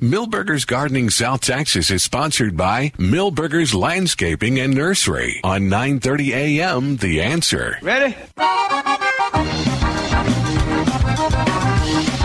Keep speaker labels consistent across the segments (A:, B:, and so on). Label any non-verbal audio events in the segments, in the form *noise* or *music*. A: Millburgers Gardening South Texas is sponsored by Millburgers Landscaping and Nursery on 9:30 a.m. The Answer.
B: Ready?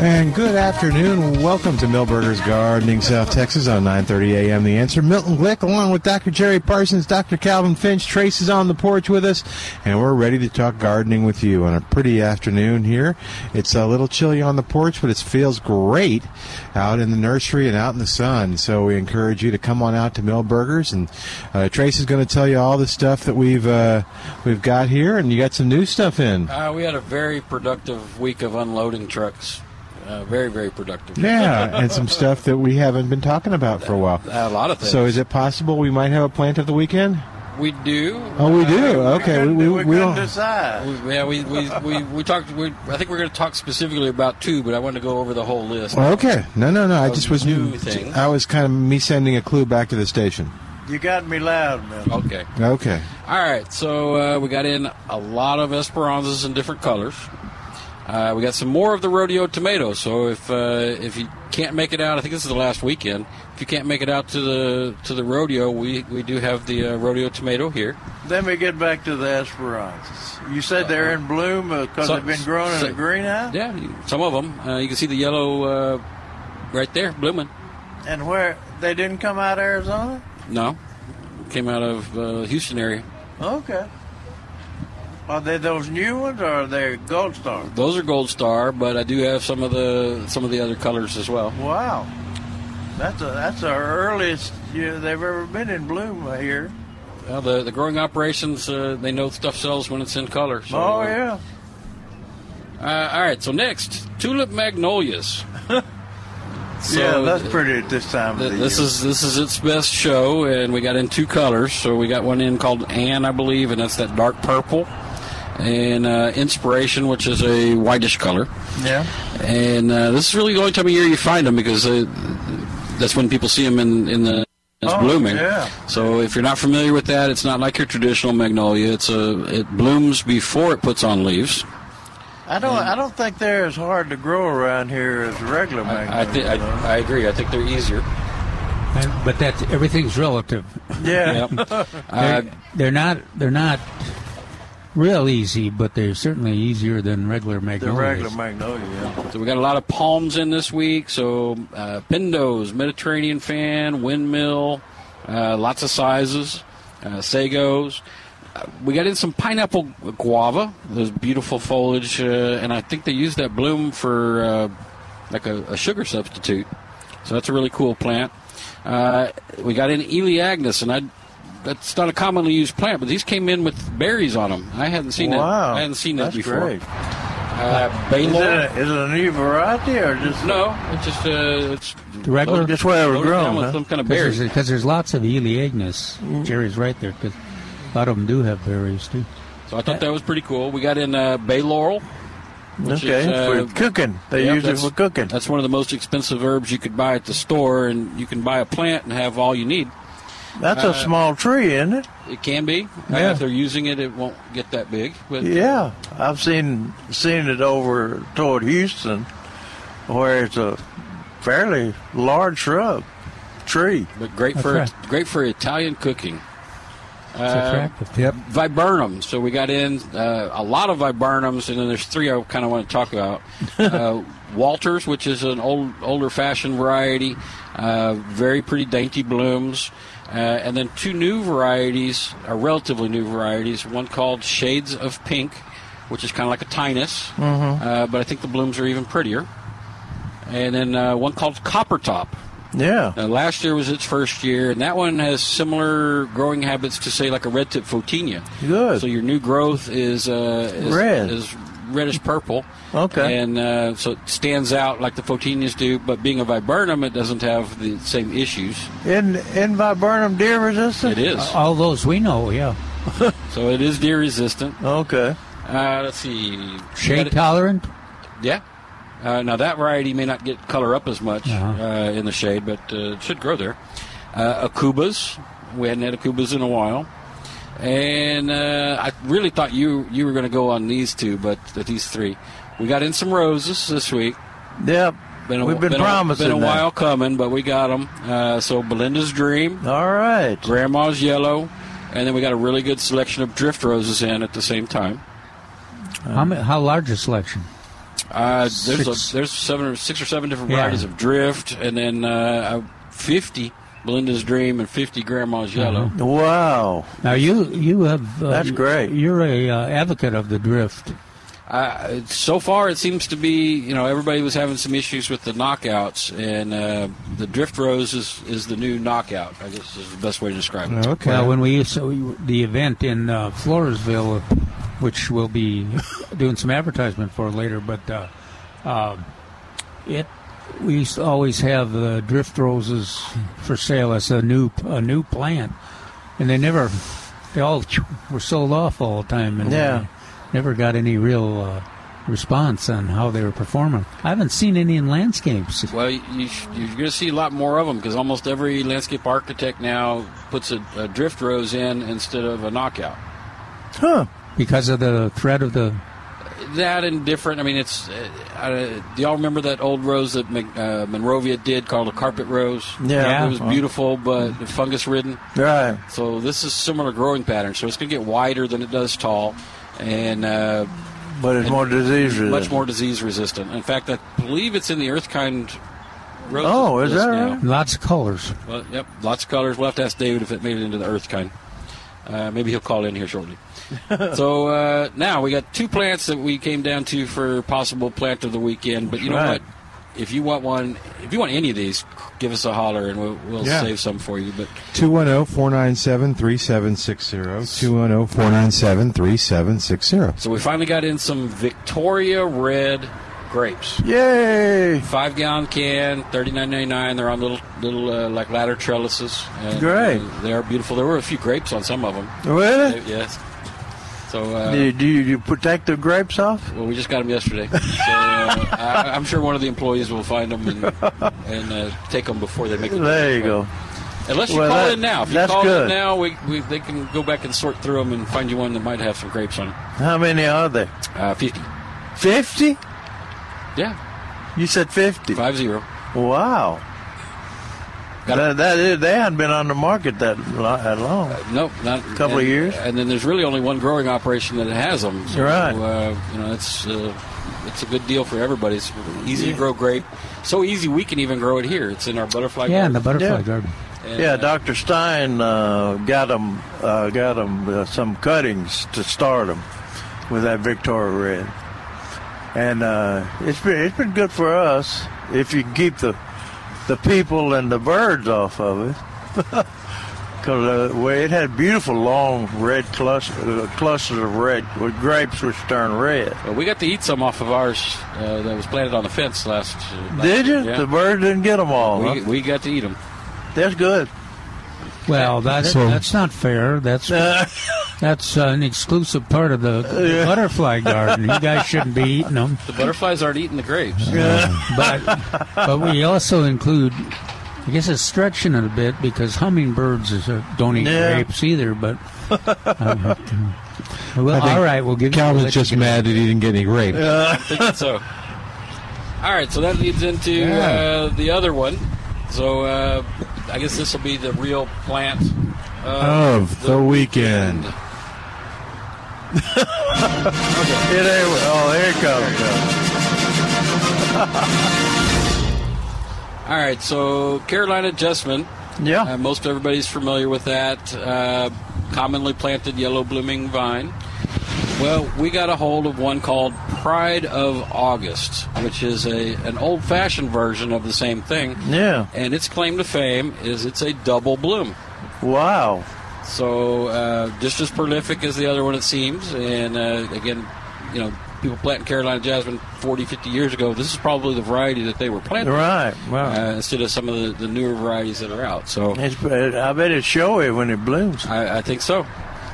C: And good afternoon. Welcome to Millburgers Gardening, South Texas on 9:30 a.m. The Answer. Milton Glick, along with Dr. Jerry Parsons, Dr. Calvin Finch, Trace is on the porch with us, and we're ready to talk gardening with you on a pretty afternoon here. It's a little chilly on the porch, but it feels great out in the nursery and out in the sun. So we encourage you to come on out to Millburgers, and uh, Trace is going to tell you all the stuff that we've uh, we've got here, and you got some new stuff in.
D: Uh, we had a very productive week of unloading trucks. Uh, very, very productive.
C: Yeah, and some stuff that we haven't been talking about for a while.
D: A lot of things.
C: So is it possible we might have a plant of the weekend?
D: We do.
C: Oh, we
D: Uh,
C: do. Okay, we, we, we,
B: couldn't
C: don't.
B: decide.
D: We- Yeah, we, we, we, we talked. We, I think we're going to talk specifically about two, but I wanted to go over the whole list.
C: Well, okay, no, no, no. I just was
D: new thing.
C: I was kind of me sending a clue back to the station.
B: You got me loud, man.
D: Okay.
C: Okay,
D: All right. So uh, we got in a lot of Esperanzas in different colors. Uh, we got some more of the rodeo tomatoes. So if uh, if you can't make it out, I think this is the last weekend. If you can't make it out to the to the rodeo, we, we do have the uh, rodeo tomato here.
B: Let me get back to the Esperanzas. You said they're in bloom because
D: Uh-huh. So-
B: they've been grown in
D: so-
B: a greenhouse?
D: Yeah, you- some of them. Uh, you can see the yellow uh, right there, blooming.
B: And where? They didn't come out of Arizona?
D: No, came out of uh, Houston area.
B: Okay. Are they those new ones or are they Gold Star?
D: Those are Gold Star, but I do have some of the some of the other colors as well.
B: Wow. That's a, that's the earliest year they've ever been in bloom here.
D: Well, the the growing operations, uh, they know stuff sells when it's in color. So,
B: Oh, yeah.
D: Uh, all right, so next,
B: *laughs*
D: tulip magnolias. So
B: yeah, that's pretty at this time
D: th-
B: of the
D: this
B: year.
D: is this is its best show, and we got in two colors. So we got one in called Anne, I believe, and that's that dark purple, and uh, Inspiration, which is a whitish color.
B: yeah.
D: And uh, this is really the only time of year you find them because uh, that's when people see them in, in the it's
B: Oh,
D: blooming.
B: yeah.
D: So if you're not familiar with that, it's not like your traditional magnolia. It's a it blooms before it puts on leaves.
B: I don't I don't think they're as hard to grow around here as regular
D: I, I,
B: mangoes.
D: thi-
B: though.
D: I, I agree. I think they're easier.
E: And- But that's everything's relative.
B: yeah.
D: Yep. uh,
E: They're, they're not. They're not real easy, but they're certainly easier than regular
B: The
E: magnolias.
B: regular magnolia, yeah.
D: so we got a lot of palms in this week. So uh, pindos, Mediterranean fan, windmill, uh, lots of sizes, uh, sagos. Uh, We got in some pineapple guava. Those beautiful foliage, uh, and I think they use that bloom for uh, like a, a sugar substitute. So that's a really cool plant. Uh, we got in Eliagnus, and I that's not a commonly used plant, but these came in with berries on them. I hadn't seen
B: wow.
D: that. I hadn't seen that
B: that's
D: before.
B: Great. Is,
D: Uh, Baylor.
B: it a, is it a new variety or just
D: No, it's just uh, it's
E: The regular.
B: Just where it was
D: loaded down with
B: grown, huh?
D: some kind of
E: Because
D: berries.
E: there's, 'cause there's lots of Eliagnus. Jerry's right there. Because a lot of them do have berries too.
D: So I thought that was pretty cool. We got in uh, bay laurel. which
B: Okay,
D: is, uh,
B: for cooking. They
D: yep,
B: use it
D: that's-
B: for cooking.
D: That's one of the most expensive herbs you could buy at the store, and you can buy a plant and have all you need. Uh,
B: That's a small tree, isn't it?
D: It can be. Uh,
B: Yeah.
D: If they're using it, it won't get that big. But uh,
B: Yeah, I've seen seen it over toward Houston, where it's a fairly large shrub tree.
D: but great
E: That's
D: for
E: right.
D: great for Italian cooking.
E: It's
D: Uh,
E: attractive. Yep.
D: Viburnum. So we got in uh, a lot of viburnums, and then there's three I kind of want to talk about. Uh, Walters, which is an old, older-fashioned variety, uh, very pretty, dainty blooms, uh, and then two new varieties, uh, relatively new varieties. One called Shades of Pink, which is kind of like a tinus, uh, but I think the blooms are even prettier. And then uh, one called Copper Top,
B: Yeah,
D: uh, last year was its first year, and that one has similar growing habits to, say, like a red tip photinia.
B: Good.
D: So your new growth is, uh, is
B: Red.
D: is reddish purple.
B: Okay.
D: And uh, so it stands out like the photinias do, but being a viburnum, it doesn't have the
B: *laughs*
D: same issues.
B: In in viburnum deer resistant.
D: It is.
E: Uh, All those we know, yeah.
D: So it is deer resistant.
B: Okay.
D: Uh, let's see.
E: Shade
D: Got it-
E: tolerant.
D: Yeah. Uh, now that variety may not get color up as much
E: Uh-huh.
D: uh, in the shade, but uh, it should grow there. Uh, akubas, we hadn't had akubas in a while, and uh, I really thought you you were going to go on these two, but uh, these three, we got in some roses this week.
B: Yep.
D: a-
B: We've been,
D: a-
B: promising.
D: been a
B: that.
D: while coming, but we got them. Uh, so Belinda's dream,
B: All right.
D: Grandma's yellow, and then we got a really good selection of drift roses in at the same time. Uh-huh.
E: How, ma- how large a selection?
D: Uh, there's
E: Six.
D: a, there's seven or six or seven different
E: Yeah.
D: varieties of drift, and then uh, uh, fifty Belinda's Dream and fifty Grandma's
E: Uh-huh.
D: Yellow.
B: Wow.
E: Now you you have uh,
B: That's great.
E: You're a uh, advocate of the drift.
D: Uh, so far, it seems to be you know everybody was having some issues with the knockouts, and uh, the drift rose is, is the new knockout. I guess is the best way to describe it.
C: Okay.
E: Well, when we so we- the event in uh, Floresville, which we'll be doing some advertisement for later, but uh, um it we used to always have uh, drift roses for sale as a new a new plant, and they never they all were sold off all the time, and
B: Yeah.
E: never got any real. Uh, response on how they were performing. I haven't seen any in landscapes.
D: Well, you, sh- you're going to see a lot more of them because almost every landscape architect now puts a, a drift rose in instead of a knockout.
B: Huh.
E: because of the threat of the
D: That and different. I mean, it's. Uh, uh, do y'all remember that old rose that Mc, uh, Monrovia did called a carpet rose?
B: Yeah.
E: Yeah.
D: It was beautiful, but fungus ridden.
B: Right.
D: So this is similar growing pattern. So it's going to get wider than it does tall, and uh,
B: But it's more disease resistant.
D: much more disease resistant. In fact, I believe it's in the earth kind. Rose
B: Oh, is
D: list
B: that
D: now.
B: right?
E: lots of colors.
D: Well, yep, lots of colors. We'll have to ask David if it made it into the earth kind. Uh, maybe he'll call in here shortly. so uh, now we got two plants that we came down to for possible plant of the weekend. But you know
B: Right.
D: what? If you want one, if you want any of these, give us a holler and we'll, we'll
C: Yeah.
D: save some for you. But
C: oh, 210-497-3760. oh, 210-497-3760.
D: so we finally got in some Victoria red grapes.
B: Yay.
D: Five gallon can, thirty nine ninety nine. They're on little little uh, like ladder trellises. And,
B: Great.
D: uh, they are beautiful. There were a few grapes on some of them.
B: Really?
D: yes. So uh,
B: do, you, do you protect the grapes off?
D: Well, we just got them yesterday, so uh, I, I'm sure one of the employees will find them and, and uh, take them before they make it.
B: There you go.
D: Unless you
B: Well,
D: call
B: that-
D: in now. If you
B: that's
D: call
B: good.
D: in now, we, we, they can go back and sort through them and find you one that might have some grapes on it.
B: How many are there?
D: Uh, 50.
B: 50?
D: Yeah,
B: You said 50.
D: five zero.
B: Wow.
D: Got
B: That, that is, they hadn't been on the market that, lo- that long.
D: No, Uh, not a
B: Couple of years.
D: And then there's really only one growing operation that has them. So,
B: Right.
D: Uh, you know, it's uh, it's a good deal for everybody. It's easy to grow grape. So easy we can even grow it here. It's in our butterfly.
E: Yeah, and the
D: garden.
E: butterfly
B: Yeah.
E: garden.
D: And,
B: Yeah,
D: uh,
B: Dr. Stein uh, got him, uh, got him uh, some cuttings to start him with that Victoria Red, and uh, it's been it's been good for us if you keep the the people and the birds off of it. *laughs* Because uh, well, it had beautiful long red cluster, uh, clusters of red with grapes which turned red.
D: Well, we got to eat some off of ours uh, that was planted on the fence last. Uh, last
B: Did you?
D: year. Yeah.
B: The birds didn't get them all.
D: we,
B: huh?
D: we got to eat them.
B: That's
D: *laughs*
B: good.
E: Well, that,
C: So-
E: that's not fair. That's that's uh, an exclusive part of the, the butterfly garden. You guys shouldn't be eating them.
D: The butterflies aren't eating the grapes.
E: But but we also include. I guess it's stretching it a bit because hummingbirds is a, don't eat
B: Yeah.
E: grapes either. But um, well,
C: think
E: all right, we'll give you.
C: Calvin's just mad that he didn't get any grape.
D: I think so. All right, so that leads into
C: Yeah.
D: uh, the other one. So uh, I guess this will be the real plant uh, of, *laughs*
C: Of the weekend.
B: It ain't, oh, here it comes.
D: All right, so Carolina Jessamine.
B: Yeah.
D: Uh, most everybody's familiar with that uh, commonly planted yellow blooming vine. Well, we got a hold of one called Pride of August, which is a an old fashioned version of the same thing.
B: Yeah.
D: And its claim to fame is it's a double bloom.
B: Wow.
D: So uh, just as prolific as the other one, it seems. And uh, again, you know, people planting Carolina jasmine 40, 50 years ago, this is probably the variety that they were planting
B: Right.
E: Wow.
D: uh, instead of some of the, the newer varieties that are out. So
B: It's, I bet it's showy when it blooms.
D: I, I think so.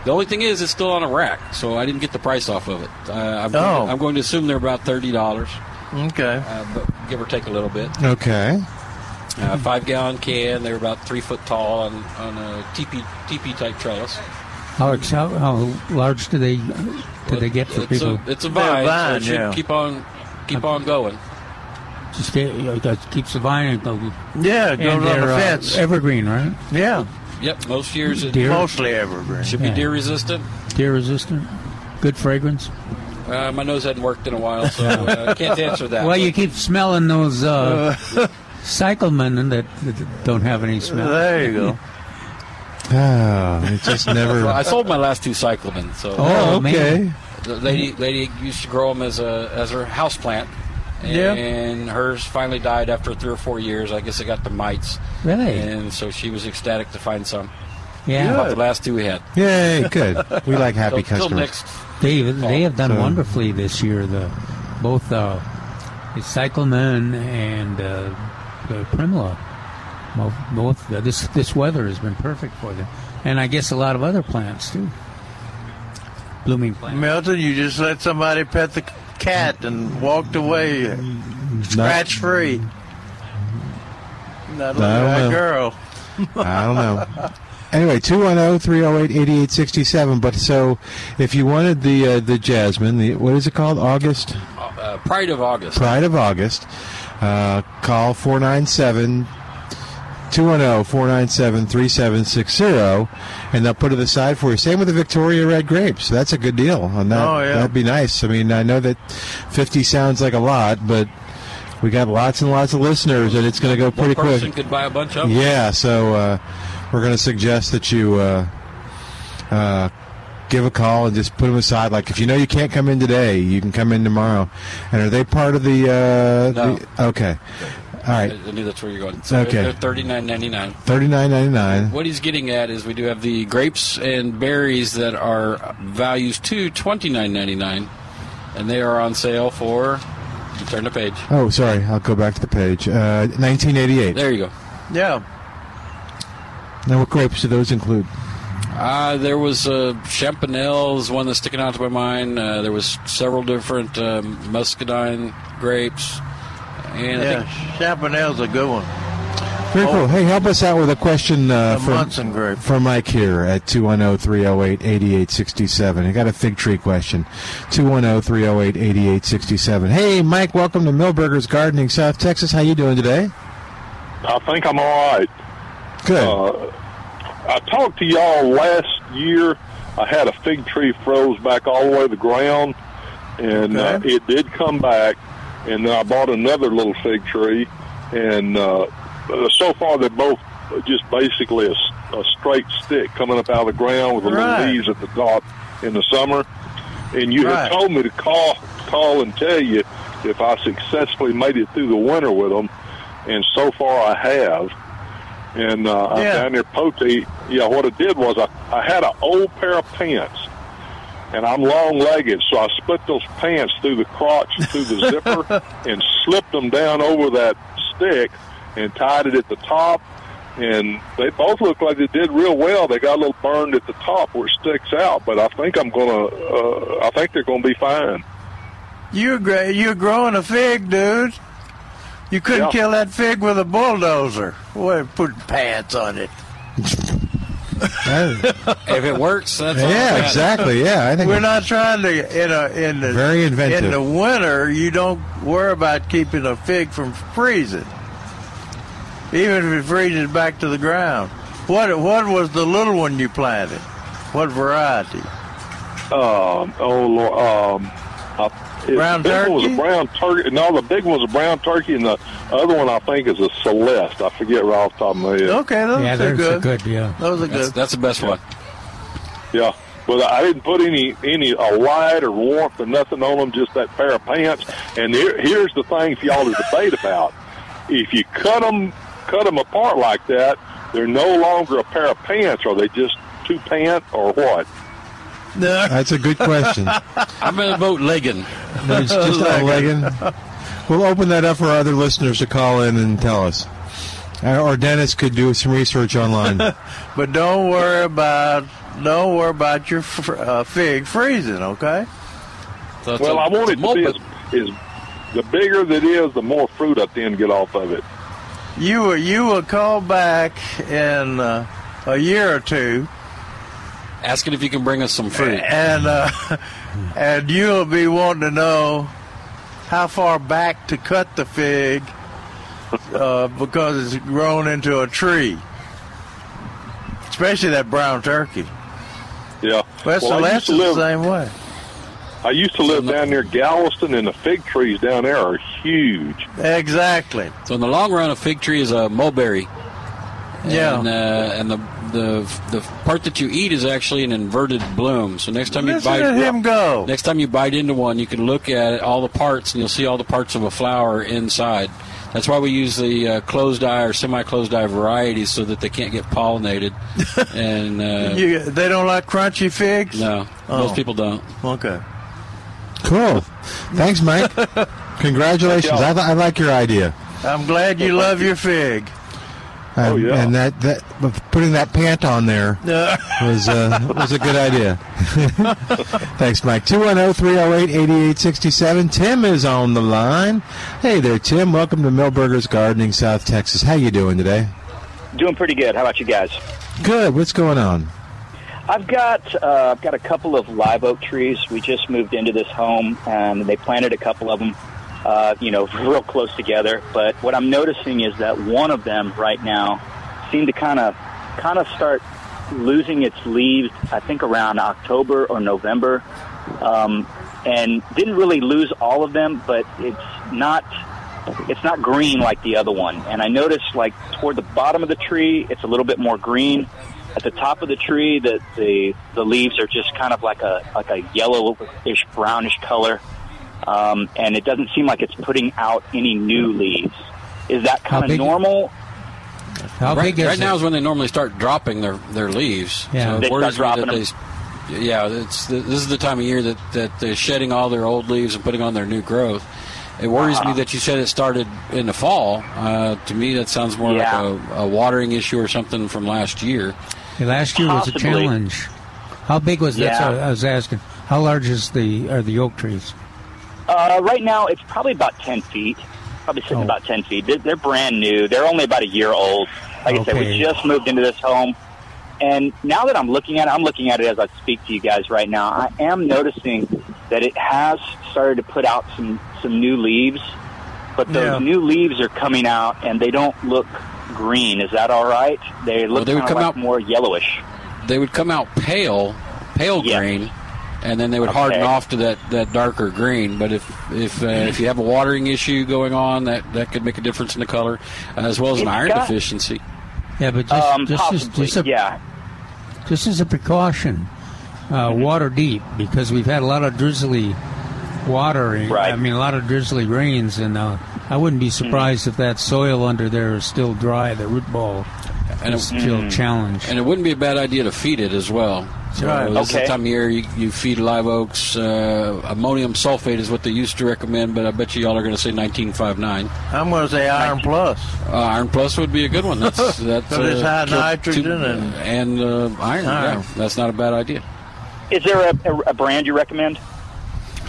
D: The only thing is, it's still on a rack, so I didn't get the price off of it. Uh, I'm,
B: Oh.
D: I'm going to assume they're about thirty dollars,
B: Okay.
D: uh, but give or take a little bit.
C: Okay.
D: Uh,
B: Mm-hmm.
D: five gallon can. They were about three foot tall on, on a TP TP type trellis.
E: How, ex- how, how large do they do they get for
D: it's
E: people?
D: A, it's a
B: They're
D: vine, so
B: vine,
D: it should
B: yeah.
D: keep on keep on going.
E: Just get, you know, that keeps the vine and, the-
B: Yeah, it goes
E: and
B: on
E: they're
B: the
E: uh,
B: fence.
E: evergreen, right?
B: yeah,
D: Yep, most years it
E: Deer
B: mostly evergreen.
D: should be
E: Yeah.
D: deer resistant.
E: deer resistant, good fragrance.
D: Uh, my nose hadn't worked in a while, so uh, can't answer that.
E: Well, you keep smelling
D: *laughs*
E: those uh, cyclemen and that, that don't have any smell.
B: There you go.
C: Oh, it just
D: Well, *laughs* I
C: never.
D: sold my last two cyclamen, so
C: Oh,
E: Oh, man.
C: okay.
D: the lady lady used to grow them as a as her house plant. And
B: Yeah.
D: hers finally died after three or four years. I guess it got the mites.
E: Really?
D: And so she was ecstatic to find some.
E: Yeah,
D: About the last two we had.
C: Yay, good. We like
D: Till-
C: happy
D: till
C: customers.
D: next
E: they
D: Oh,
E: they have done
C: So-
E: wonderfully this year. The both uh, the cyclemen and uh, the primula, both, both uh, this this weather has been perfect for them, and I guess a lot of other plants too. Blooming plants.
B: Milton, you just let somebody pet the cat and walked away,
C: Not-
B: scratch free. Not like
C: I
B: that
C: will.
B: girl.
C: I don't know. Anyway, oh, 210-308-8867. But so, if you wanted the uh, the jasmine, the what is it called? August
D: uh, Pride of August.
C: Pride of August. Uh, call 497 210 497 3760, and they'll put it aside for you. Same with the Victoria Red Grapes. That's a good deal on that.
B: Oh, yeah.
C: That'd be nice. I mean, I know that 50 sounds like a lot, but we got lots and lots of listeners, and it's going to go
D: One
C: pretty
D: person
C: quick.
D: could buy a bunch of them.
C: Yeah, so uh, we're going to suggest that you uh, uh, give a call and just put them aside. Like if you know you can't come in today, you can come in tomorrow. And are they part of the? Uh,
D: No.
C: the- okay. All
D: I,
C: right.
D: I knew that's where you're going. So
C: Okay.
D: they're thirty nine ninety nine.
C: Thirty nine ninety nine.
D: What he's getting at is we do have the grapes and berries that are values to twenty nine ninety nine, and they are on sale for. you Turn the page.
C: Oh, sorry. I'll go back to the page. Uh, 1988.
D: There you go.
B: Yeah.
C: Now, what grapes do those include?
D: Uh, there was uh, Champanelle's one that's sticking out to my mind. Uh, there was several different um, muscadine grapes, and I
B: Yeah.
D: think
B: Champinel's a good one.
C: Very
B: Oh.
C: cool. Hey, help us out with a question uh,
B: The
C: from
B: Munson grape.
C: from Mike here at oh, 210-308-8867. I got a fig tree question. oh, 210-308-8867. Hey, Mike, welcome to Millburgers Gardening, South Texas. How you doing today?
F: I think I'm all right.
C: Good.
F: Uh, I talked to y'all last year. I had a fig tree froze back all the way to the ground, and uh,
B: Okay.
F: it did come back. And then I bought another little fig tree, and uh, uh, so far they're both just basically a, s- a straight stick coming up out of the ground with the
B: Right.
F: little leaves at the top in the summer. And you
B: Right.
F: had told me to call, call and tell you if I successfully made it through the winter with them, and so far I have and uh,
B: Yeah.
F: I'm down near Poteet. Yeah, what I did was I, I had an old pair of pants, and I'm long legged, so I split those pants through the crotch and through
B: *laughs*
F: the zipper and slipped them down over that stick and tied it at the top. And they both looked like they did real well. They got a little burned at the top where it sticks out, but I think I'm gonna. Uh, I think they're gonna be fine.
B: You're gra- you're growing a fig, dude. You couldn't
F: Yeah.
B: kill that fig with a bulldozer. What putting pants on it?
C: Uh,
D: if it works, that's all I
C: yeah,
D: got.
C: exactly. Yeah, I think
B: We're not trying to in a in the
C: Very inventive.
B: in the winter. You don't worry about keeping a fig from freezing, even if it freezes back to the ground. What what was the little one you planted? What variety?
F: Um, oh Lord, um, I, it-
B: Brown
F: the big one was
B: turkey?
F: a brown turkey. No, the big one's a brown turkey, and the other one I think is a Celeste. I forget right off the top of my head.
B: Okay, those
E: Yeah,
B: are
E: those
B: good.
E: are good. Yeah.
B: Those are
D: That's,
B: good.
D: that's the best one.
F: Yeah, but I didn't put any any a light or warmth or nothing on them. Just that pair of pants. And here, here's the thing for y'all to debate about: if you cut them cut them apart like that, they're no longer a pair of pants. Are they just two pant or what?
C: That's a good question.
D: I'm going to vote Leggin.
C: It's just a legging. We'll open that up for other listeners to call in and tell us. Uh, Or Dennis could do some research
B: *laughs*
C: online.
B: But don't worry about don't worry about your fr- uh, fig freezing. Okay.
D: So it's
F: Well,
D: a-
F: I want
D: it's a
F: it to be
D: multi-
F: as, is the bigger that is, the more fruit I then get off of it.
B: You will you will call back in uh, a year or two,
D: asking if you can bring us some fruit.
B: and
D: *laughs*
B: uh, and you'll be wanting to know how far back to cut the fig uh, because it's grown into a tree, especially that brown turkey.
F: Yeah.
B: Well,
F: well, I used to
B: Sylvester's the
F: live,
B: same way.
F: I used to live down near Galveston, and the fig trees down there are huge.
B: Exactly.
D: So in the long run, a fig tree is a mulberry.
B: Yeah.
D: And, uh, and the the the part that you eat is actually an inverted bloom. So next time you
B: Listen
D: bite
B: to him go.
D: next time you bite into one, you can look at it, all the parts, and you'll see all the parts of a flower inside. That's why we use the uh, closed eye or semi-closed eye varieties so that they can't
B: *laughs*
D: get pollinated. and uh,
B: You, they don't like crunchy figs.
D: no,
B: Oh.
D: most people don't.
B: Okay.
C: Cool. Thanks, Mike. Congratulations. I, li- I like your idea.
B: I'm glad you love your fig.
C: And,
F: Oh, yeah.
C: and that, that but putting that pant on *laughs* there was uh, was a good idea. *laughs* Thanks, Mike. oh, 210-308-8867. Tim is on the line. Hey there, Tim. Welcome to Millburgers Gardening, South Texas. How you doing today?
G: Doing pretty good. How about you guys?
C: Good. What's going on?
G: I've got uh, I've got a couple of live oak trees. We just moved into this home, and they planted a couple of them, uh, you know, real close together. But what I'm noticing is that one of them right now seemed to kind of kind of start losing its leaves. I think around October or November, um, and didn't really lose all of them, but it's not it's not green like the other one. And I noticed like toward the bottom of the tree, it's a little bit more green. At the top of the tree, the the, the leaves are just kind of like a like a yellowish brownish color, um, and it doesn't seem like it's putting out any new leaves. Is that
E: How
G: kind of
E: big-
G: normal?
E: How
D: right
E: big is
D: right
E: it?
D: now is when they normally start dropping their, their leaves.
E: Yeah.
D: So it
G: They
D: worries
G: start
D: me that
G: dropping
D: they- yeah, it's this is the time of year that, that they're shedding all their old leaves and putting on their new growth. It worries
G: Uh-huh.
D: me that you said it started in the fall. Uh, to me, that sounds more
G: Yeah.
D: like a, a watering issue or something from last year.
E: Hey, Last year was a
G: Possibly.
E: challenge. How big was that?
G: Yeah.
E: So I was asking. How large is the are the oak trees?
G: Uh, right now, it's probably about 10 feet. Probably sitting
E: Oh.
G: about 10 feet. They're, they're brand new. They're only about a year old. Like I said,
E: Okay.
G: we just moved into this home. And now that I'm looking at it, I'm looking at it as I speak to you guys right now. I am noticing that it has started to put out some, some new leaves, but those
B: Yeah.
G: new leaves are coming out and they don't look green. Is that all right? They
D: Well,
G: look
D: they would
G: kinda
D: come
G: like
D: out-
G: more yellowish.
D: They would come out pale, pale
G: Yes.
D: green, and then they would harden
G: Okay.
D: off to that, that darker green. But if if uh, if you have a watering issue going on, that, that could make a difference in the color, as well as an
G: It's
D: iron
G: got-
D: deficiency.
E: Yeah, but just
G: Um,
E: just, just,
G: possibly,
E: just a,
G: yeah.
E: just as a precaution, uh,
G: Mm-hmm.
E: water deep because we've had a lot of drizzly watering.
G: Right. Mm-hmm.
E: I mean, a lot of drizzly rains, and uh, I wouldn't be surprised if that soil under there is still dry. The root ball
D: And
E: is
D: it-
G: Mm-hmm.
E: still challenged.
D: Mm-hmm. And it wouldn't be a bad idea to feed it as well. So
B: Right.
D: This is the
G: Okay.
D: time of year you, you feed live oaks. Uh, ammonium sulfate is what they used to recommend, but I bet you y'all are going to say 1959.
B: I'm going to say iron plus.
D: Uh, iron plus would be a good one.
B: *laughs*
D: That's that's uh,
B: But it's high
D: killed
B: nitrogen and-
D: and uh, iron. Yeah,
B: Iron.
D: that's not a bad idea.
G: Is there a, a, a brand you recommend?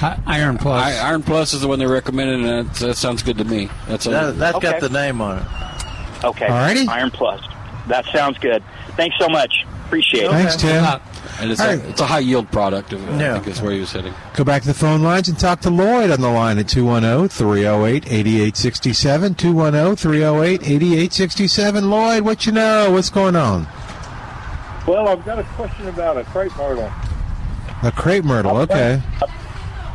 E: Hi- Iron plus.
D: I, iron plus is the one they recommended, and that, that sounds good to me. That's a,
B: That, that's got
G: Okay.
B: the name on it.
G: Okay.
C: Alrighty.
G: Iron Plus. That sounds good. Thanks so much. Appreciate it.
C: Thanks, Tim.
D: and it's,
C: all
D: a,
C: right.
D: it's a high yield product. Of, I
B: Yeah.
D: think that's where he was heading.
C: Go back to the phone lines and talk to Lloyd on the line at oh, 210-308-8867. oh, 210-308-8867. Lloyd, what you know? What's going on?
H: Well, I've got a question about a crepe myrtle.
C: A crepe myrtle, okay.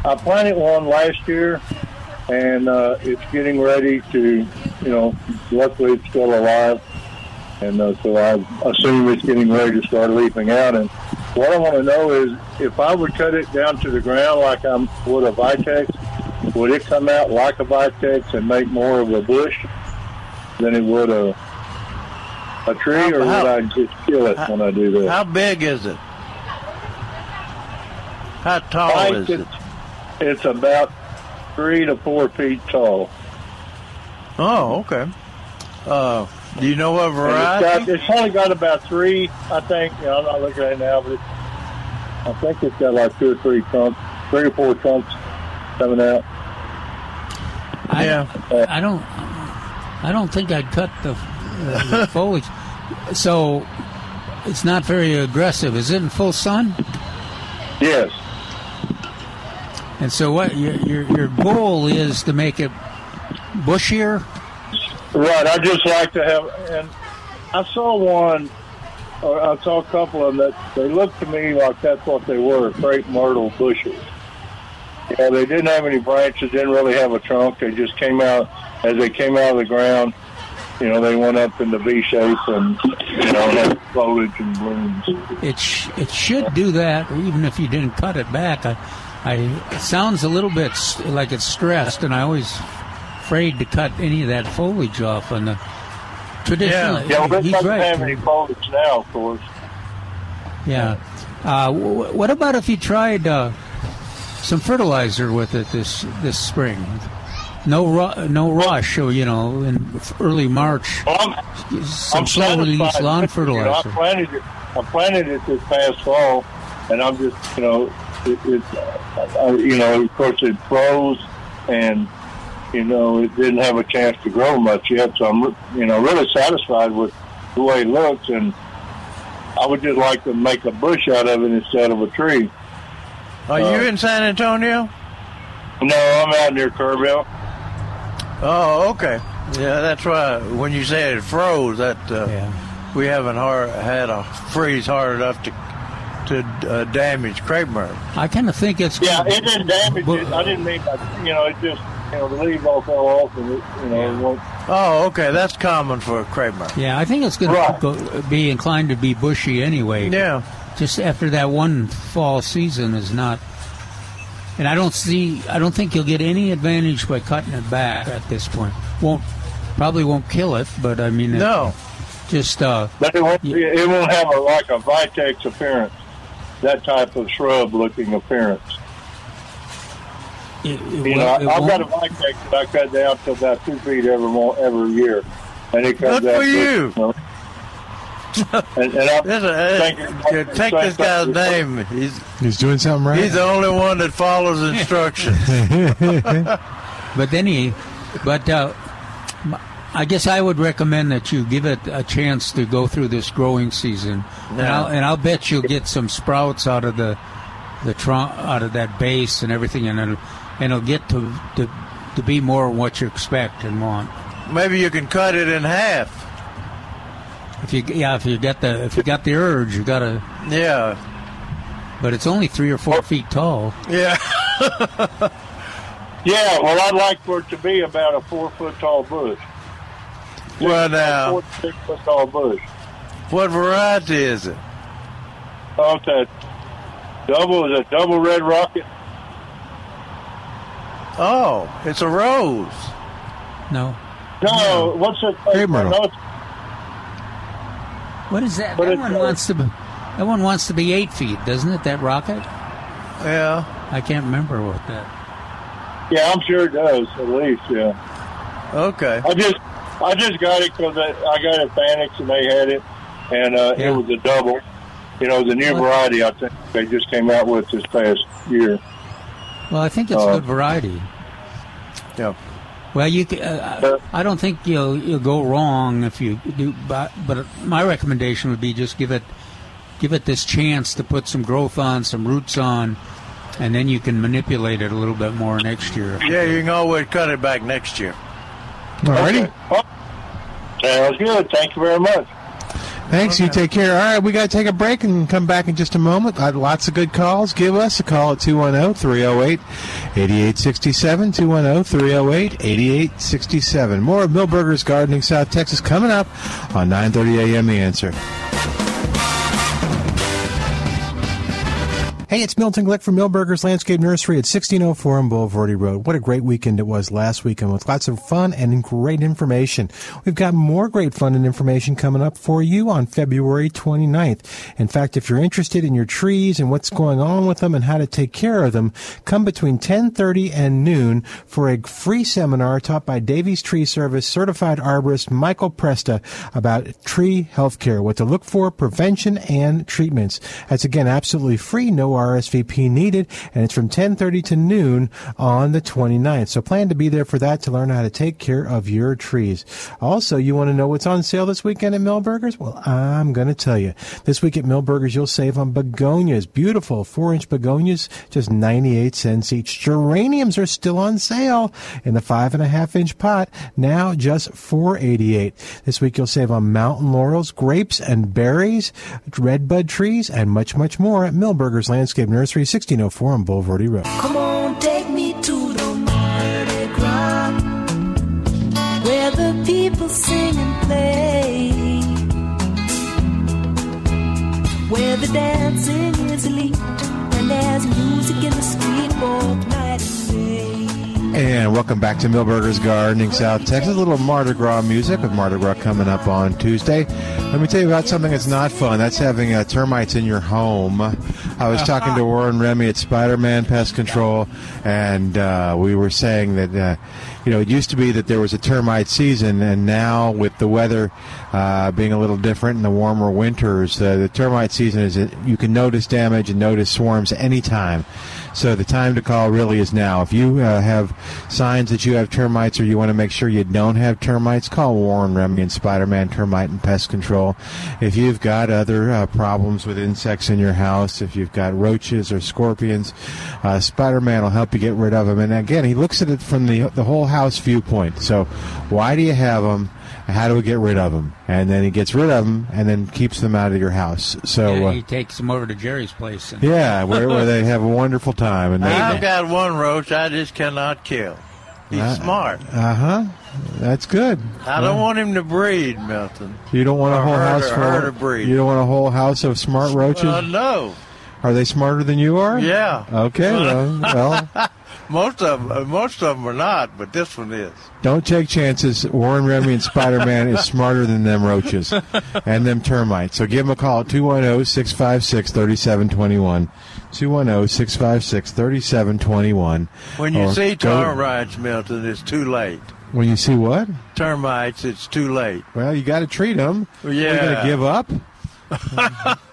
H: I planted one last year, and uh, it's getting ready to, you know, luckily it's still alive, and uh, so I assume it's getting ready to start leafing out. And what I want to know is if I would cut it down to the ground like I would a vitex, would it come out like a vitex and make more of a bush than it would a a tree, or would
B: How-
H: I just kill it when I do that?
B: How big is it? How tall
H: Mike,
B: is it?
H: It's, it's about three to four feet tall.
B: Oh, okay. Uh, do you know what
H: And
B: variety?
H: It's, got, it's only got about three, I think. You know, I'm not looking at it now, but it's, I think it's got like two or three trunks, three or four trunks coming out.
E: I,
B: Yeah.
E: I don't. I don't think I'd cut the, uh, the foliage. So it's not very aggressive. Is it in full sun?
H: Yes.
E: And so what? Your your, your goal is to make it bushier.
H: Right. I just like to have, and I saw one, or I saw a couple of them that they looked to me like that's what they were, crepe myrtle bushes. Yeah, they didn't have any branches, didn't really have a trunk. They just came out as they came out of the ground. You know, they went up in the V shape and you know had foliage and blooms.
E: It sh- it should do that, even if you didn't cut it back. I, I it sounds a little bit s- like it's stressed, and I always afraid to cut any of that foliage off on the traditional.
H: Yeah, well, this
E: he's
H: doesn't have
E: right.
H: any foliage now, of course.
E: Yeah. Uh, w- what about if you tried uh, some fertilizer with it this this spring? No, ru- no rush. So you know, in f- early March,
H: Well, I'm,
E: some
H: I'm
E: slow release
H: satisfied.
E: lawn
H: You know, I
E: fertilizer.
H: planted it. I planted it this past fall, and I'm just, you know, it, it, I, you know, of course it froze, and you know it didn't have a chance to grow much yet. So I'm, re- you know, really satisfied with the way it looks, and I would just like to make a bush out of it instead of a tree.
B: Are
H: uh,
B: you in San Antonio?
H: No, I'm out near Kerrville.
B: Oh, okay. Yeah, that's why when you said it froze, that uh, we haven't hard, had a freeze hard enough to to uh, damage crepe myrtle.
E: I kind of think it's
H: Yeah, it didn't damage
E: Well-
H: it. I didn't mean, you know, it just, you know, the leaves all fell off, and it, you know, it won't.
B: Oh, okay. That's common for a crepe myrtle.
E: Yeah, I think it's going
H: Right.
E: to be inclined to be bushy anyway.
B: Yeah.
E: Just after that one fall season is not. And I don't see. I don't think you'll get any advantage by cutting it back at this point. Won't probably won't kill it, but I mean, it-
B: No.
E: just uh,
H: But it won't, it won't have a, like a vitex appearance, that type of shrub looking appearance.
E: it, it
H: You
E: won't-
H: know, I,
E: it
H: I've got a
E: won't-
H: vitex that I cut down to about two feet every more, every year, and it comes
B: Good
H: out.
B: for you.
H: know. and, and I'm
B: This is,
H: thinking-
B: uh, take this guy's name. He's
C: He's doing something right.
B: he's the only one that follows
C: *laughs*
B: instructions.
E: *laughs* But then he, but uh, m- I guess I would recommend that you give it a chance to go through this growing season, and,
B: Yeah.
E: I'll, and I'll bet you'll get some sprouts out of the the trunk, out of that base and everything, and it'll, and it'll get to, to to be more what you expect and want.
B: Maybe you can cut it in half.
E: If you yeah, if you got the if you got the urge, you gotta.
B: Yeah.
E: But it's only three or four feet tall.
B: Yeah.
H: *laughs* Yeah, well, I'd like for it to be about a four foot tall bush.
B: Well, now,
H: Four to six foot tall bush.
B: what variety is it?
H: Oh, it's a double is a double red rocket.
B: Oh, it's a rose.
E: No,
H: No, what's it?
C: Hey, Myrtle.
H: No, it's
E: what is that?
H: But
E: that
H: it's-
E: one wants to. Be, that one wants to be eight feet, doesn't it? That rocket.
B: Yeah.
E: I can't remember what that.
H: Yeah, I'm sure it does. At least, yeah.
B: Okay.
H: I just, I just got it because I, I got it Fanix and they had it, and uh,
E: Yeah.
H: it was a double. You know, the new
E: What?
H: variety I think they just came out with this past year.
E: Well, I think it's
H: Uh,
E: a good variety.
B: Yeah.
E: Well, you, c- uh, I I don't think you'll you'll go wrong if you do. But but my recommendation would be just give it give it this chance to put some growth on, some roots on, and then you can manipulate it a little bit more next year.
B: Yeah, you can always cut it back next year.
C: Alrighty.
H: Well, sounds good. Thank you very much.
C: Thanks. You take care. All right, we got to take a break and come back in just a moment. Uh, lots of good calls. Give us a call at 210-308-8867, 210-308-8867. More of Millburgers Gardening South Texas coming up on 9:30 a.m. The Answer. Hey, it's Milton Glick from Millburgers Landscape Nursery at 1604 on Boulevardy Road. What a great weekend it was last weekend with lots of fun and great information. We've got more great fun and information coming up for you on February 29th. In fact, if you're interested in your trees and what's going on with them and how to take care of them, come between 10:30 and noon for a free seminar taught by Davies Tree Service certified arborist Michael Presta about tree health care, what to look for, prevention and treatments. That's again absolutely free, no RSVP needed, and it's from 10:30 to noon on the 29th. So plan to be there for that to learn how to take care of your trees. Also, you want to know what's on sale this weekend at Millburgers? Well, I'm going to tell you. This week at Millburgers, you'll save on begonias, beautiful 4-inch begonias, just 98 cents each. Geraniums are still on sale in the five and a half inch pot, now just 488. This week you'll save on mountain laurels, grapes and berries, red bud trees, and much, much more at Millburgers Landscape Nursery, 1604 on Boulevardy Road.
I: Come on, take me to the Mardi Gras, where the people sing and play, where the dancing is elite, and there's music in the street both night and day.
C: And welcome back to Millburgers Gardening, South Texas. A little Mardi Gras music with Mardi Gras coming up on Tuesday. Let me tell you about something that's not fun. That's having uh, termites in your home. I was talking to Warren Remy at Spider-Man Pest Control, and uh, we were saying that uh, you know it used to be that there was a termite season, and now with the weather uh, being a little different and the warmer winters, uh, the termite season is you can notice damage and notice swarms anytime. So the time to call really is now. If you uh, have signs that you have termites or you want to make sure you don't have termites, call Warren Remy and Spider-Man Termite and Pest Control. If you've got other uh, problems with insects in your house, if you've got roaches or scorpions, uh, Spider-Man will help you get rid of them. And again, he looks at it from the the whole house viewpoint. So why do you have them? How do we get rid of them? And then he gets rid of them, and then keeps them out of your house. So
E: Yeah,
C: uh,
E: he takes them over to Jerry's place. And
C: yeah, where, where they have a wonderful time. And
B: I've
C: they,
B: got one roach I just cannot kill. He's
E: Ah,
C: Uh,
B: smart.
C: uh huh. That's good.
B: I don't want him to breed, Milton.
C: You don't want a
B: Or
C: whole
B: herd
C: house
B: or herd of
C: full.
B: breed.
C: you don't want a whole house of smart roaches.
B: Well, Uh, no.
C: are they smarter than you are?
B: Yeah.
C: Okay. Well, well,
B: Most of them, most of them are not, but this one is.
C: don't take chances. Warren Remy and Spider Man is smarter than them roaches and them termites. So give them a call at oh, 210 656 3721. 210 656 3721.
B: When
C: Oh,
B: you see termites, Milton, it's too late.
C: When you see what?
B: Termites, it's too late.
C: Well, you got to treat them.
B: Well,
C: You're going to
B: yeah. *laughs*
C: give up?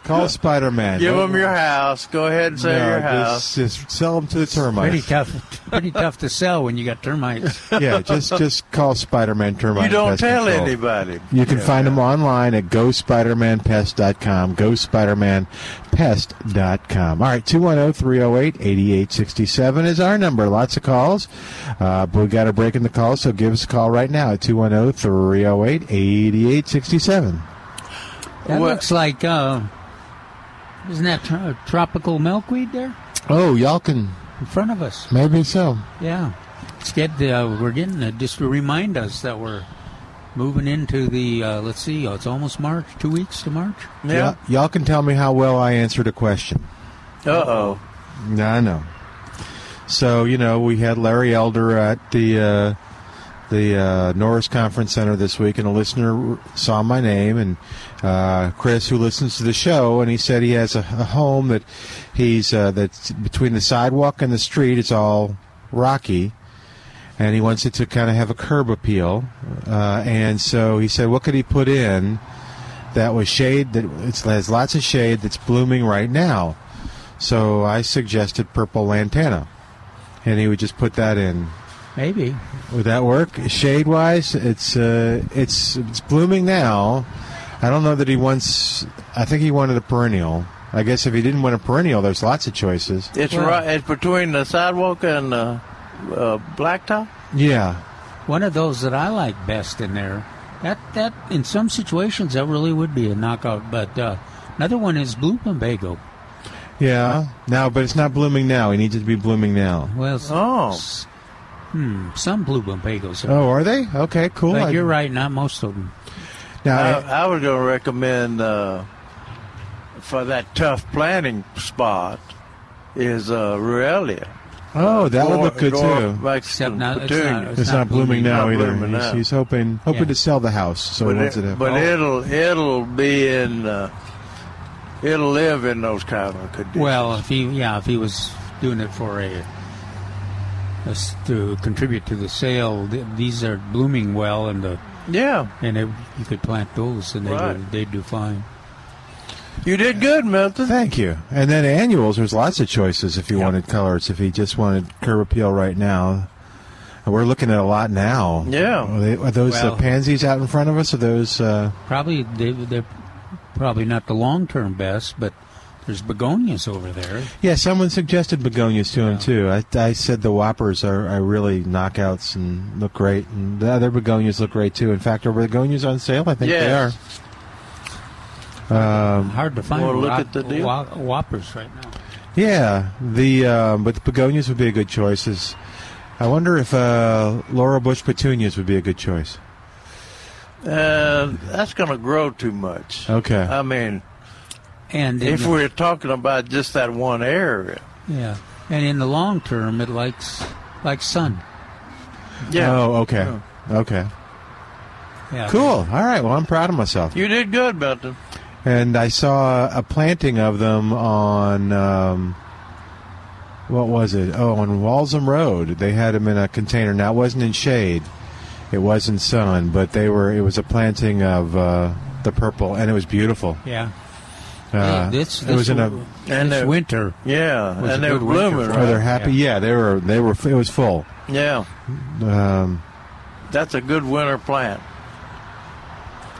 C: Call Spider Man.
B: Give them *laughs* your house. Go ahead and sell your house.
C: Just, just sell them to the
E: Pretty
C: termites.
E: tough, pretty tough to sell when you got termites.
B: *laughs*
C: *laughs* yeah, just just call Spider Man termites.
B: You don't
C: Pest
B: tell
C: Control.
B: anybody.
C: You can find them online at gospidermanpest.com. Gospidermanpest.com. All right, 210 308 8867 is our number. Lots of calls. Uh, but we got a break in the call, so give us a call right now at 210 308 8867.
E: That
B: What-
E: looks like, uh, isn't that tro- tropical milkweed there
C: Oh, y'all can.
E: in front of us?
C: Maybe so.
E: Yeah, it's get uh, we're getting it just to remind us that we're moving into the. Uh, let's see, oh, it's almost March. Two weeks to March.
B: Yeah.
C: Y'all, y'all can tell me how well I answered a question.
B: Uh oh.
C: No, I know. So you know, we had Larry Elder at the uh, the uh, Norris Conference Center this week, and a listener saw my name and uh, Chris, who listens to the show, and he said he has a, a home that he's uh, that's between the sidewalk and the street. It's all rocky, and he wants it to kind of have a curb appeal. Uh, and so he said, what could he put in that was shade that it's, has lots of shade that's blooming right now? So I suggested purple lantana, and he would just put that in.
E: Maybe.
C: Would that work? Shade wise, it's uh, it's it's blooming now. I don't know that he wants. I think he wanted a perennial. I guess if he didn't want a perennial, there's lots of choices.
B: It's
E: Well-
B: right. It's between the sidewalk and the uh, blacktop.
C: Yeah,
E: One of those that I like best in there. That that in some situations that really would be a knockout. But uh, another one is blue plumbago.
C: yeah. Now, but it's not blooming now. He needs it to be blooming now.
E: Well, s-
B: Oh.
E: s- hmm, some blue plumbagos. Are.
C: Oh, are they? Okay, cool.
E: but
C: I-
E: you're right, not most of them.
C: Now,
B: I,
C: I-
B: I was going to recommend uh, for that tough planting spot is uh, Ruellia.
C: Oh, that would look good too.
B: Except
E: not- it's not-
C: It's, not, blooming now
B: Not
C: either.
B: blooming
C: he's,
B: now.
C: he's hoping hoping
E: Yeah.
C: to sell the house. So
B: but
C: once
B: it,
C: it, happens-
B: but
C: Oh,
B: it'll it'll be in uh, it'll live in those kind of conditions.
E: Well, if he yeah, if he was doing it for a, us to contribute to the sale, th- these are blooming well, and the
B: yeah,
E: and it, you could plant those, and they
B: Right.
E: would, they'd do fine.
B: you did good, Milton.
C: thank you. And then annuals. There's lots of choices if you wanted colors. If he just wanted curb appeal right now, and we're looking at a lot now.
B: Yeah.
C: Are, they- are those
E: Well-
C: the pansies out in front of us? Are those? Uh,
E: Probably they, they're probably not the long term best, but there's begonias over there.
C: yeah. Someone suggested begonias to him
E: Yeah.
C: too. I, I said the whoppers are, are really knockouts and look great, and the other begonias look great too. In fact, are begonias on sale? I think they are. Um,
B: Yes.
E: Hard to find.
B: Wanna look
E: whop-
B: at the deal?
E: whop- whoppers right now.
C: Yeah, the um, but the begonias would be a good choice. Is I wonder if uh, Laura Bush petunias would be a good choice.
B: Uh, that's going to grow too much.
C: Okay.
B: I mean,
E: And in
B: if
E: the-
B: we're talking about just that one area,
E: yeah, and in the long term, it likes likes sun.
B: yeah,
C: Oh, okay. Okay.
E: Yeah,
C: Cool. All right. Well, I'm proud of myself.
B: you did good, Milton.
C: And I saw a planting of them on um, what was it? Oh, on Walsham Road. They had them in a container. Now it wasn't in shade. It wasn't sun, but they were. It was a planting of uh, the purple, and it was beautiful.
E: Yeah.
C: Uh,
E: this, this
C: it was in a
B: And
E: this
B: they're-
E: winter.
B: Yeah,
E: Was
B: and
E: a
B: they're
E: good winter
B: blooming,
E: for
C: Oh, they're
B: right?
C: happy. Yeah. they were. They were. It was full.
B: Yeah,
C: Um,
B: that's a good winter plant.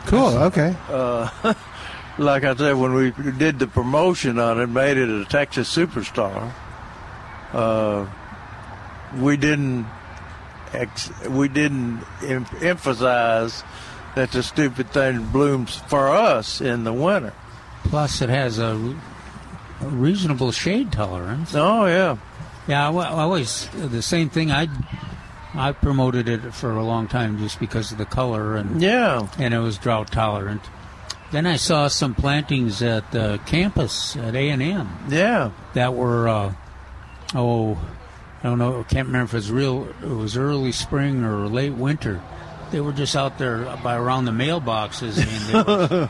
C: cool. Okay.
B: Uh, *laughs* Like I said, when we did the promotion on it, made it a Texas superstar. Uh, we didn't, ex- we didn't em- emphasize that the stupid thing blooms for us in the winter.
E: Plus, it has a, re- a reasonable shade tolerance.
B: Oh yeah,
E: Yeah, I, wa- I always the same thing. I I promoted it for a long time just because of the color and
B: yeah,
E: and it was drought tolerant. Then I saw some plantings at uh, campus at A and M
B: yeah.
E: that were uh, oh I don't know can't remember if it was real it was early spring or late winter. They were just out there by around the mailboxes
B: *laughs*
E: and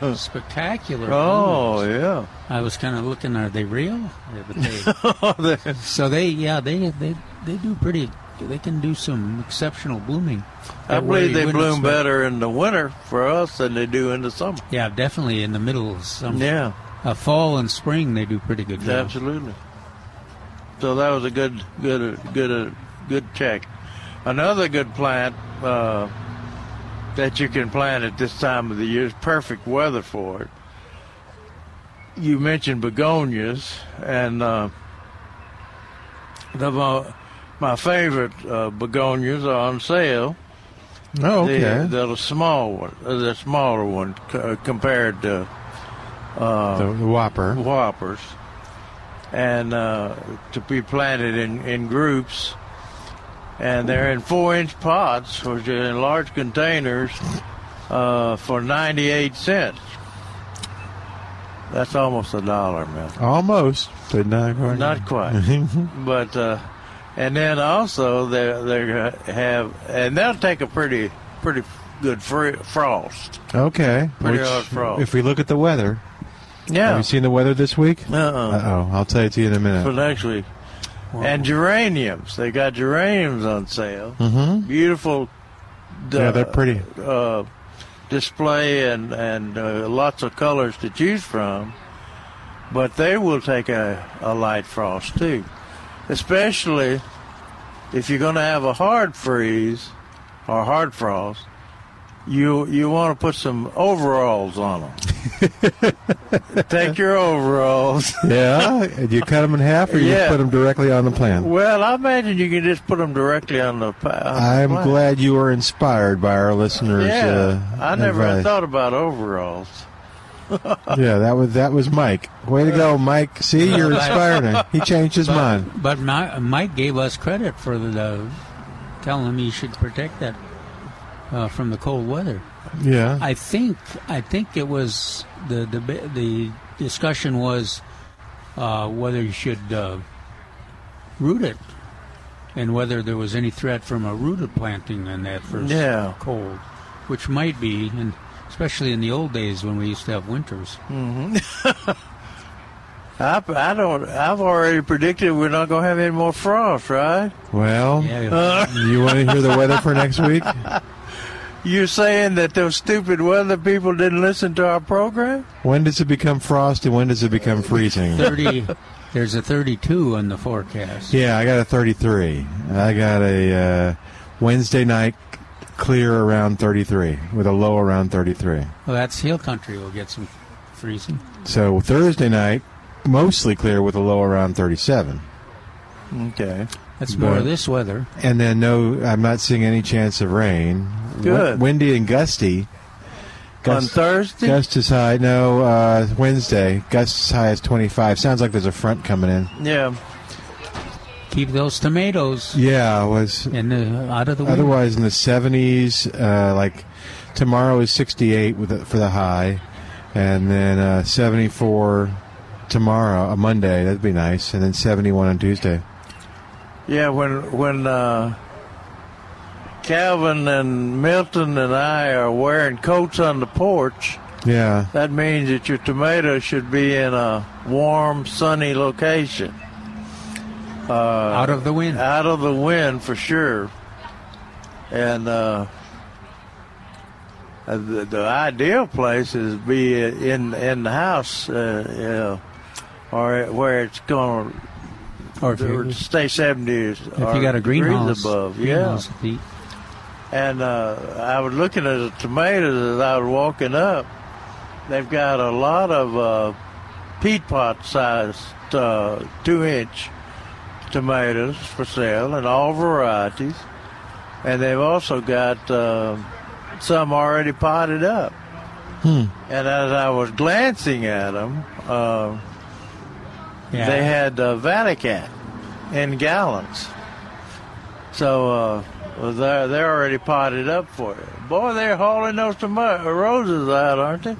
C: *laughs*
E: they were spectacular.
B: Oh yeah.
E: I was kind of looking. Are they real? Yeah, but
B: *laughs*
E: they, so they, yeah, they, they, they do pretty. They can do some exceptional blooming.
B: I
E: That way
B: believe they
E: you wouldn't
B: bloom
E: expect-
B: better in the winter for us than they do in the summer.
E: Yeah, definitely in the middle of summer.
B: Yeah,
E: Uh, fall and spring they do pretty good. job.
B: absolutely. So that was a good, good, good, uh, good check. Another good plant uh, that you can plant at this time of the year is perfect weather for it. You mentioned begonias, and uh, the mo- my favorite uh, begonias are on sale.
C: Oh, okay.
B: The, the small one, uh, the smaller one c- uh, compared to
C: the, the Whopper.
B: Uh, whoppers, and uh, to be planted in, in groups. And they're in four-inch pots, which are in large containers, uh, for 98 cents. That's almost a dollar, man.
C: Almost, but not quite.
B: Not
C: *laughs*
B: quite. but uh, and then also they they have and they'll take a pretty pretty good fr- frost.
C: *laughs* okay.
B: Pretty hard frog.
C: if we look at the weather, have
B: Yeah.
C: you seen the weather this week?
B: Uh uh
C: Uh oh. I'll tell it to you in a
B: for
C: minute.
B: next week. And geraniums. They got geraniums on sale. Mm-hmm. Beautiful. d-
C: yeah, they're pretty.
B: Uh, display and and uh, lots of colors to choose from, but they will take a, a light frost too, especially if you're going to have a hard freeze or hard frost. You you want to put some overalls on
C: Mm-hmm.
B: them. *laughs* take your overalls.
C: *laughs* Yeah. Do you cut them in half, or you
B: Yeah.
C: put them directly on the plant?
B: Well, I imagine you can just put them directly on the. pa- on the
C: I'm
B: plant.
C: glad you were inspired by our listeners.
B: Yeah,
C: uh,
B: I never
C: advice.
B: thought about overalls.
C: Yeah, that was that was Mike. Way to go, Mike. See,
E: *laughs*
C: you're inspiring. him. He changed his mind.
E: But my, Mike gave us credit for the, uh, telling him he should protect that uh, from the cold weather.
C: Yeah.
E: I think I think it was the the the discussion was uh, whether you should uh, root it, and whether there was any threat from a rooted planting in that first
B: Yeah.
E: cold, which might be, and especially in the old days when we used to have winters.
B: hmm *laughs* I, I don't. I've already predicted we're not going to have any more frost, right?
C: Well,
E: Yeah.
C: you want to hear the weather for next week?
B: You're saying that those stupid weather people didn't listen to our program?
C: When does it become frost and when does it become freezing?
E: Thirty, *laughs* there's a 32 on the forecast.
C: Yeah, I got a 33. I got a uh, Wednesday night clear around 33 with a low around 33.
E: Well, that's hill country. We'll get some freezing.
C: So Thursday night mostly clear with a low around 37.
B: Okay.
E: That's more
C: But-
E: of this weather.
C: And then no, I'm not seeing any chance of rain.
B: Good.
C: Wi- windy and gusty.
B: On Thursday?
C: Gust is high. No, uh, Wednesday. Gust as high as 25. Sounds like there's a front coming in.
B: Yeah.
E: Keep those tomatoes
C: Yeah, it was
E: in the, out of the way.
C: Otherwise, in the 70s, uh, like tomorrow is 68 with the, for the high, and then uh, 74 tomorrow, a Monday. That'd be nice, and then 71 on Tuesday.
B: Yeah, when when uh, Calvin and Milton and I are wearing coats on the porch,
C: Yeah,
B: that means that your tomato should be in a warm, sunny location, Uh,
E: out of the wind.
B: out of the wind for sure. And uh, uh, the, the ideal place is be in in the house, uh, yeah, or where it's going
E: or if you,
B: to stay seventy. If
E: if you got a greenhouse,
B: above, yeah.
E: greenhouse yeah.
B: And uh, I was looking at the tomatoes as I was walking up. They've got a lot of uh, peat pot sized uh, two inch tomatoes for sale in all varieties. And they've also got uh, some already potted up.
J: Hmm.
B: Mm. And as I was glancing at them, uh,
E: yeah.
B: they had uh, Vatican in gallons. So uh, well, they're, they're already potted up for you. Boy, they're hauling those tomato roses out, aren't they?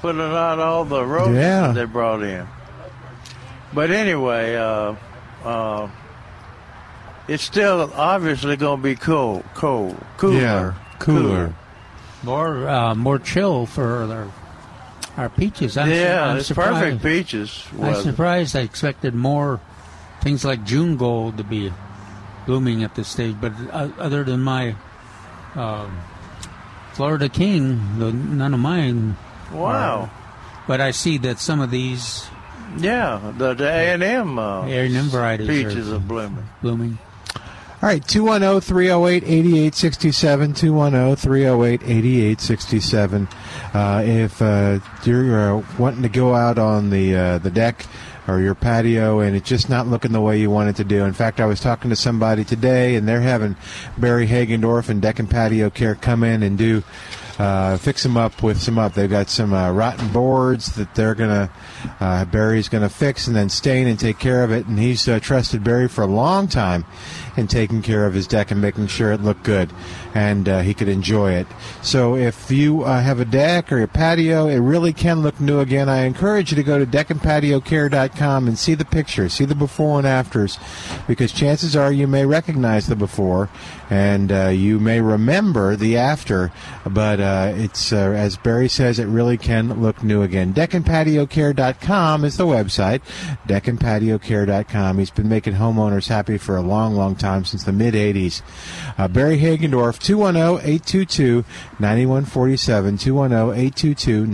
B: Putting out all the roses
C: Yeah.
B: they brought in. But anyway, uh, uh, it's still obviously going to be cold, cold, cooler,
C: yeah, cooler.
E: more uh, more chill for our, our peaches. I'm,
B: Yeah,
E: I'm
B: it's
E: surprised.
B: perfect peaches.
E: I'm
B: weather.
E: surprised. I expected more things like June gold to be blooming at this stage, but uh, other than my um, Florida King, the, none of mine.
B: Wow.
E: But I see that some of these
B: Yeah, the the A&M, uh,
E: A&M varieties are-
B: peaches are blooming.
E: blooming.
C: All right, oh, 210 308 8867. 210 308 8867. If uh, you're uh, wanting to go out on the, uh, the deck or your patio and it's just not looking the way you want it to do. In fact, I was talking to somebody today and they're having Barry Hagendorf and Deck and Patio Care come in and do. Uh, fix them up with some up. They've got some uh, rotten boards that they're gonna uh, Barry's gonna fix and then stain and take care of it. And he's uh, trusted Barry for a long time in taking care of his deck and making sure it looked good and uh, he could enjoy it. So if you uh, have a deck or a patio, it really can look new again. I encourage you to go to deckandpatiocare.com and see the pictures, see the before and afters, because chances are you may recognize the before and uh, you may remember the after. But uh, it's, uh, as Barry says, it really can look new again. Deckandpatiocare.com is the website. Deckandpatiocare.com. He's been making homeowners happy for a long, long time since the mid 80s. Uh, Barry Hagendorf, 210 822 9147. 210 822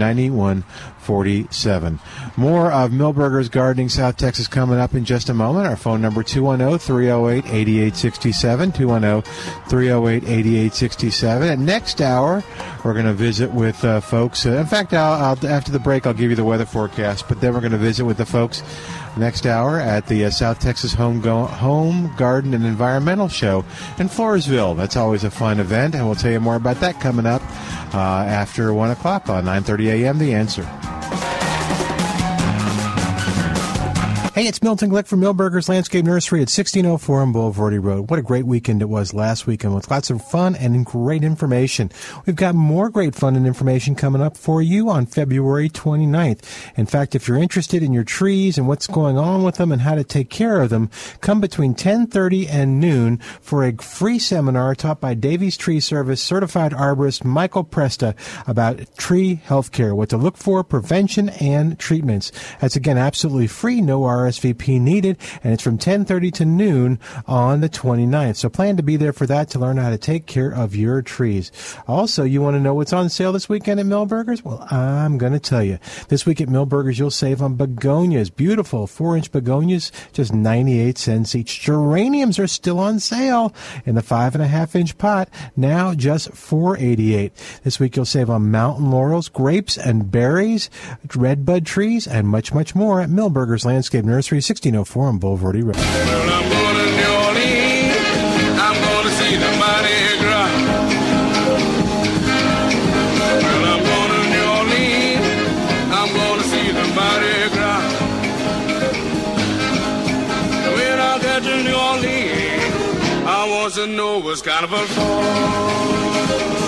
C: 9147. More of Milburger's Gardening South Texas coming up in just a moment. Our phone number oh, 210 308 8867. 210 308 8867. And next hour, we're going to visit with uh, folks. Uh, in fact, I'll, I'll, after the break, I'll give you the weather forecast, but then we're going to visit with the folks next hour at the uh, South Texas Home, Go- Home Garden and Environmental Show in Floresville. That's always a fun event, and we'll tell you more about that coming up uh, after 1 o'clock on 9.30 a.m. The Answer. Hey, it's Milton Glick from Millburgers Landscape Nursery at 1604 on Boulevardy Road. What a great weekend it was last weekend with lots of fun and great information. We've got more great fun and information coming up for you on February 29th. In fact, if you're interested in your trees and what's going on with them and how to take care of them, come between 1030 and noon for a free seminar taught by Davies Tree Service certified arborist Michael Presta about tree health care, what to look for, prevention, and treatments. That's again absolutely free, no RSVP needed, and it's from 10:30 to noon on the 29th. So plan to be there for that to learn how to take care of your trees. Also, you want to know what's on sale this weekend at Millburgers? Well, I'm going to tell you. This week at Millburgers, you'll save on begonias, beautiful 4-inch begonias, just 98 cents each. Geraniums are still on sale in the five and a half inch pot, now just 488. This week you'll save on mountain laurels, grapes and berries, red bud trees, and much, much more at Millburgers Landscape Nursery, 1604 on Boulevardy Road.
J: To know what's kind of a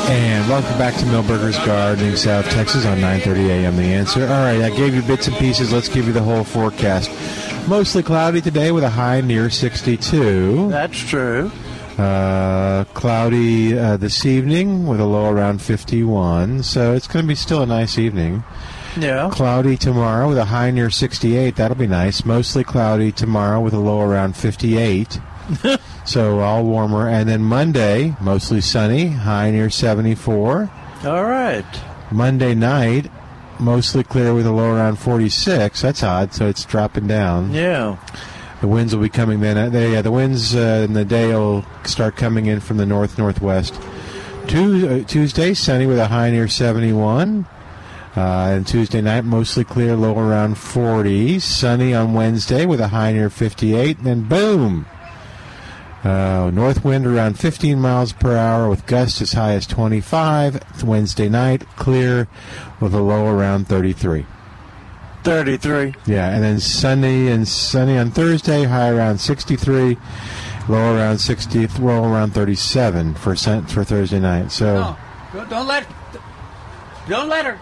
C: And welcome back to Millburgers Gardening, South Texas on 9:30 a.m. The answer. All right, I gave you bits and pieces. Let's give you the whole forecast. Mostly cloudy today with a high near 62.
B: That's true.
C: Uh, cloudy uh, this evening with a low around 51. So it's going to be still a nice evening.
B: Yeah.
C: Cloudy tomorrow with a high near 68. That'll be nice. Mostly cloudy tomorrow with a low around 58. so all warmer. And then Monday, mostly sunny, high near 74.
B: All right.
C: Monday night, mostly clear with a low around 46. That's odd. So it's dropping down.
B: Yeah.
C: The winds will be coming then. They, yeah, the winds uh, in the day will start coming in from the north northwest. Tu- uh, Tuesday, sunny with a high near 71. Uh, and Tuesday night, mostly clear, low around 40. Sunny on Wednesday with a high near 58. And then boom! Uh, north wind around 15 miles per hour with gusts as high as 25. Wednesday night, clear with a low around 33.
B: 33.
C: Yeah, and then sunny and sunny on Thursday, high around 63, low around 60, low around 37 for sun- for Thursday night. So,
E: No, don't, don't let, don't let *laughs* her.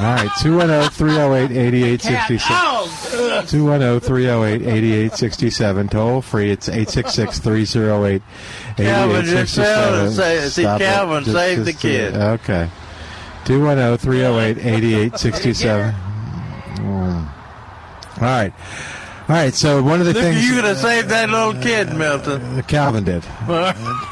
C: all right, oh, 210 308 8867.
E: Oh,
C: 210 308 8867. Toll free. It's 866 308
B: Calvin, just tell- say- see, Calvin, save the kid.
C: Okay. oh, 210 308 8867. Hmm. All right. All right, so one of the
B: Look,
C: things.
B: you could have saved that little kid, Milton. *laughs*
C: Uh, Calvin did.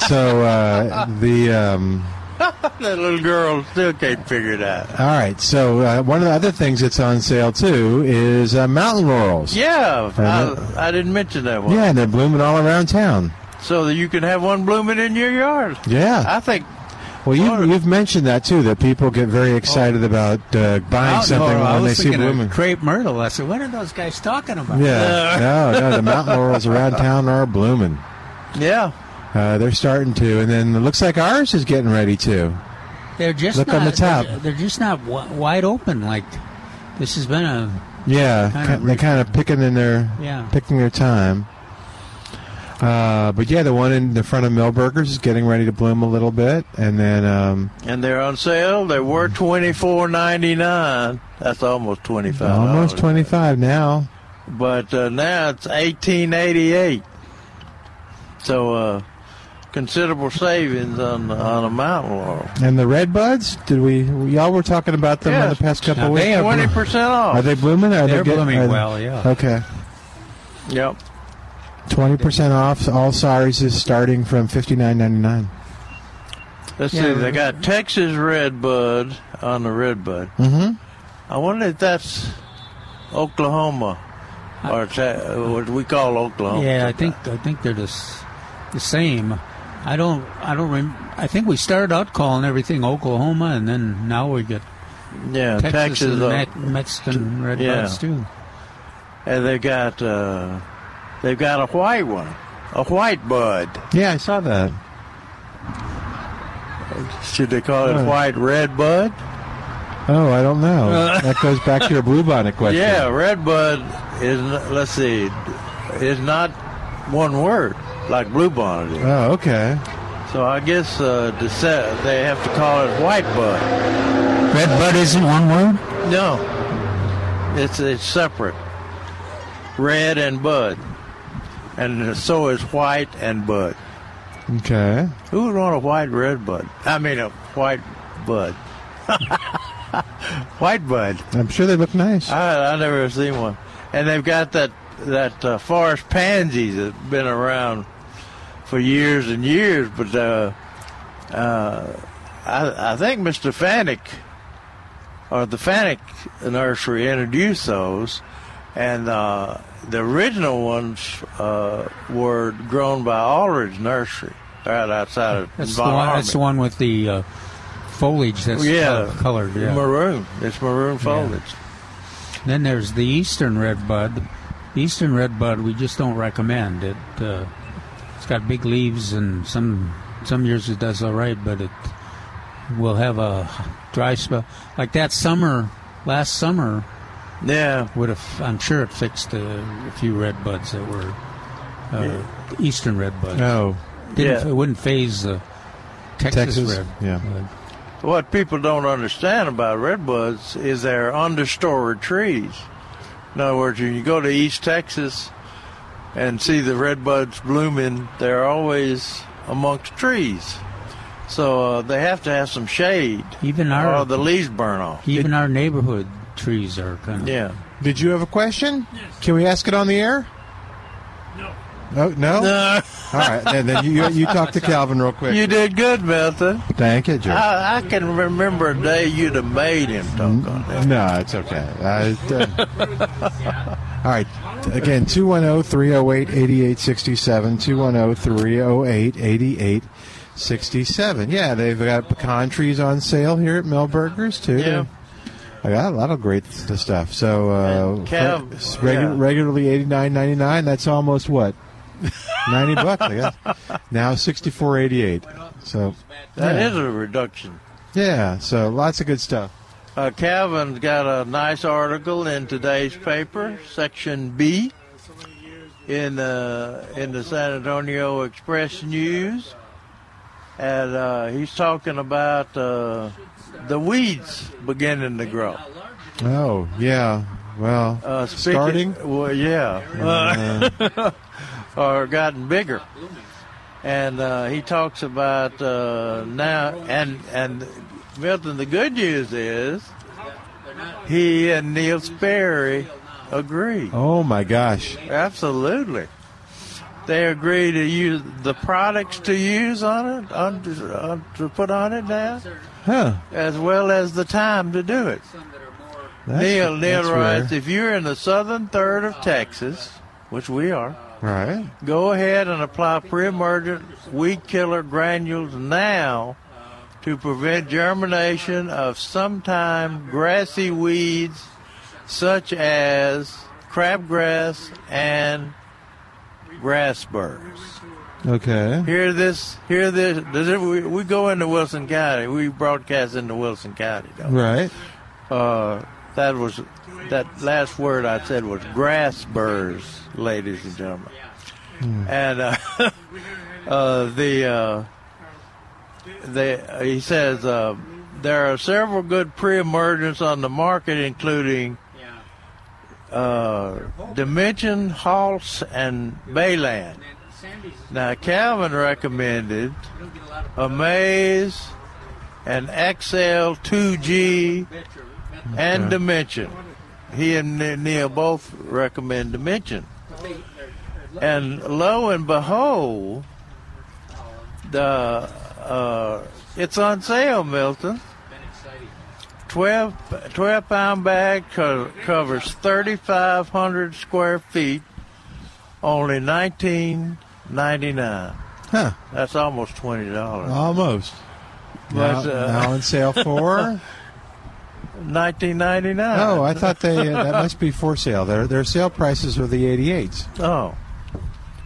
C: So uh, the um,
B: that little girl still can't figure it out.
C: all right. So uh, one of the other things that's on sale too is uh, mountain laurels.
B: Yeah,
C: Uh-huh.
B: I, I didn't mention that one.
C: Yeah, and they're blooming all around town.
B: So that you can have one blooming in your yard.
C: Yeah.
B: I think
C: Well, you, you've mentioned that too. That people get very excited about uh, buying something
E: Oh. I
C: when they
E: was
C: see
E: thinking of *laughs*
C: blooming.
E: crepe myrtle. I said, what are those guys talking about? *laughs*
C: Yeah. No, no. The mountain laurels around town are blooming.
B: Yeah.
C: Uh, they're starting to, and then it looks like ours is getting ready to.
E: They're just
C: Look
E: not,
C: on the top.
E: They're, they're just not w- wide open. Like this has been a
C: Yeah,
E: Kinda
C: ki- they're kind of picking in their
E: yeah.
C: picking their time. Uh, but yeah, the one in the front of Millburgers is getting ready to bloom a little bit, and then um,
B: And they're on sale. They were twenty four ninety nine. That's almost twenty five.
C: almost twenty five now.
B: But uh, now it's eighteen eighty eight. So uh, considerable savings on on a mountain laurel.
C: And the red buds? Did we y'all were talking about them in the
B: Yes.
C: past couple
E: Now,
C: weeks?
E: they
B: Twenty percent
C: are
B: off.
C: they blooming? Are
E: They're
C: they getting,
E: blooming
C: are they-
E: well, yeah.
C: Okay,
B: Yep.
C: twenty percent off. All sizes starting from fifty nine ninety nine.
B: Let's
E: Yeah,
B: see.
E: they're-
B: They got Texas red bud on the red bud.
C: Mm-hmm.
B: I wonder if that's Oklahoma or te- what we call Oklahoma.
E: yeah. I think I think they're just the same. I don't I don't rem- I think we started out calling everything Oklahoma, and then now we get
B: Yeah,
E: Texas,
B: Texas.
E: and
B: uh,
E: Me- Mexican red
B: yeah.
E: buds too.
B: and they've got uh, they've got a white one, a white bud.
C: Yeah, I saw that.
B: Should they call it
C: Huh.
B: white red bud?
C: Oh, I don't know.
B: Uh.
C: that goes back to your bluebonnet question.
B: Yeah, redbud is n- let's see, is not one word like bluebonnet is.
C: Oh, okay.
B: So I guess uh, to say- they have to call it white bud.
E: Red bud isn't one word.
B: No, it's it's separate. Red and bud, and so is white and bud.
C: Okay.
B: Who would want a white red bud? I mean a white bud. *laughs* white bud.
C: I'm sure they look nice.
B: I I never seen one. And they've got that that uh, forest pansy that's been around for years and years. But uh, uh, I I think Mr. Fanick or the Fanick nursery introduced those, and uh, the original ones uh, were grown by Aldridge Nursery right outside of
E: That's the
B: Von
E: one.
B: Ormy.
E: That's the one with the uh, foliage that's
B: yeah,
E: col- colored. Yeah.
B: maroon. It's maroon foliage.
E: Then there's the eastern red bud. The eastern red bud we just don't recommend. It uh, it's got big leaves and some some years it does all right, but it will have a dry spell. Like that summer, last summer
B: Yeah,
E: would have. I'm sure it fixed a, a few red buds that were uh, eastern red buds.
C: Oh,
E: Didn't,
B: Yeah.
E: It wouldn't phase the Texas,
C: Texas.
E: red.
C: Yeah.
E: bud.
B: What people don't understand about redwoods is they're understory trees. In other words, when you go to East Texas and see the redbuds blooming, they're always amongst trees. So uh, they have to have some shade,
E: Even
B: or
E: our
B: Oh, the leaves burn off.
E: even our neighborhood trees are kind of
B: Yeah.
C: Did you have a question? Can we ask it on the air? No. no? All right. And then you, you talk
B: *laughs*
C: to Calvin real quick.
B: You did good, Melton.
C: Thank you, Jerry.
B: I, I can remember a day you'd have made him talk on that.
C: Mm-hmm. No, it's okay. I, uh,
B: *laughs*
C: all right. Again, oh, 210 308 8867. 210 308 8867. Yeah, they've got pecan trees on sale here at Mel Burgers, too.
B: Yeah.
C: I got a lot of great th- stuff. So, uh,
B: And Kev,
C: it's regu-
B: yeah.
C: regularly eighty nine ninety nine. That's almost what ninety bucks.
B: *laughs*
C: I guess now sixty four eighty eight. So,
B: That
C: yeah.
B: is a reduction.
C: yeah. So lots of good stuff.
B: Uh, Calvin's got a nice article in today's paper, section B, in uh, in the San Antonio Express News, and uh, he's talking about uh, the weeds beginning to grow.
C: Oh yeah. Well,
B: Uh, speaking-
C: starting.
B: Well, yeah, Uh, *laughs* or gotten bigger. And uh, he talks about uh, now, and and Milton. The good news is he and Neil Sperry agree.
C: Oh my gosh.
B: Absolutely, they agree to use the products to use on it, on, on to put on it now,
C: Huh.
B: as well as the time to do it.
C: That's,
B: Neil, Neil
C: that's
B: writes,
C: rare.
B: if you're in the southern third of Texas, which we are,
C: Right.
B: go ahead and apply pre-emergent weed killer granules now to prevent germination of sometime grassy weeds such as crabgrass and grassburrs.
C: Okay.
B: Hear this, hear this. Does it, we, we go into Wilson County. We broadcast into Wilson County, don't we?
C: Right.
B: Uh, that was that last word I said was grass burrs, ladies and gentlemen. And uh, *laughs* uh, the uh, the he says uh, there are several good pre-emergents on the market, including uh, Dimension, Halse, and Bayland. Now Calvin recommended Amaze and XL2G and Dimension. He and Ne- Neil both recommend Dimension. And lo and behold, the uh, it's on sale, Milton. 12, 12 pound bag co- covers 3,500 square feet, only nineteen ninety nine.
C: Huh.
B: That's almost $20.
C: Almost. Now,
B: But, uh,
C: now on
B: *laughs*
C: sale for.
B: 1999.
C: Oh, I thought they that must be for sale. Their their sale prices are the 88s.
B: Oh.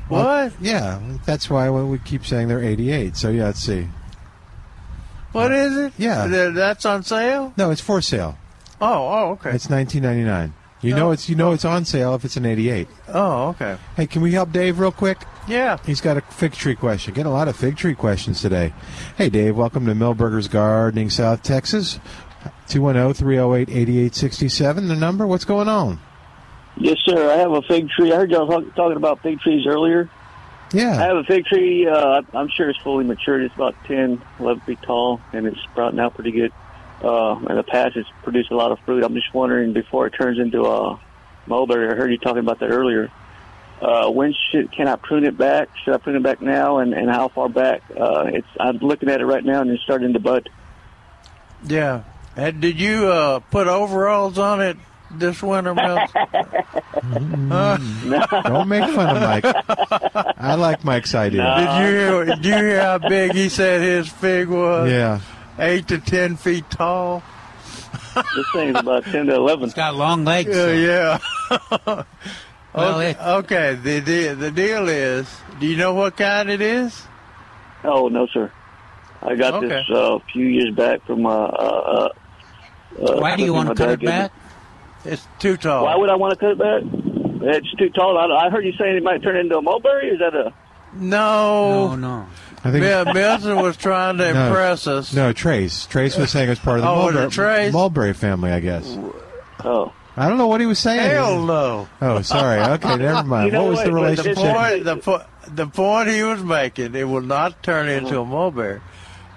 B: What?
C: Yeah, that's why we keep saying they're 88. So yeah, let's see.
B: *laughs* What is it?
C: Yeah.
B: Th- That's on sale?
C: No, it's for sale.
B: Oh, oh, okay.
C: It's nineteen ninety nine. You know it's you know it's on sale if it's an eighty eight.
B: Oh, okay.
C: Hey, can we help Dave real quick?
B: Yeah.
C: He's got a fig tree question. Get a lot of fig tree questions today. Hey, Dave, welcome to Millburgers Gardening, South Texas. oh, 210 308 8867, the number. What's going on?
K: Yes, sir. I have a fig tree. I heard y'all talk, talking about fig trees earlier.
C: Yeah.
K: I have a fig tree. Uh, I'm sure it's fully matured. It's about 10, 11 feet tall, and it's sprouting out pretty good. Uh, in the past, it's produced a lot of fruit. I'm just wondering before it turns into a mulberry. I heard you talking about that earlier. Uh, when should can I prune it back? Should I prune it back now, and, and how far back? Uh, it's I'm looking at it right now, and it's starting to bud.
B: Yeah. And did you uh, put overalls on it this winter, Mel?
C: *laughs* Mm-hmm. Don't make fun of Mike. I like Mike's idea.
K: Uh,
B: Did you hear? uh, Did you hear how big he said his fig was?
C: Yeah.
B: eight to ten feet tall.
K: this thing's about ten to eleven. It's
E: got long legs.
B: Yeah, yeah.
E: *laughs* Well,
B: okay.
E: it-
B: okay. The, the the deal is, do you know what kind it is?
K: Oh no, sir. I got this
B: Okay.
K: uh, a few years back from. Uh, uh, uh,
E: Why do you want to
K: my
E: cut
K: dad
E: it
K: gave me.
E: back?
B: It's too tall.
K: Why would I want to cut it back? It's too tall. I, I heard you saying it might turn into a mulberry. Is that a?
B: No.
E: No, no.
C: I think.
B: Mel Milton was trying to
C: No.
B: impress us.
C: No, Trace. Trace was saying it was part of the,
B: Oh, was it
C: Mulberry,
B: Trace?
C: Mulberry family, I guess.
K: Oh,
C: I don't know what he was saying.
B: Hell no.
C: Oh, sorry. Okay, *laughs* never mind.
K: You know
C: what was
K: what?
C: the
K: It was the
B: The
C: relationship?
B: point, the, po- the point he was making, it will not turn into a mulberry.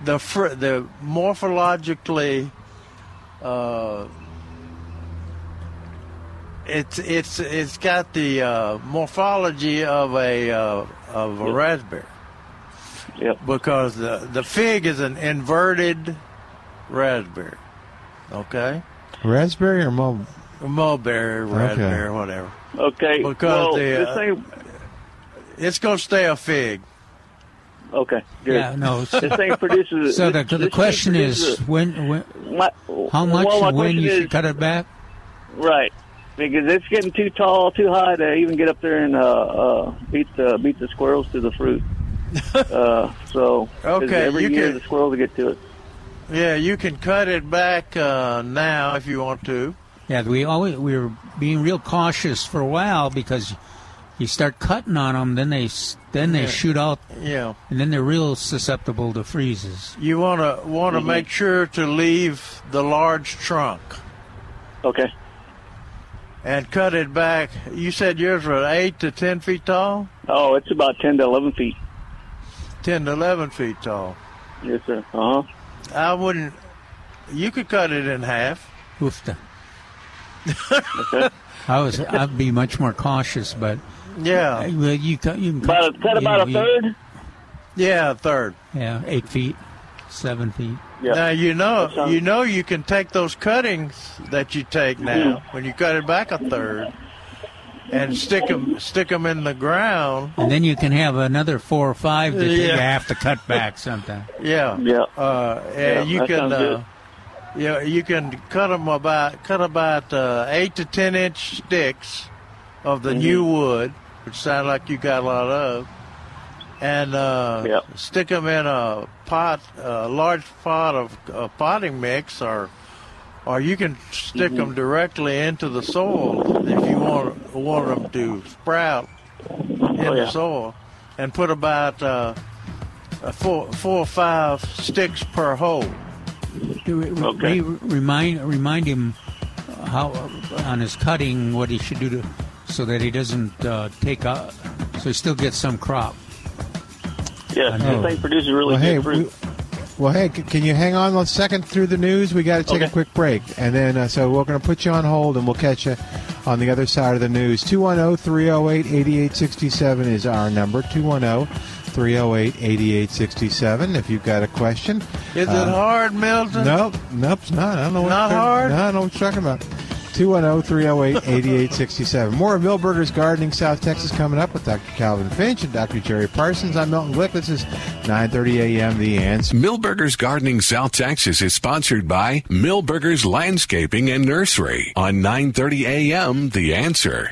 B: The fr- the morphologically, uh, it's it's it's got the uh, morphology of a uh, of a raspberry
K: yep.
B: because the the fig is an inverted raspberry. Okay,
C: Raspberry or mulberry?
B: mulberry, raspberry, whatever.
K: Okay.
B: Because
K: well,
B: the,
K: this
B: uh,
K: thing.
B: It's gonna stay a fig.
K: Okay. Good.
E: Yeah, no. So,
K: This thing produces.
E: so the,
K: this-
E: the
K: this
E: question
K: thing
E: is
K: produces-
E: when, when
K: my,
E: how much
K: well, my
E: and when
K: question
E: you
K: is,
E: should cut it back?
K: Right. Because it's getting too tall, too high to even get up there and uh, uh, beat the beat the squirrels to the fruit.
B: *laughs*
K: uh, so 'cause
B: Okay,
K: every
B: you
K: year
B: can-
K: the squirrels will get to it.
B: *laughs* Yeah, you can cut it back uh, now if you want to.
E: Yeah, we always we were being real cautious for a while because you start cutting on them, then they s- then they shoot out,
B: Yeah,
E: and then they're real susceptible to freezes.
B: you wanna wanna
K: Mm-hmm.
B: make sure to leave the large trunk
K: Okay.
B: and cut it back. You said yours were eight to ten feet tall,
K: Oh, it's about ten to eleven feet.
B: ten to eleven feet tall.
K: Yes, sir. Uh huh.
B: I wouldn't. You could cut it in half.
E: Oofta. *laughs* I was I'd be much more cautious, but uh,
B: Yeah,
E: well, you cut you can
K: About
E: cut,
K: a, cut
E: you
K: about a
E: know, you-
K: third.
B: yeah, a third.
E: yeah, eight feet, seven feet.
B: Now
K: Yeah.
B: you know
K: That sounds- Mm-hmm.
B: you know you can take those cuttings that you take now when you cut it back a third and stick them in the ground.
E: And then you can have another four or five that you
B: Yeah.
E: have to cut back sometime.
B: Yeah.
K: Yeah.
B: Uh, and you
K: that
B: can,
K: sounds
B: uh,
K: good.
B: yeah, you can cut them about cut about uh, eight to ten inch sticks of
K: Mm-hmm.
B: the new wood, which sound like you got a lot of, and uh,
K: Yeah.
B: stick them in a pot, a large pot of uh, potting mix, or or you can stick
K: Mm-hmm.
B: them directly into the soil if you want want them to sprout in
K: Oh, yeah.
B: the soil, and put about. Uh, uh, four, four or five sticks per hole.
E: Do we, we-
K: Okay.
E: we remind remind him how on his cutting what he should do to so that he doesn't uh, take up so he still gets some crop.
K: Yeah.
E: know.
K: This thing produces really
C: well,
K: good
C: hey,
K: fruit.
C: we- well, hey, c- can you hang on a second through the news? We got to take a
K: Okay.
C: quick break, and then uh, so we're going to put you on hold, and we'll catch you on the other side of the news. oh, 210-308-8867 is our number. oh, 210-308-8867. If you've got a question,
B: Is it
C: Uh,
B: hard, Milton?
C: Nope, nope, it's not. I don't know what
B: Not
C: you're-
B: hard?
C: No, I don't know what you're talking about. oh, 210-308-8867. More of Millburgers Gardening South Texas coming up with Dr. Calvin Finch and Dr. Jerry Parsons. I'm Milton Glick. This is 9.30 a.m. The Answer.
A: Millburgers Gardening South Texas is sponsored by Millburgers Landscaping and Nursery on 9:30 a.m. The Answer.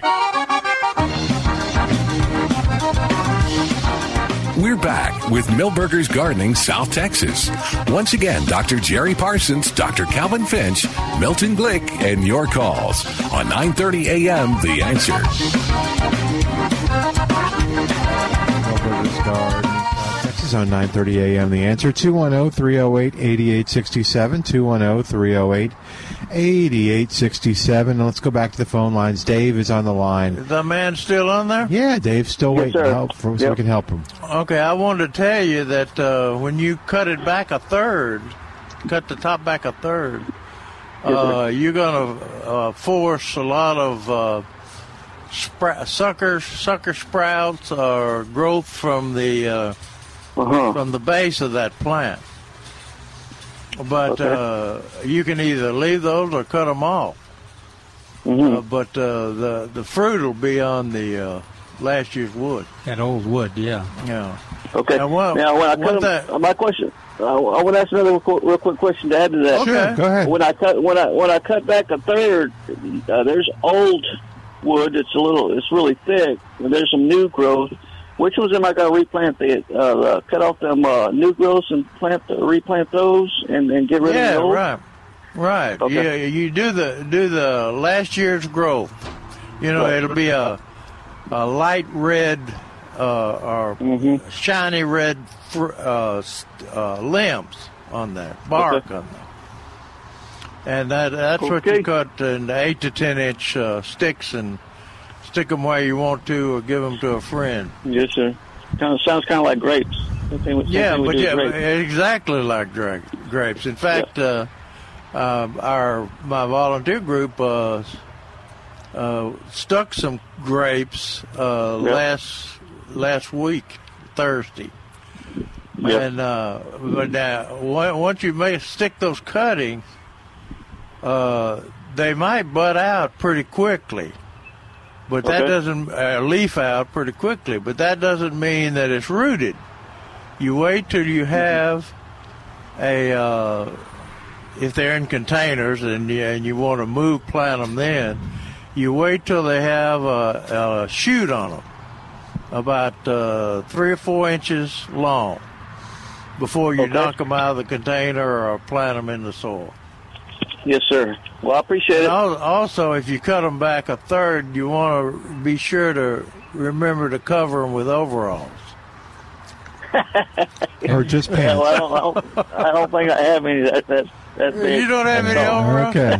A: We're back with Millburgers Gardening South Texas. Once again, Dr. Jerry Parsons, Dr. Calvin Finch, Milton Glick, and your calls on 9:30 a.m. The Answer.
C: Milburger's Garden, uh, Texas on 9:30 a.m. The answer oh, 210-308-8867 210-308-8867. Now Let's go back to the phone lines. Dave is on the line.
B: Is that man still on there?
C: Yeah, Dave's still
B: Yes,
C: waiting
B: sir.
C: out for, so we
B: Yep.
C: can help him.
B: Okay, I wanted to tell you that uh, when you cut it back a third, cut the top back a third,
H: Yes,
B: uh,
H: sir.
B: you're going to uh, force a lot of uh, spr- sucker sucker sprouts or growth from the uh, from the base of that plant. But uh, you can either leave those or cut them off.
K: Mm-hmm.
B: Uh, but uh, the the fruit will be on the uh, last year's wood.
E: That old wood, yeah.
B: Yeah.
K: Okay. Now,
B: what,
K: when I
B: Oh, what
K: cut 'em- uh, my question, uh, I want to ask another qu- real quick question to add to that.
B: Sure, Okay. go ahead.
K: When I cut when I when I cut back a third, uh, there's old wood that's a little it's really thick, and there's some new growth. Which ones am I going to replant? The uh, uh, cut off them uh, new growths and plant uh, replant those, and, and get rid of
B: yeah,
K: the old.
B: right, right.
K: Okay.
B: Yeah, you do the do the last year's growth. You know,
H: Right.
B: it'll be a a light red uh, or
H: Mm-hmm.
B: shiny red fr- uh, s- uh, limbs on there, bark
H: Okay.
B: on there. And that that's what you cut in the eight to ten inch uh, sticks and stick them where you want to or give them to a friend.
K: Yes, sir. Kind of sounds kind of like grapes. Same thing with- same
B: Yeah,
K: thing we
B: but uh,
K: do with
B: yeah,
K: grapes.
B: exactly like dra- grapes. In fact, uh, um, our my volunteer group uh, uh, stuck some grapes uh,
H: Yeah.
B: last last week, Thursday.
H: Yeah.
B: And uh, but now, on- once you may stick those cuttings, uh, they might bud out pretty quickly. But that
H: Okay.
B: doesn't uh, leaf out pretty quickly. But that doesn't mean that it's rooted. You wait till you have a uh, if they're in containers and you, and you want to move plant them then. You wait till they have a, a shoot on them, about uh, three or four inches long, before you knock 'em knock them out of the container or plant them in the soil.
K: Yes, sir. Well, I appreciate
B: it. Also, if you cut them back a third, you want to be sure to remember to cover them with overalls.
C: Or just pants.
K: *laughs* Well, I don't, I don't, I don't think I have any that that that big.
B: You don't have any overalls?
C: Okay.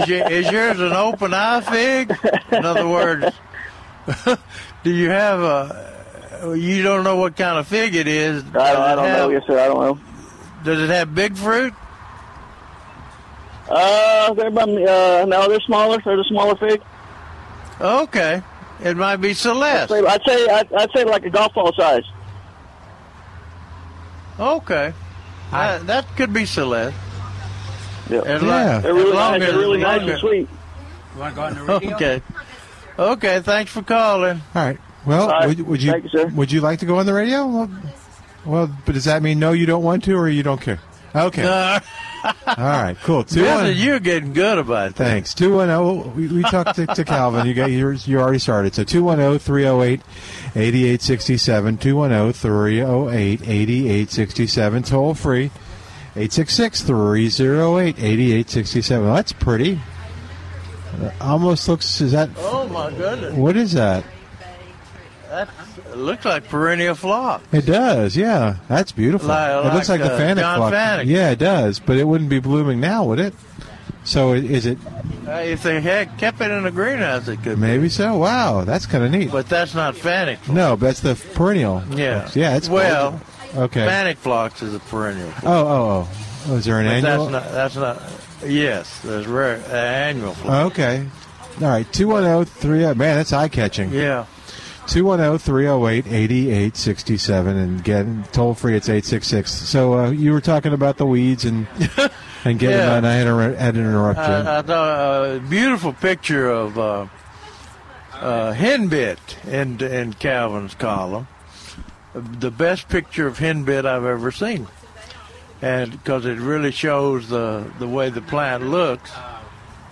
B: *laughs* Is, your, is yours an open eye fig? In other words, *laughs* do you have a? You don't know what kind of fig it is. I don't,
K: I don't know. Yes, sir. I don't know.
B: Does it have big fruit?
K: Uh, they're about, uh, no, they're smaller. They're the smaller fig.
B: Okay, it might be Celeste.
K: I'd say I'd say, I'd, I'd say like a golf ball size.
B: Okay, Uh, that could be Celeste.
K: Yeah,
B: as
K: Yeah.
B: long-
K: They're really
B: as long
K: nice.
B: as-
K: They're really
B: as
K: nice
B: long
K: and
B: as-
K: sweet.
E: You want to go on the radio?
B: Okay, okay. Thanks for calling.
C: All right. Well,
B: All right.
C: would, would you,
B: Thank you, sir.
C: would you like to go on the radio? Well, well, but does that mean no, you don't want to, or you don't care? Okay.
B: Uh,
C: All right.
B: *laughs*
C: Cool. Two
B: Listen,
C: one.
B: you're getting good about it.
C: Thanks. Two one zero. We we talked to, to Calvin. You got yours. You already started. So oh, 210-308-8867. oh, 210-308-8867. Toll free. 866-308-8867. That's pretty. Uh, almost looks. Is that?
B: Oh my goodness,
C: What is that?
B: that looks like perennial flock.
C: It does, yeah. That's beautiful.
B: Like-
C: it looks like
B: like,
C: the
B: uh,
C: Fanuc
B: John
C: flock.
B: Fanuc.
C: Yeah, it does, but it wouldn't be blooming now, would it? So i- is it?
B: Uh, if they had kept it in a greenhouse, it could.
C: Maybe so. Wow, that's kind of neat.
B: But that's not Fanuc.
C: No, but that's the perennial.
B: Yeah.
C: yeah. It's
B: well.
C: Okay.
B: Fanuc phlox is a perennial.
C: Oh, oh, oh. Oh, Is there an
B: but
C: annual?
B: That's not. That's not. Yes, there's rare uh, annual phlox.
C: okay. All right. Two one zero three. oh, Man, that's eye catching.
B: Yeah.
C: 210-308-8867 and again toll free it's 866 so uh, you were talking about the
B: *laughs*
C: weeds and and getting
B: Yeah.
C: on i had, inter- had to interrupt you
B: Uh, I, I thought a beautiful picture of uh, uh, henbit in in Calvin's column. The best picture of henbit I've ever seen, and because it really shows the the way the plant looks,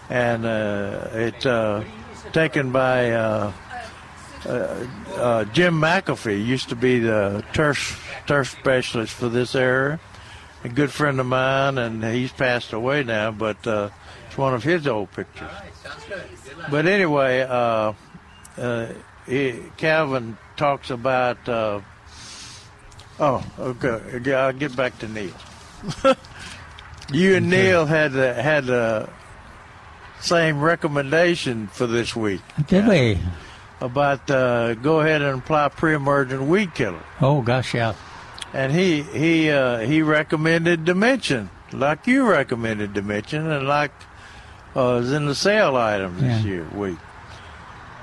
B: and uh, it's uh, taken by uh, uh, uh, Jim McAfee used to be the turf turf specialist for this area, a good friend of mine, and he's passed away now. But uh, it's one of his old pictures. But anyway, uh, uh, he, Calvin talks about. Uh, oh, okay. okay, I'll get back to Neil. you and Neil had the, had the same recommendation for this week
E: Did we?
B: about uh, go ahead and apply pre-emergent weed killer,
E: Oh gosh, yeah.
B: and he he uh, he recommended Dimension, like you recommended Dimension, and like uh, is in the sale item this
E: Yeah.
B: year week.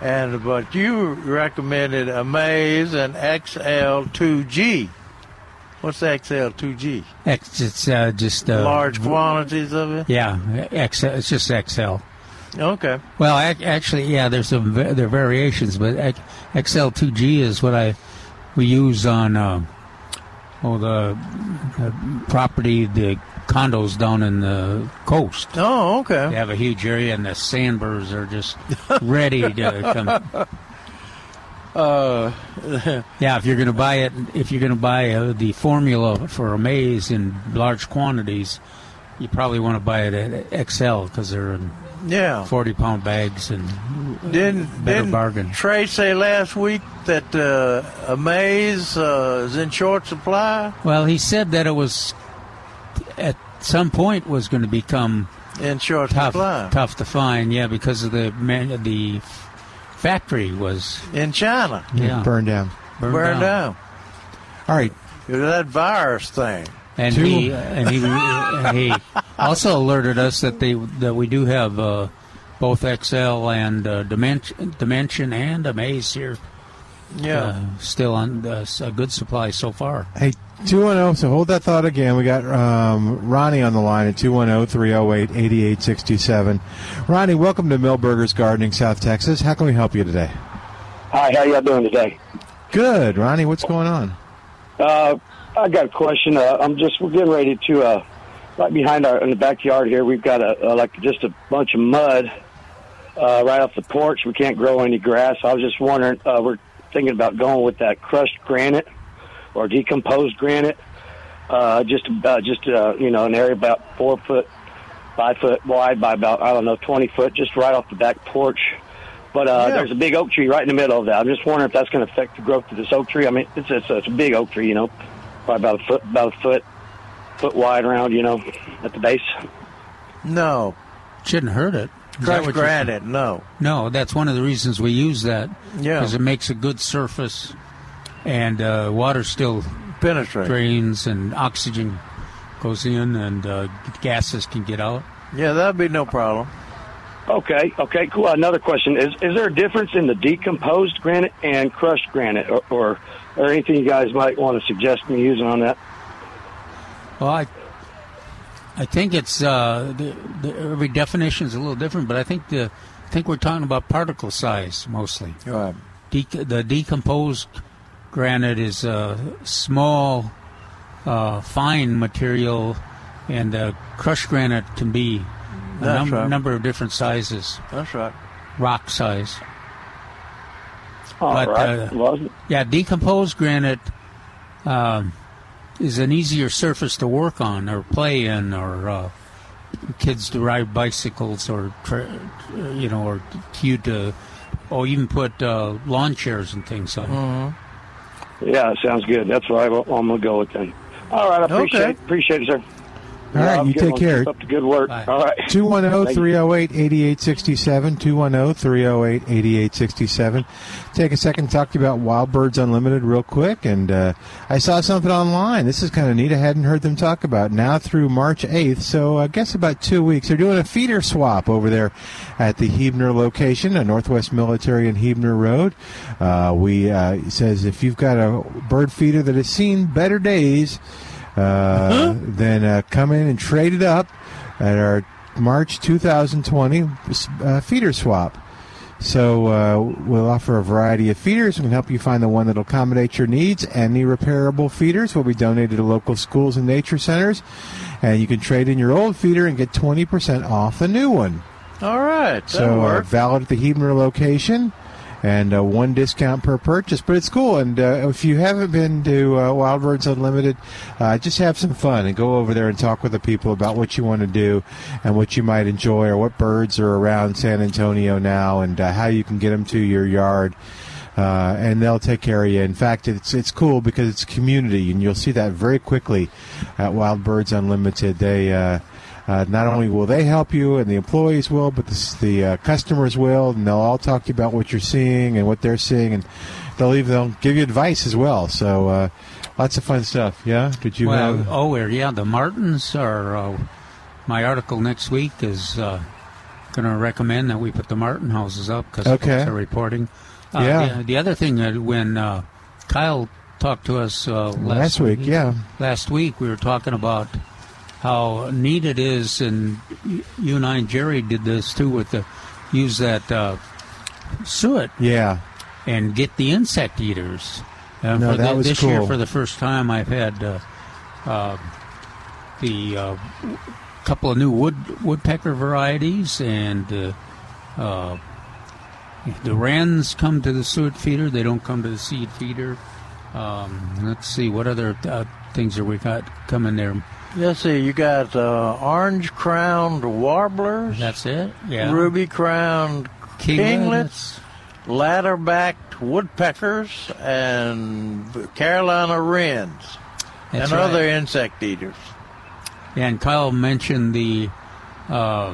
B: And but you recommended Amaze and XL2G. What's XL2G?
E: X, it's uh, just uh,
B: Large quantities of it.
E: Yeah, X, it's just XL.
B: Okay.
E: Well, ac- actually, yeah, there's some va- there are variations, but ac- XL2G is what I we use on uh, oh the, the property, the condos down in the coast.
B: Oh, okay.
E: They have a huge area, and the sandbars are just *laughs* ready to come.
B: *laughs* Uh, *laughs*
E: Yeah, if you're going to buy it, if you're going to buy uh, the formula for a maize in large quantities, you probably want to buy it at XL because they're in
B: yeah.
E: 40 pound bags and
B: Didn't,
E: better
B: didn't
E: bargain.
B: Trey say last week that uh, Amaze uh, is in short supply
E: Well, he said that it was at some point was going to become
B: in short
E: tough
B: supply
E: tough to find. Yeah, because of the man, the factory was
B: in China.
E: yeah
C: Burned down.
E: burned
B: Burned
E: down.
B: down.
C: All right.
B: That virus thing.
E: and
C: Two.
E: he and he and he also alerted us that they that we do have uh, both XL and uh, dimension dimension and Amaze here.
B: Yeah.
E: uh, still on uh, s- a good supply so far.
C: Hey, 210, so hold that thought again. We got um, Ronnie on the line at 210 308 8867. Ronnie, welcome to Millburgers Gardening, South Texas. How can we help you today?
L: Hi, how y'all doing today?
C: Good, Ronnie. What's going on?
L: Uh, I got a question. Uh, I'm just we're getting ready to uh, right behind our in the backyard here. We've got a, uh like just a bunch of mud uh, right off the porch. We can't grow any grass. I was just wondering. Uh, we're thinking about going with that crushed granite or decomposed granite. Uh, just uh, just uh, you know an area about four foot five foot wide by about I don't know twenty foot, just right off the back porch. But uh,
B: Yeah.
L: there's a big oak tree right in the middle of that. I'm just wondering if that's going to affect the growth of this oak tree. I mean, it's it's, it's a big oak tree, you know, probably about a foot about a foot foot wide around, you know, at the base.
B: No.
E: Shouldn't hurt it. Is that
B: Crushed
E: what you-
B: granite, no.
E: No, that's one of the reasons we use that.
B: Yeah.
E: Because it makes a good surface, and uh, water still
B: Penetrate.
E: drains, and oxygen goes in, and uh, gases can get out.
B: Yeah, that'd be no problem.
L: Okay, okay, cool. Another question is: Is there a difference in the decomposed granite and crushed granite, or or, or anything you guys might want to suggest me using on that?
E: Well, I, I think it's uh, the, the, every definition is a little different, but I think the I think we're talking about particle size mostly.
B: Right.
E: Dec the decomposed granite is a small, uh, fine material, and uh, crushed granite can be a
B: That's
E: num-
B: right.
E: number of different sizes,
B: That's right.
E: rock size.
L: All right.
E: But, uh,
L: well,
E: Yeah, decomposed granite um, is an easier surface to work on or play in, or uh, kids to ride bicycles, or tra- you know, or you to, or even put uh, lawn chairs and things on.
L: yeah, it sounds good. That's what I, am gonna go with then. All right, I appreciate
B: Okay.
L: appreciate it, sir.
C: All right,
L: Have a
C: you
L: good
C: take
L: one.
C: care.
L: Keep up the good work.
E: Bye.
L: All right.
C: 210 308 8867. 210 308 8867. Take a second to talk to you about Wild Birds Unlimited real quick. And uh, I saw something online. This is kind of neat. I hadn't heard them talk about now through March 8th. So I guess about two weeks. They're doing a feeder swap over there at the Hebner location, a Northwest Military and Hebner Road. Uh, we uh, it says if you've got a bird feeder that has seen better days, uh, then uh, come in and trade it up at our March 2020 uh, feeder swap. So uh, we'll offer a variety of feeders. We can help you find the one that'll accommodate your needs. Any repairable feeders will be donated to local schools and nature centers, and you can trade in your old feeder and get 20% off the new one.
B: All right. That'll
C: So uh,
B: work.
C: valid at the Hebner location. and uh, one discount per purchase. But it's cool, and uh, if you haven't been to uh, Wild Birds Unlimited, uh, just have some fun and go over there and talk with the people about what you want to do and what you might enjoy or what birds are around San Antonio now and uh, how you can get them to your yard uh, and they'll take care of you. In fact, it's it's cool because it's community, and you'll see that very quickly at Wild Birds Unlimited. They uh, uh, not only will they help you, and the employees will, but the, the uh, customers will, and they'll all talk to you about what you're seeing and what they're seeing, and they'll even they'll give you advice as well. So uh, lots of fun stuff. Yeah, did you
E: well,
C: have?
E: oh, we're- yeah, the Martins are. Uh, my article next week is uh, going to recommend that we put the Martin houses up because
C: Okay.
E: folks are reporting. Uh,
C: Yeah.
E: The, the other thing that when uh, Kyle talked to us uh, last,
C: Last week, yeah.
E: last week we were talking about how neat it is, and y- you and I and Jerry did this too with the use that uh, suet
C: Yeah,
E: and get the insect eaters. And
C: No,
E: for
C: that
E: thi-
C: was
E: this year,
C: cool.
E: for the first time, I've had uh, uh, the uh, w- couple of new wood woodpecker varieties, and uh, uh, the wrens come to the suet feeder. They don't come to the seed feeder. Um, let's see what other uh, things are we got coming there.
B: Let's see, you got uh, orange crowned warblers.
E: That's it. Yeah.
B: Ruby crowned kinglets,
E: Kinglets.
B: ladder backed woodpeckers, and Carolina wrens, and
E: That's right.
B: other insect eaters.
E: And Kyle mentioned the uh,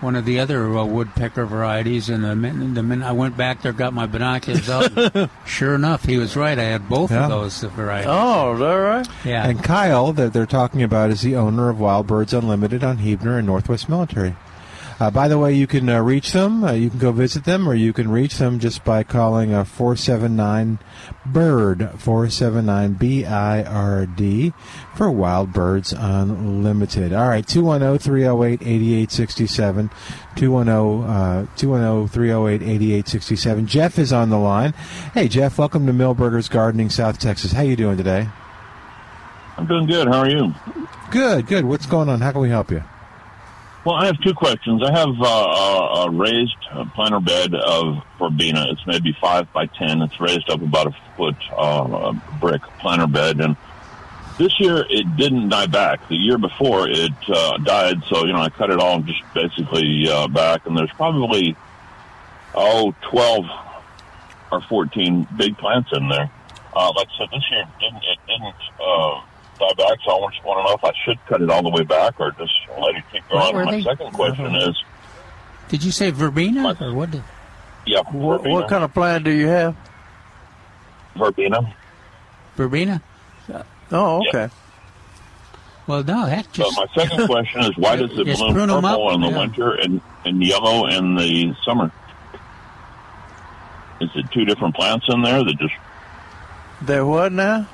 E: one of the other uh, woodpecker varieties, and the minute, the minute I went back there, got my binoculars
B: *laughs*
E: out. and sure enough, he was right. I had both
C: Yeah.
E: of those varieties.
B: Oh, is that right?
E: Yeah.
C: And Kyle, that they're talking about, is the owner of Wild Birds Unlimited on Hebner and Northwest Military. Uh, by the way, you can uh, reach them. Uh, you can go visit them, or you can reach them just by calling uh, 479 BIRD, 479 B I R D, for Wild Birds Unlimited. All right, 210 308 8867. uh, 210 308 8867. Jeff is on the line. Hey, Jeff, welcome to Millburgers Gardening, South Texas. How you doing today?
M: I'm doing good. How are you?
C: Good, good. What's going on? How can we help you?
M: Well, I have two questions. I have uh, a, a raised uh, planter bed of verbena. It's maybe five by ten. It's raised up about a foot uh, a brick planter bed, and this year it didn't die back. The year before it uh, died, so you know I cut it all just basically uh, back. And there's probably oh twelve or fourteen big plants in there. Uh, like I said, this year it didn't it didn't uh, die back, so I just want to know if I should cut it all the way back or just let it keep
E: What
M: growing.
E: were
M: My
E: they?
M: second question is.
E: Did you say verbena or what? did-
M: Yeah.
B: What, what kind of plant do you have?
M: Verbena.
E: Verbena.
B: Oh, okay.
E: Well, no, that
M: So
E: just.
M: my
E: *laughs*
M: second question is, why does it
E: Just
M: bloom
E: prune 'em
M: purple
E: up, uh,
M: in the
E: yeah.
M: winter and, and yellow in the summer? Is it two different plants in there that just
B: They're what now?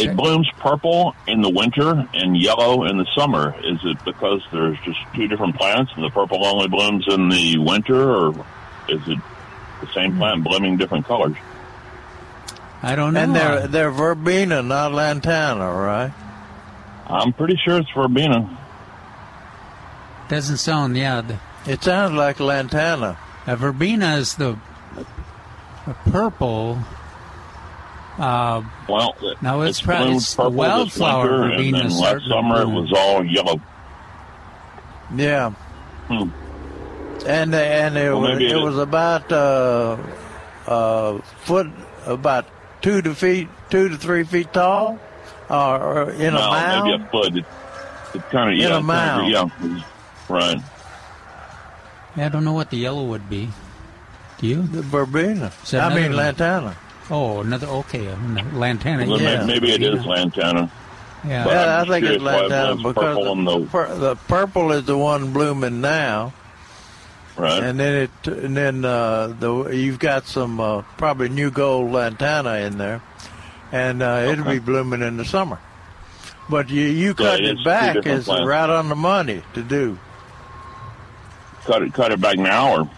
M: it blooms purple in the winter and yellow in the summer? Is it because there's just two different plants and the purple only blooms in the winter, or is it the
E: Hmm.
M: same plant blooming different colors?
E: I don't know.
B: And they're they're verbena, not lantana, right?
M: I'm pretty sure it's verbena.
E: Doesn't sound. Yeah. The,
B: it sounds like lantana.
E: Uh, verbena is the uh, purple. Uh,
M: Well,
E: No, it's pro-
M: bloomed
E: it's the
M: purple this
E: wildflower
M: winter,
E: verbena
M: and then
E: started
M: last summer it
E: blooming.
M: was all yellow.
B: Yeah.
M: Hmm.
B: And and it
M: Well,
B: was
M: maybe
B: it,
M: it is.
B: was about uh, uh, foot about two to feet two to three feet tall, or or in
M: no,
B: a mound.
M: maybe a foot. It, it's kind of
B: In
M: yeah, it's
B: a
M: kinda-
B: mound.
M: yeah, right.
E: I don't know what the yellow would be. Do you?
B: The verbena.
E: Is that
B: I mean
E: another-
B: lantana.
E: Oh, another okay, uh, lantana.
M: Well,
E: yeah.
M: may- Maybe it is lantana.
E: Yeah.
M: But
B: yeah,
M: I'm
B: I think
M: curious
B: it's
M: why it
B: lantana
M: blooms
B: because
M: purple in
B: the,
M: the-
B: pur- the purple is the one blooming now,
M: Right.
B: and then it and then uh, the you've got some uh, probably new gold lantana in there, and uh, it'll be blooming in the summer. But you you cut
M: it's
B: it
M: two
B: back
M: different
B: is
M: plants.
B: right on the money to do.
M: Cut it, cut it back now, or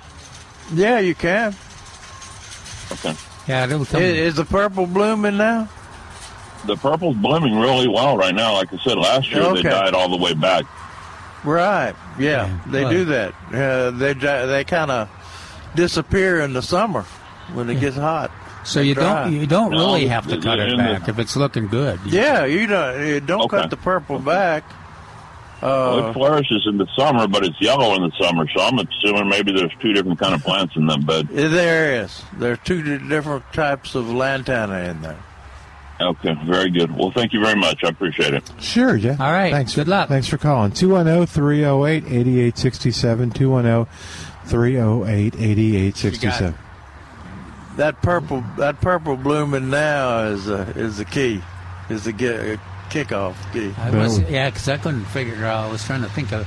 B: Yeah, you can.
M: okay.
E: Yeah, it'll
B: Is,
E: come.
B: is the purple blooming now?
M: The purple's blooming really well right now. Like I said, last year
B: Okay.
M: they died all the way back.
B: Right. Yeah, they
E: well-
B: do that. Uh, they di- they kind of disappear in the summer when it gets hot.
E: So you
B: Dry.
E: don't you don't really have to cut it back if it's looking good.
B: Yeah, you don't you don't cut the purple back.
M: Well,
B: Uh,
M: it flourishes in the summer, but it's yellow in the summer. So I'm assuming maybe there's two different kind of plants in that bed.
B: eh, there is. There are two di- different types of lantana in there.
M: Okay, very good. Well, thank you very much. I appreciate it.
C: Sure, yeah. All right. Thanks. Good luck. Thanks for calling. 210 308 8867. 210 308 8867.
B: That purple that purple blooming now is uh, is the key, is the ge- kickoff key.
E: I was yeah, because I couldn't figure it out. I was trying to think of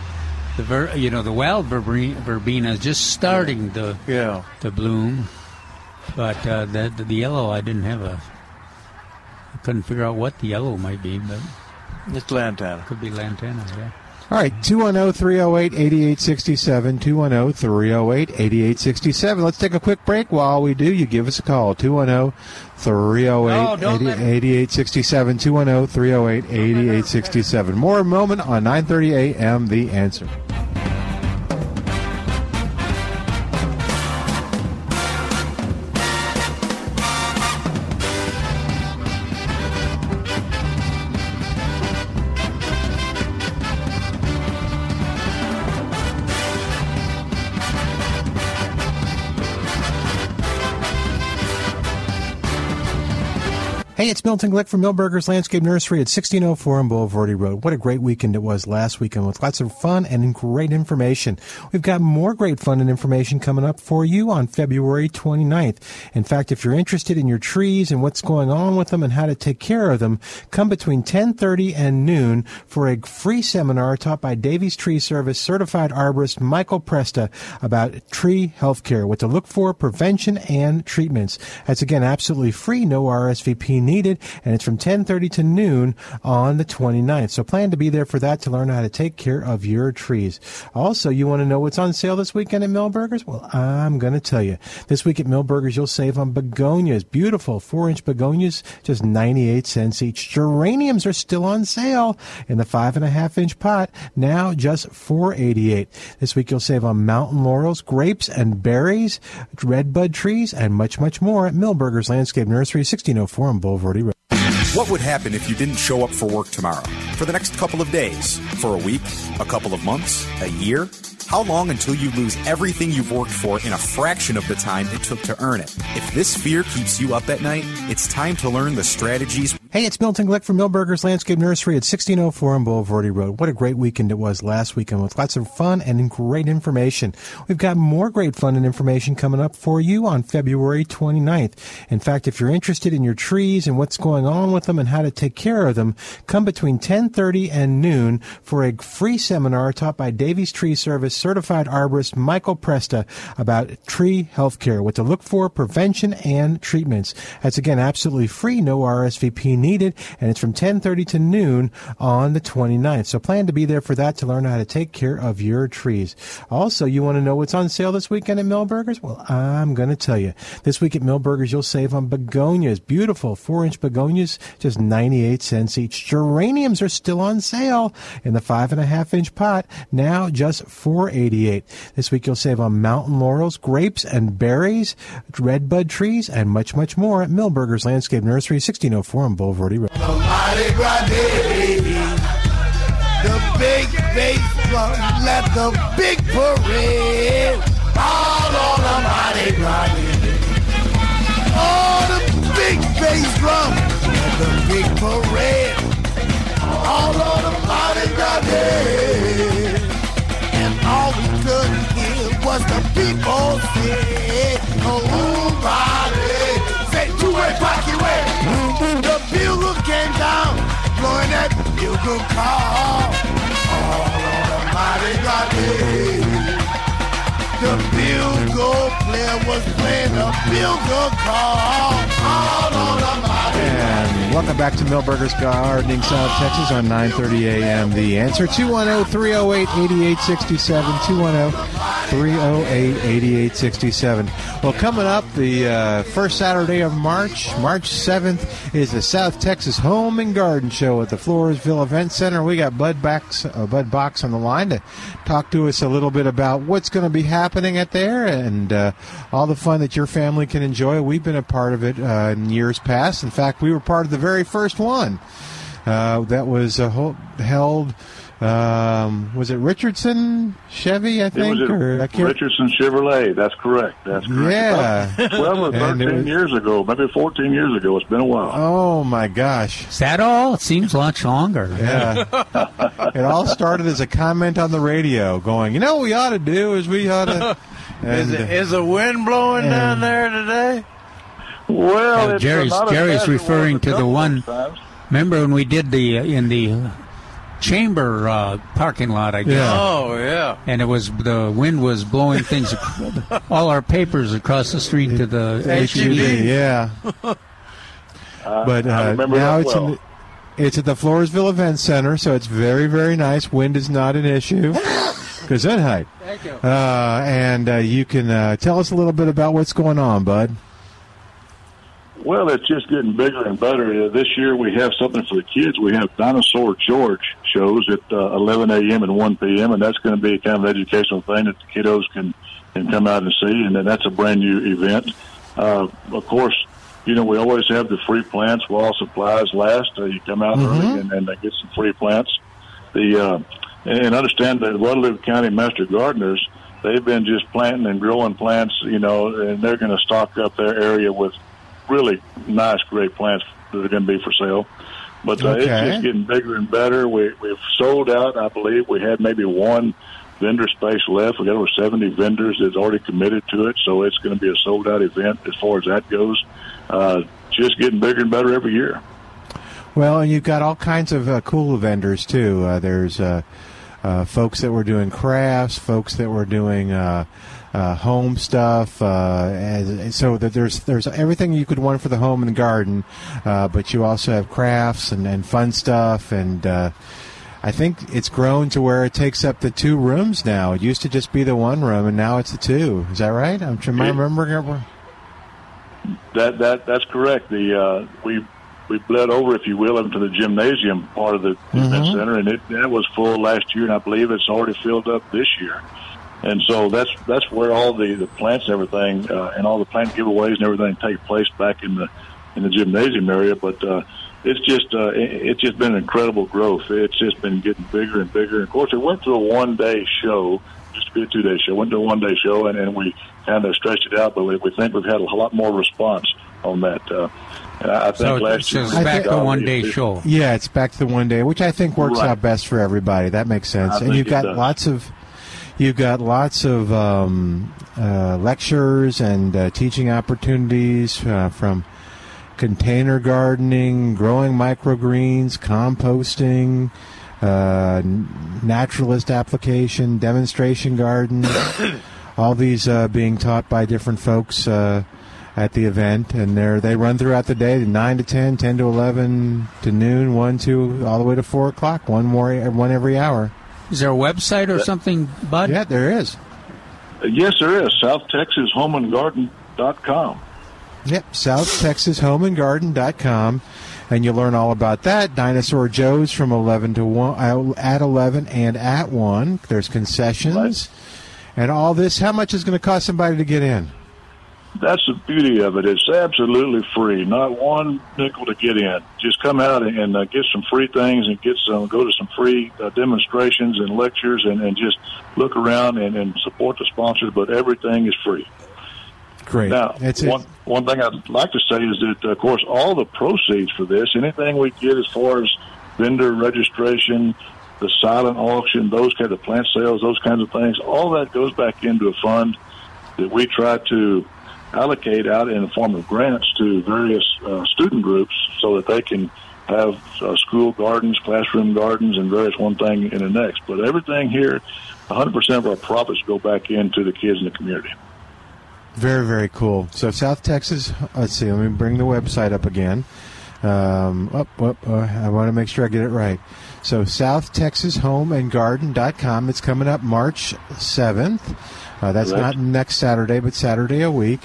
E: the ver, you know the wild verbe- verbena is just starting to
B: yeah
E: to bloom, but uh, the, the yellow I didn't have a. I couldn't figure out what the yellow might be, but
B: it's lantana.
E: Could be lantana, yeah.
C: All right, 210 308 8867. 210 308 8867. Let's take a quick break. While we do, you give us a call. 210 308 8867. 210 308 8867. More moment on 930 a.m. The answer. Hey, it's Milton Glick from Millburgers Landscape Nursery at 1604 on Boulevardy Road. What a great weekend it was last weekend with lots of fun and great information. We've got more great fun and information coming up for you on February 29th. In fact, if you're interested in your trees and what's going on with them and how to take care of them, come between 1030 and noon for a free seminar taught by Davies Tree Service certified arborist Michael Presta about tree health care, what to look for, prevention, and treatments. That's again absolutely free, no RSVP needed, and it's from 10:30 to noon on the 29th. So plan to be there for that to learn how to take care of your trees. Also, you want to know what's on sale this weekend at Millburgers? Well, I'm going to tell you. This week at Millburgers, you'll save on begonias, beautiful 4-inch begonias, just 98 cents each. Geraniums are still on sale in the five and a half inch pot, now just 488. This week you'll save on mountain laurels, grapes and berries, red bud trees, and much, much more at Millburgers Landscape Nursery, 1604 on Boulevardy Road.
N: What would happen if you didn't show up for work tomorrow? For the next couple of days? For a week? A couple of months? A year? How long until you lose everything you've worked for in a fraction of the time it took to earn it? If this fear keeps you up at night, it's time to learn the strategies
C: Hey, it's Milton Glick from Millburgers Landscape Nursery at 1604 on Boulevardy Road. What a great weekend it was last weekend with lots of fun and great information. We've got more great fun and information coming up for you on February 29th. In fact, if you're interested in your trees and what's going on with them and how to take care of them, come between 10:30 and noon for a free seminar taught by Davies Tree Service certified arborist Michael Presta about tree health care, what to look for, prevention, and treatments. That's again absolutely free, no RSVP needed, and it's from 10:30 to noon on the 29th. So plan to be there for that to learn how to take care of your trees. Also, you want to know what's on sale this weekend at Millburgers? Well, I'm going to tell you. This week at Millburgers, you'll save on begonias, beautiful 4-inch begonias, just 98 cents each. Geraniums are still on sale in the five and a half inch pot, now just 488. This week you'll save on mountain laurels, grapes and berries, red bud trees, and much, much more at Millburgers Landscape Nursery, 1604 on Boulevardy Road.
O: The Mardi Gras Day, baby. The big, big, let the big parade all on the Mardi Gras Day. Oh, the big bass drum, let the big parade all on the Mardi Gras Day. And all we could hear was the people say, oh, Mardi, say two-way, pocket way. The bugle came down, blowing that bugle call. All on the Mardi Gras Day. The bugle player was playing the bugle call. All on the Mardi
C: And welcome back to Millburgers Gardening, South Texas on oh, 9.30 a.m. The answer, 210-308-8867, 308 8867. Well, coming up, the uh, first Saturday of March, March 7th, is the South Texas Home and Garden Show at the Floresville Event Center. We got Bud, Box, uh, Bud Box on the line to talk to us a little bit about what's going to be happening at there and uh, all the fun that your family can enjoy. We've been a part of it uh, in years past. In fact, we were part of the very first one uh, that was uh, ho- held. Um, was it Richardson Chevy? I think.
P: it
C: or,
P: was
C: I
P: at
C: can't-
P: Richardson Chevrolet. That's correct. That's correct.
C: Yeah.
P: Well, it was
C: And it
P: 13
C: was-
P: years ago, maybe 14 years ago. It's been a while.
C: Oh my gosh!
E: Is that all? It seems much longer.
C: Yeah. it all started as a comment on the radio, going, "You know, what we ought to do is we ought
E: *laughs*
C: to."
B: is, it, is the wind blowing down there today?
P: Well,
E: Uh,
B: it's
E: Jerry's
B: not as bad
E: Jerry's
B: as it
E: referring
B: was a
E: to the
B: couple
E: one.
B: times.
E: Remember when we did the uh, in the uh, chamber uh, parking lot? I guess.
B: Oh, yeah.
E: And it was the wind was blowing things, ac- *laughs* all our papers across the street to the
P: E
E: E HUD.
C: uh, yeah. But
E: I
C: uh,
E: remember
C: now
E: that
C: it's
E: well.
C: in the, it's at the Floresville Event Center, so it's very very nice. Wind is not an
E: *laughs*
C: issue. Gesundheit.
E: Thank you.
C: Uh, and uh, you can uh, tell us a little bit about what's going on, bud.
P: Well, it's just getting bigger and better. Uh, This year we have something for the kids. We have Dinosaur George shows at uh, 11 a.m. and 1 p.m., and that's going to be kind of an educational thing that the kiddos can, can come out and see, and then that's a brand new event. Uh, of course, you know, we always have the free plants while supplies last. Uh, you come out early and, and uh, get some free plants. The uh, And understand that Guadalupe County Master Gardeners, they've been just planting and growing plants, you know, and they're going to stock up their area with really nice, great plants that are going to be for sale. But uh,
O: Okay.
P: it's just getting bigger and better. We, we've sold out, I believe. We had maybe one vendor space left. We got over 70 vendors that's already committed to it, so it's going to be a sold out event as far as that goes. Uh, just getting bigger and better every year.
C: Well, and you've got all kinds of uh, cool vendors too. Uh, there's uh, uh, folks that were doing crafts, folks that were doing uh, uh, home stuff. Uh, and so that there's there's everything you could want for the home and garden, uh, but you also have crafts and, and fun stuff and. Uh, I think it's grown to where it takes up the two rooms now. It used to just be the one room, and now it's the two. Is that right? I'm am I remembering it wrong?
P: That that that's correct. The uh, we we bled over, if you will, into the gymnasium part of the event
B: Mm-hmm.
F: Mm-hmm.
P: center, and it that was full last year, and I believe it's already filled up this year. And so that's that's where all the the plants and everything, uh, and all the plant giveaways and everything take place back in the in the gymnasium area. But uh, it's just uh, it, it's just been incredible growth. It's just been getting bigger and bigger. Of course, it went to a one day show, just to be a two day show. Went to a one day show, and, and we kind of stretched it out, but we, we think we've had a lot more response on that. Uh, and I I think
E: So it's-
P: last
E: so
P: year
E: it's
P: we
E: back
P: got
E: to
P: the-
E: one day show.
C: Yeah, it's back to the one day, which I think works
P: Right.
C: out best for everybody. That makes sense.
P: I
C: and
P: think
C: you've
P: it
C: got
P: does.
C: lots of you've got lots of um, uh, lectures and uh, teaching opportunities uh, from container gardening, growing microgreens, composting, uh, n- naturalist application, demonstration garden. *coughs* all these uh, being taught by different folks. Uh, at the event, and they they run throughout the day, nine to 10, 10 to eleven to noon, one two, all the way to four o'clock. One more, one every hour.
E: Is there a website or something, Bud?
C: Yeah, there is.
P: Yes, there is. South Texas Home and Garden dot com.
C: Yep, southtexashomeandgarden.com, and you'll learn all about that. Dinosaur Joe's from 11 to 1, uh, at 11 and at 1. There's concessions. And all this, how much is going to cost somebody to get in?
P: That's the beauty of it. It's absolutely free. Not one nickel to get in. Just come out and, and uh, get some free things and get some, go to some free uh, demonstrations and lectures and, and just look around and, and support the sponsors, but everything is free.
C: Great.
P: Now, one, one thing I'd like to say is that, of course, all the proceeds for this, anything we get as far as vendor registration, the silent auction, those kind of plant sales, those kinds of things, all that goes back into a fund that we try to allocate out in the form of grants to various uh, student groups so that they can have uh, school gardens, classroom gardens, and various one thing in the next. But everything here, 100% of our profits go back into the kids in the community.
C: Very, very cool. So, South Texas, let's see, let me bring the website up again. Um, up, up, uh, I want to make sure I get it right. So, southtexashomeandgarden.com. It's coming up March 7th. Uh, that's
P: Correct.
C: not next Saturday, but Saturday a week,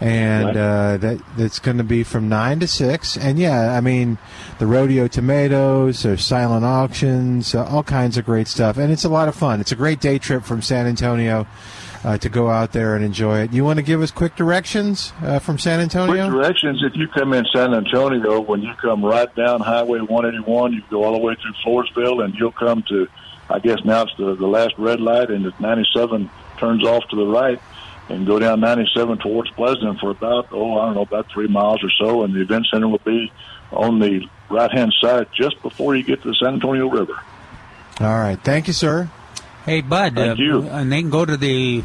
C: and
P: Right.
C: uh, that that's going to be from nine to six. And yeah, I mean, the rodeo tomatoes, there's silent auctions, uh, all kinds of great stuff, and it's a lot of fun. It's a great day trip from San Antonio uh, to go out there and enjoy it. You want to give us quick directions uh, from San
P: Quick
C: Antonio?
P: directions, if you come in San Antonio, when you come right down Highway 181, you go all the way through Floresville, and you'll come to, I guess now it's the, the last red light, and it's 97 turns off to the right, and go down 97 towards Pleasant for about, oh, I don't know, about three miles or so, and the event center will be on the right-hand side just before you get to the San Antonio River.
C: All right, thank you, sir.
E: Hey, Bud.
P: Thank
E: uh,
P: you.
E: And they can go to the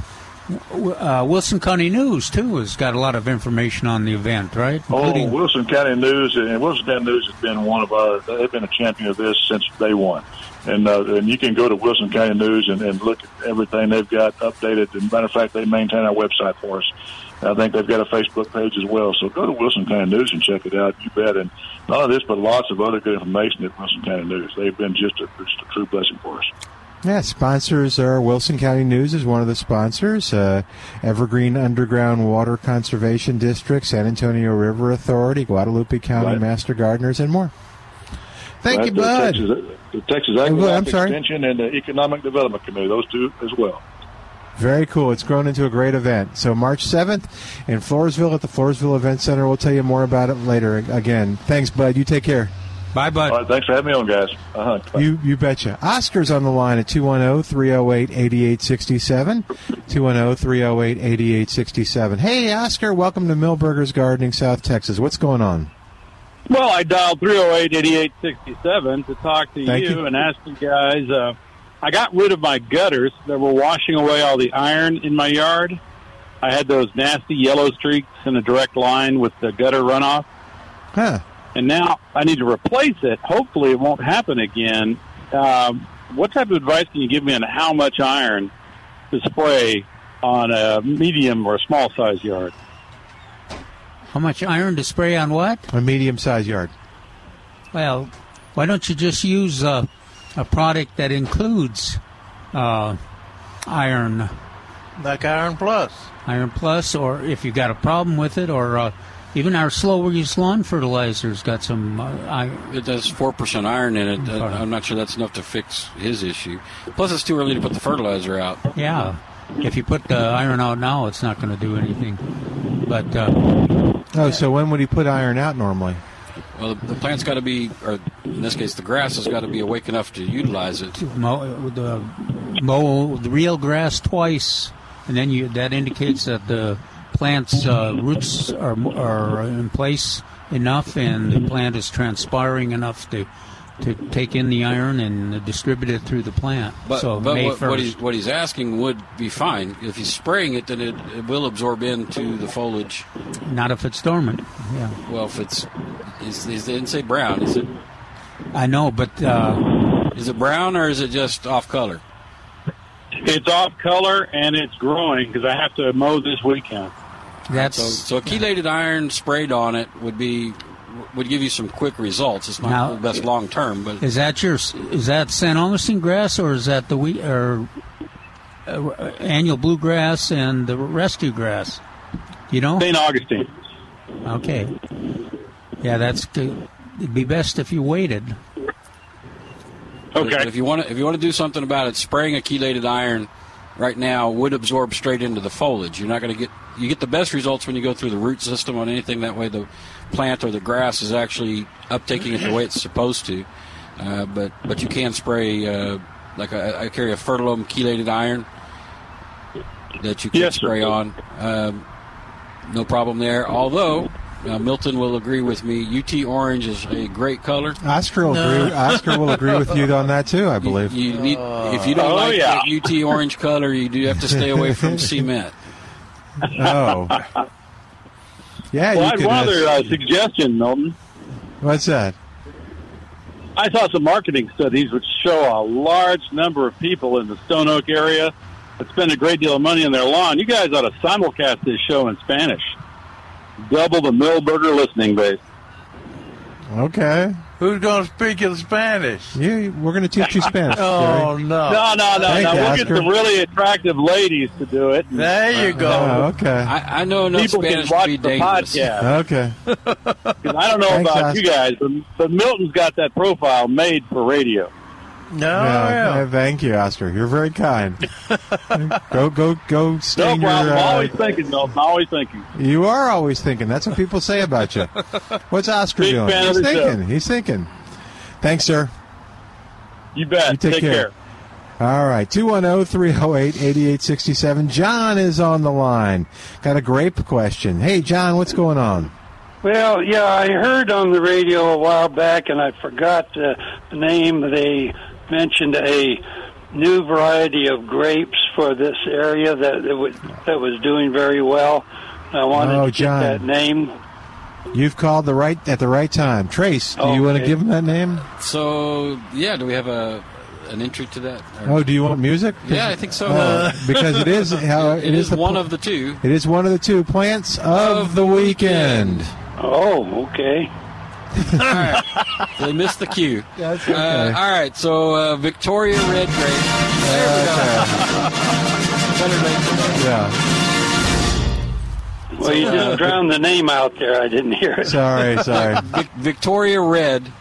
E: uh, Wilson County News, too, has got a lot of information on the event, right?
P: Oh, Wilson County News and Wilson County News has been one of our. They've been a champion of this since day one, and uh, and you can go to Wilson County News and, and look at everything they've got updated. And matter of fact, they maintain our website for us. And I think they've got a Facebook page as well. So go to Wilson County News and check it out. You bet. And not only this, but lots of other good information at Wilson County News. They've been just a, just a true blessing for us.
C: Yeah, sponsors are Wilson County News is one of the sponsors, uh, Evergreen Underground Water Conservation District, San Antonio River Authority, Guadalupe County
P: Right.
C: Master Gardeners, and more. Thank
P: Right,
C: you, Bud.
P: The Texas, the Texas
C: Oh, go ahead, I'm
P: Agri-Life
C: sorry.
P: Extension and the Economic Development Committee. Those two as well.
C: Very cool. It's grown into a great event. So March 7th in Floresville at the Floresville Event Center. We'll tell you more about it later. Again, thanks, Bud. You take care.
E: Bye, bud.
P: All right, thanks for having me on, guys.
H: Uh-huh.
P: Uh huh.
C: You you betcha. Oscar's on the line at oh, 210-308-8867. oh, 210-308-8867. Hey, Oscar, welcome to Millburgers Gardening, South Texas. What's going on?
Q: Well, I dialed 308 8867 to talk to
C: Thank
Q: you,
C: you.
Q: and ask you guys. Uh, I got rid of my gutters that were washing away all the iron in my yard. I had those nasty yellow streaks in a direct line with the gutter runoff.
C: Huh.
Q: And now I need to replace it. Hopefully, it won't happen again. Um, what type of advice can you give me on how much iron to spray on a medium or a small size yard?
E: How much iron to spray on what?
C: A medium-sized yard.
E: Well, why don't you just use a, a product that includes uh, iron,
B: Like Iron Plus.
E: iron plus, or if you've got a problem with it, or uh, even our slow use lawn fertilizer's got some uh, iron.
D: It has four percent iron in it. Uh, I'm not sure that's enough to fix his issue. Plus, it's too early to put the fertilizer out.
E: Yeah. If you put the iron out now, it's not going to do anything. But uh,
C: Oh, so when would he put iron out normally?
D: Well, the, the plant's got to be, or in this case, the grass has got to be awake enough to utilize it.
E: mow, the mow the real grass twice, and then you that indicates that the plant's uh, roots are are in place enough, and the plant is transpiring enough to to take in the iron and distribute it through the plant.
D: But,
E: so
D: but
E: May
D: what, what he's
E: 1st.
D: what he's asking would be fine. If he's spraying it, then it, it will absorb into the foliage.
E: Not if it's dormant. Yeah.
D: Well, if it's, is, is, they didn't say brown. Is it
E: I know, but uh,
D: is it brown or is it just off color?
Q: It's off color and it's growing because I have to mow this weekend.
E: That's
D: so, so a chelated iron sprayed on it would be would give you some quick results. It's not
E: Now-
D: the best long term, but
E: Is that your is that San Augustine grass or is that the wheat or uh, annual bluegrass and the rescue grass? You know,
Q: St. Augustine.
E: Okay, yeah, that's good. It'd be best if you waited.
D: Okay. if you want to, if you want to do something about it, spraying a chelated iron right now would absorb straight into the foliage. You're not going to get you get the best results when you go through the root system on anything. That way, the plant or the grass is actually uptaking it the way it's supposed to. Uh, but but you can spray uh, like I, I carry a fertilome chelated iron that you can spray on. Um, no problem there. Although. Uh, Milton will agree with me. UT orange is a great color.
C: Oscar will agree. Oscar will agree with you on that too, I
D: *laughs*
C: believe.
D: You need if you don't
C: Oh,
D: like
C: yeah.
D: that UT orange color, you do have to stay away
C: *laughs*
D: from cement.
C: Oh, yeah.
Q: well,
C: you
Q: I'd
C: could, uh,
Q: rather uh, suggestion, Milton.
C: What's that?
Q: I saw some marketing studies which show a large number of people in the Stone Oak area that spend a great deal of money on their lawn. You guys ought to simulcast this show in Spanish. Double the Millburger listening base.
C: Okay.
B: Who's going to speak in Spanish?
C: You, we're going to teach you Spanish.
B: oh
C: Jerry.
B: no,
Q: No, no, no,
C: Thank
Q: no.
C: you,
Q: We'll get
C: Oscar.
Q: the really attractive ladies to do it.
B: There you go.
C: Oh, okay.
D: I, I know enough
Q: People
D: Spanish
Q: can watch
D: to be
Q: the
D: dangerous.
C: *laughs*
Q: podcast.
C: Okay.
Q: 'Cause I don't know
C: Thanks,
Q: about
C: Oscar.
Q: you guys, but, but Milton's got that profile made for radio.
B: No,
C: Yeah, yeah, Thank you, Oscar. You're very kind.
Q: *laughs*
C: go, go, go.
Q: No
C: Stain your,
Q: problem.
C: uh,
Q: always thinking, Milton. Always thinking.
C: You are always thinking. That's what people say
Q: *laughs*
C: about you. *laughs* What's Oscar
Q: Big
C: doing?
Q: fan
C: He's
Q: of the show.
C: thinking. He's thinking. Thanks, sir.
Q: You bet.
C: You take care. All right, oh, 210 308 8867. John is on the line. Got a grape question. Hey, John, what's going on?
R: Well, yeah, I heard on the radio a while back, and I forgot uh, the name. They mentioned a new variety of grapes for this area that that was, that was doing very well. I wanted
C: Oh,
R: to
C: John.
R: get that name.
C: You've called the right at the right time. Trace, do you want to
D: Okay.
C: give him that name?
D: So yeah, do we have a an entry to that? Or-
C: Oh, do you want music?
D: Yeah, I think so.
C: Uh, because
D: *laughs*
C: it is how
D: it is,
C: the
D: one
C: pl-
D: of the two.
C: It is one of the two plants of the weekend.
R: Oh, okay.
D: *laughs* all right, they missed the cue.
C: That's
D: uh, all right, so uh, Victoria Red Grape. There we go. Better name than that.
C: Uh, Yeah.
R: Well, you
D: Uh,
R: just drowned the name out there. I didn't hear
B: *laughs*
R: it. *laughs*
D: Vic- Victoria Red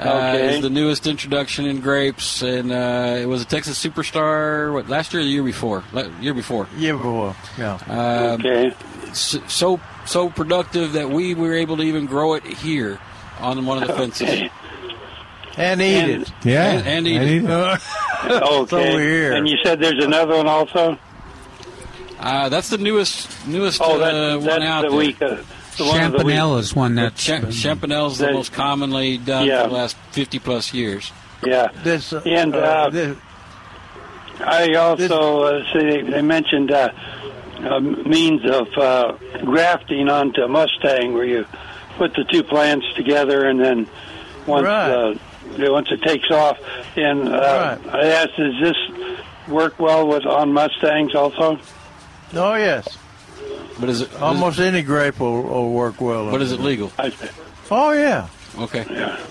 D: uh,
R: Okay.
D: is the newest introduction in grapes, and uh, it was a Texas superstar. What last year? or The year before? La- year before.
B: Year before. Yeah.
D: Um,
R: okay.
D: So so productive that we were able to even grow it here on one of the fences.
B: And eat it.
C: Yeah.
D: And, and eat
C: and
D: it. *laughs*
C: eat it.
R: okay.
B: over here.
R: And you said there's another one also.
D: Uh, that's the newest newest
R: *laughs* Oh, that-
D: uh,
R: that's
D: one out
R: the
D: there.
R: week, uh, the one of the week.
E: Champanelle is one that's
D: Cha- Champanelle's the
R: That-
D: most commonly done
R: Yeah.
D: for the last fifty plus years.
R: Yeah.
B: This
R: and uh, I also uh, see they, they mentioned uh, uh, means of uh, grafting onto Mustang, where you put the two plants together, and then once uh, once it takes off. And uh, I asked, does this work well with on Mustangs also?
B: Oh yes.
D: But is it
B: almost any grape will, will work well?
D: But is it legal?
B: Oh yeah.
D: Okay.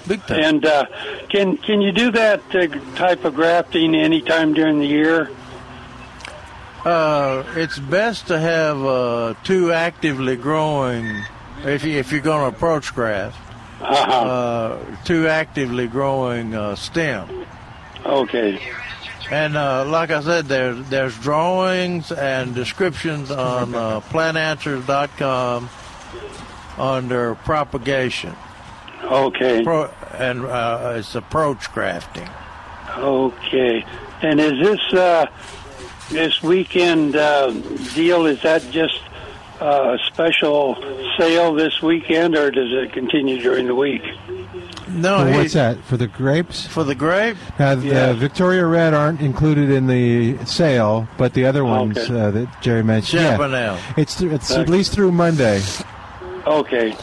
B: Big time.
R: And uh, can can you do that uh, type of grafting anytime during the year?
B: Uh, it's best to have uh, two actively growing. If you, if you're going to approach graft,
R: Uh-huh.
B: uh, two actively growing uh, stem.
R: Okay.
B: And uh, like I said, there's there's drawings and descriptions on uh, plantanswers.com under propagation.
R: Okay.
B: Pro, and uh, it's approach grafting.
R: Okay. And is this uh, this weekend uh, deal? Is that just uh, a special sale this weekend, or does it continue during the week?
B: No,
C: For
B: he-
C: what's that? For the grapes?
B: for the grape.
C: Now, the
B: Yeah.
C: Victoria Red aren't included in the sale, but the other ones
R: Okay.
C: uh, that Jerry mentioned. yeah.
B: Chabanel.
C: It's, th- it's at least through Monday.
R: Okay.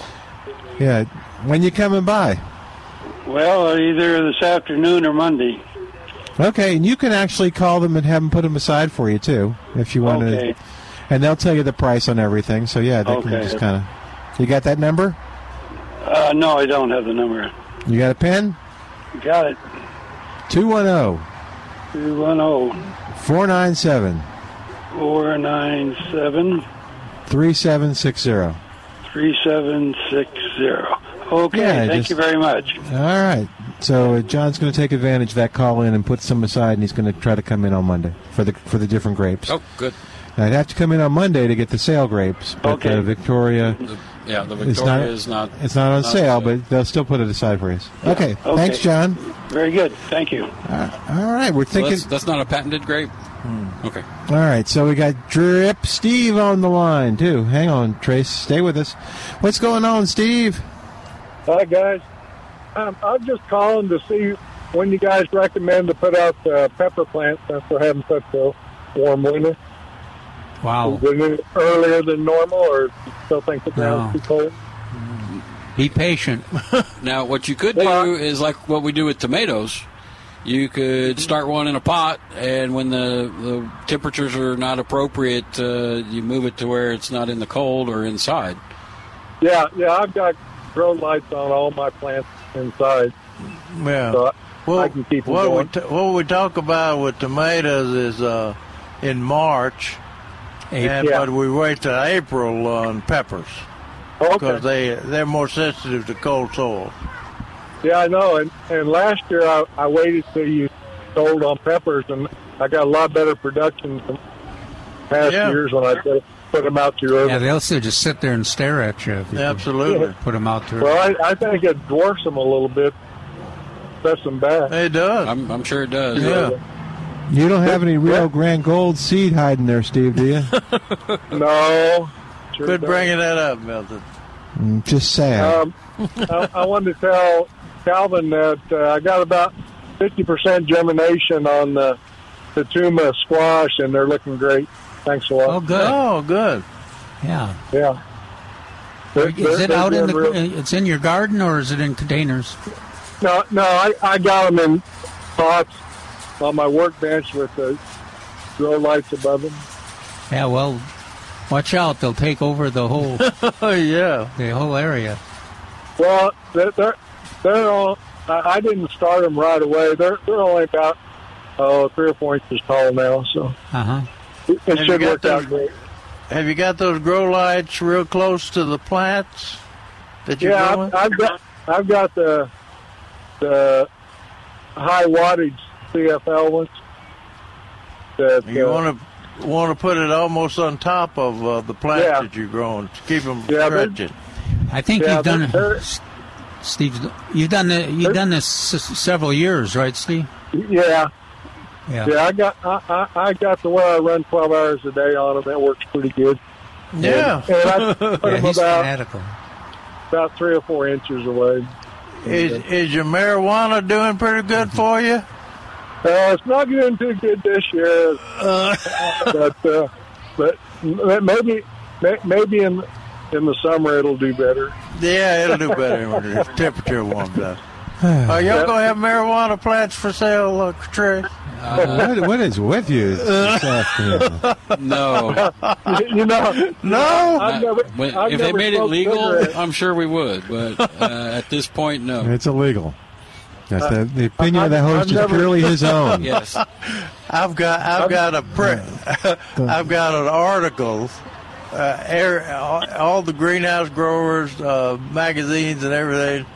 C: Yeah. When you coming by?
R: Well, either this afternoon or Monday.
C: Okay, and you can actually call them and have them put them aside for you too, if you want
R: Okay.
C: to. And they'll tell you the price on everything. So yeah, they can
R: Okay.
C: just kind of. You got that number?
R: Uh, no, I don't have the number.
C: You got a pen? oh,
R: Got it.
C: 210
R: Two one zero
C: 497
R: four nine seven
C: 3760. All
R: three seven six zero. Okay.
C: Yeah,
R: thank
C: just-
R: you very much.
C: right. So uh, John's going to take advantage of that call in and put some aside, and he's going to try to come in on Monday for the for the different grapes.
D: Oh, good.
C: Now, I'd have to come in on Monday to get the sale grapes, but
D: Okay.
C: uh, Victoria.
D: Yeah, the
C: It's
D: Victoria is not.
C: It's not on sale, but they'll still put it aside for us. Okay. Thanks, John.
R: Very good. Thank you.
C: Uh, all right, we're
D: So
C: thinking. Hmm.
D: that's, that's not a patented grape. Okay.
C: all right, so we got Drip Steve on the line too. Hang on, Trace, stay with us. What's going on, Steve?
S: Hi guys, um, I'm just calling to see when you guys recommend to put out the pepper plant since we're having such a warm winter.
E: Wow.
S: Is it earlier than normal, or still think the ground's
E: No.
S: too cold?
E: Be patient.
D: Now, what you could do is like what we do with tomatoes. You could start one in a pot, and when the, the temperatures are not appropriate, uh, you move it to where
S: *laughs*
D: it's not in the cold or inside.
S: Yeah, yeah, I've got grow lights on all my plants inside.
B: Yeah.
E: Oh.
S: So I,
B: well,
S: I can keep them
B: what we
S: going.
B: t- what we talk about with tomatoes is uh, in March, and
S: April.
B: but we wait till April on peppers because they they're more sensitive to cold soil.
S: Yeah, I know. And and last year I, I waited till you sold on peppers, and I got a lot better production from past
B: Yeah.
S: years when I put, put them out too early.
E: Yeah, they'll still just sit there and stare at you. If you
B: Absolutely.
E: Put them out there.
S: Well, I, I think it dwarfs them a little bit. That's them back.
B: It does.
D: I'm, I'm sure it does.
C: You don't have any Rio Grande Gold seed hiding there, Steve, do
D: *laughs*
C: you?
S: No.
B: Good bringing that up, Milton.
C: Mm, Just
D: Oh,
C: saying.
S: Um, I, I wanted to tell Calvin that uh, I got about 50% germination on the Tatuma squash, and they're looking great. Thanks a lot. Oh,
E: good.
B: Oh, good.
E: Yeah.
S: Yeah.
E: Is it out in the? uh, It's in your garden or is it in containers?
S: No, no, I, I got them in pots on my workbench with the grow lights above them.
E: Yeah. Well, watch out. They'll take over the whole.
S: *laughs*
B: yeah.
E: The whole area.
S: Well, they're they're, they're all. I I didn't start them right away. They're they're only about oh three or four inches tall now, so
E: Uh huh.
S: it, it
B: Have you
S: should
B: got
S: work out
B: those-
S: great.
B: Have you got those grow lights real close to the plants that you're
S: yeah,
B: growing?
S: I've, I've got I've got the the high wattage CFL ones. That,
B: you
S: uh,
B: want to want to put it almost on top of uh, the plant
S: Yeah.
B: that you're growing to keep them
S: Yeah, they're-
B: stretching.
E: I think
B: Yeah,
E: you've done.
B: they're-
E: S- Steve, you've done the, you've done this s- several years, right, Steve?
S: Yeah.
E: Yeah.
S: Yeah, I got I, I, I got to where I run twelve hours a day on them. That works pretty good.
B: Yeah.
S: and, and
E: *laughs*
S: I put
E: Yeah,
S: them
E: he's
S: about
E: fanatical.
S: about three or four inches away.
B: Is is your marijuana doing pretty good for you?
S: Uh, it's not doing too good this year, but uh, but m- maybe may- maybe in in the summer it'll do better.
B: Yeah, it'll do better
S: *laughs*
B: when the temperature warms up. Are y'all gonna have marijuana plants for sale, uh, Trey?
D: Uh-huh.
C: what, what is with
D: *laughs*
C: you? this afternoon?
D: No.
S: you know,
B: no.
S: I've never,
D: Uh, When-
S: I've
D: if they
S: never
D: made it
S: smoked
D: legal,
S: cigarettes.
D: I'm sure we would. But uh, at this point, no.
C: it's illegal. That's the, the opinion of
D: I-
C: the host
D: I've Uh, never-
C: is
D: *laughs*
C: purely his *laughs* own.
D: Yes.
B: I've got I've got a
C: *laughs*
B: print. I've got an article. Uh, air, all, all the greenhouse growers uh, magazines and everything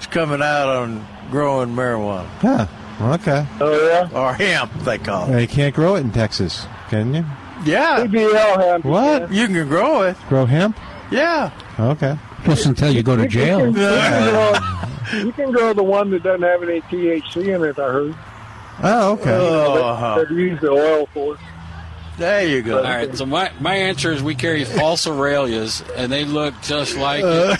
B: is coming out on growing marijuana
C: Huh. Okay.
S: Oh yeah,
B: or hemp they call it.
C: They can't grow it in Texas, can you?
B: Yeah,
S: CBL hemp.
C: What?
B: You can grow it.
C: Grow hemp?
B: Yeah.
C: Okay.
E: Plus, until you go to jail.
S: You
C: *laughs*
E: Uh.
S: can, grow, you can grow the one that doesn't have any THC in it. I heard.
C: Oh, okay.
S: That- that use the oil for.
B: Oh. There you go.
D: All right. So my, my answer is we carry false aurelias, and they look just like
B: Uh.
D: it,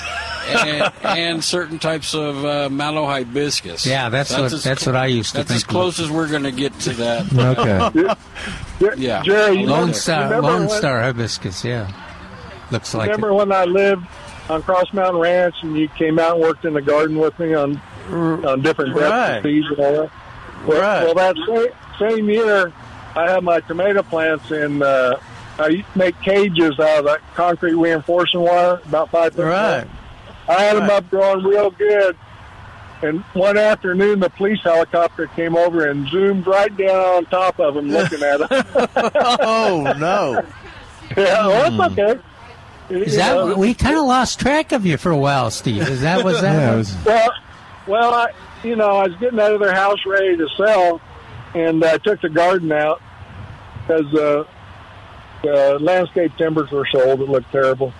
D: and, and certain types of uh, mallow hibiscus.
E: Yeah, that's what-
D: as
E: that's what I used to
D: that's
E: think
D: as close as we're going to get to that.
B: *laughs*
E: Okay.
D: yeah.
E: Lone Star,
S: remember
E: Lone
S: when-
E: Star hibiscus. Yeah. Looks like
S: Remember when I lived on Cross Mountain Ranch and you came out and worked in the garden with me on on different depths
B: Right.
S: of seeds and all that? Well, well
B: Right.
S: that same, same year, I had my tomato plants in. Uh, I used to make cages out of that concrete reinforcing wire, about five foot.
B: Right.
S: long. I had them up growing real good. And one afternoon, the police helicopter came over and zoomed right down on top of them, looking at them.
B: *laughs* oh no!
S: *laughs*
B: Hmm.
S: Yeah, well, that's okay.
E: it. Is that we kind of lost track of you for a while, Steve? Is that was that?
C: Yeah, it was-
S: Well, well, I, you know, I was getting out of their house ready to sell, and I took the garden out because uh, the landscape timbers were sold. It looked terrible,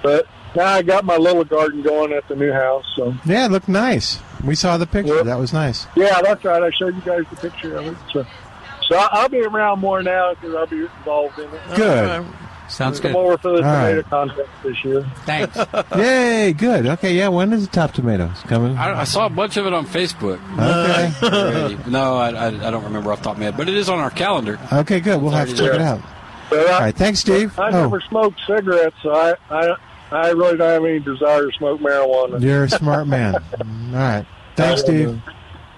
S: but now I got my little garden going at the new house. So
C: Yeah, it looked nice. We saw the picture. That
D: *laughs*
C: was nice.
S: yeah, that's right. I showed you guys the picture of it. So, so I- I'll be around more now because I'll be involved in it.
C: Good.
E: Sounds
S: Come over for the
C: All
S: tomato
C: right.
S: contest this year.
E: Thanks.
C: Yay, good. Okay, yeah, when is the top tomatoes coming?
D: I, I saw a bunch of it on Facebook.
C: Okay.
D: Already. *laughs* no, I, I, I don't remember off the top of my head, but it is on our calendar.
C: Okay, good. We'll have to check it out.
S: But I,
C: All right, thanks, Steve.
S: I
C: Oh.
S: never smoked cigarettes, so I, I I really don't have any desire to smoke marijuana.
C: Oh, You're
S: *laughs*
C: a smart man. All right. Thanks, Steve.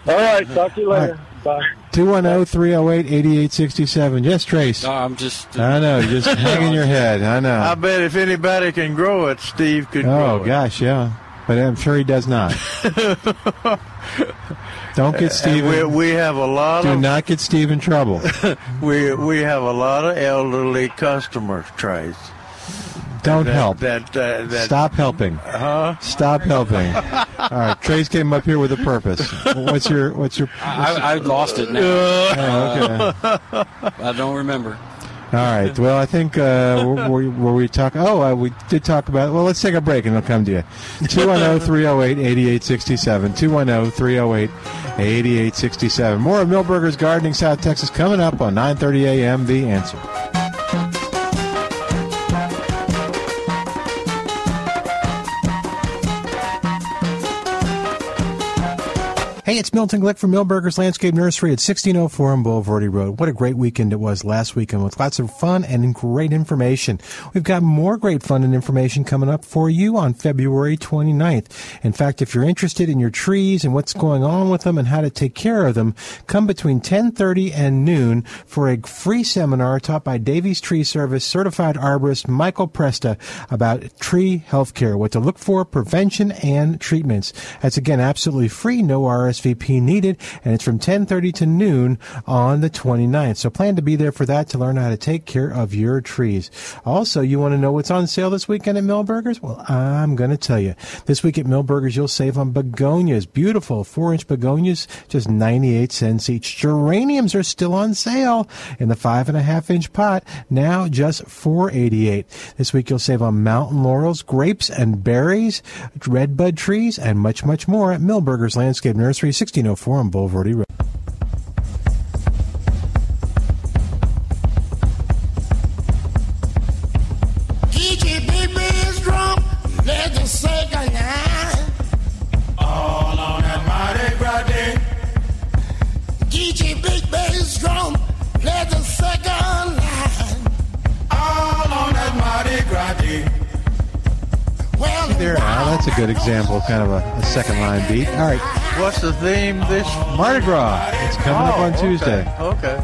S: All right, talk to you later. Bye.
C: 210 308 8867. Yes, Trace.
D: No, I'm just uh,
C: I know. You're
D: *laughs*
C: just hanging your head. I know.
B: I bet if anybody can grow it, Steve could
C: Oh,
B: grow it.
C: gosh, yeah. but I'm sure he
B: *laughs*
C: does not. Don't get Steve.
B: We, we have a lot
C: Do
B: of
C: not get Steve
B: *laughs*
C: in trouble.
B: we we have a lot of elderly customer trays.
C: Don't
B: That-
C: help.
B: That, that, that
C: Stop helping.
B: Huh? *laughs*
C: Stop helping. All right, Trace came up here with a purpose. What's your what's your?
D: I, I lost
E: *laughs*
D: it now.
C: Oh,
D: Uh, I don't remember.
C: All right. Well, I think uh, were, were we talking? Oh, uh, we did talk about. Well, let's take a break and it'll come to you. oh, 210-308-8867. 210-308-8867. More of Millburgers Gardening South Texas coming up on 9:30 a.m. The Answer. Hey, it's Milton Glick from Millburgers Landscape Nursery at 1604 on Boulevardy Road. What a great weekend it was last weekend with lots of fun and great information. We've got more great fun and information coming up for you on February 29th. In fact, if you're interested in your trees and what's going on with them and how to take care of them, come between 1030 and noon for a free seminar taught by Davies Tree Service certified arborist Michael Presta about tree health care, what to look for, prevention, and treatments. That's again absolutely free, no RSVP needed, and it's from 10:30 to noon on the 29th. So plan to be there for that to learn how to take care of your trees. Also, you want to know what's on sale this weekend at Millburgers? Well, I'm going to tell you. This week at Millburgers, you'll save on begonias, beautiful four-inch begonias, just 98 cents each. Geraniums are still on sale in the five and a half inch pot, now just 488. This week you'll save on mountain laurels, grapes and berries, red bud trees, and much, much more at Millburgers Landscape Nursery, 1604 on Boulevardy Road.
I: Geeky Big Ben's drum, let the circle line. All on that mighty bright day. Geeky Big Ben's drum, let the circle line. All on that mighty bright day. Well,
C: There, now that's a good example, of kind of a, a second line beat. All right,
B: What's the theme this?
C: Mardi Gras. It's coming up
B: Oh,
C: on
B: okay,
C: Tuesday.
B: Okay.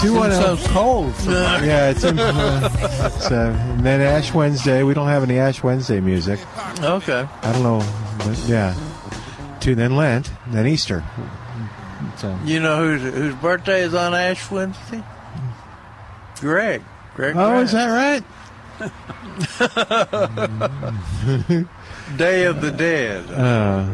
C: Two one zero.
B: It's so cold.
C: *laughs* yeah, it's, in, it's uh, and then Ash Wednesday. We don't have any Ash Wednesday music.
B: Okay.
C: I don't know. But yeah. To then Lent, then Easter. So. *laughs*
B: You know whose whose birthday is on Ash Wednesday? Greg. Greg.
C: Oh, is
B: Grant.
C: that right?
B: *laughs* Day of the Dead.
C: Uh,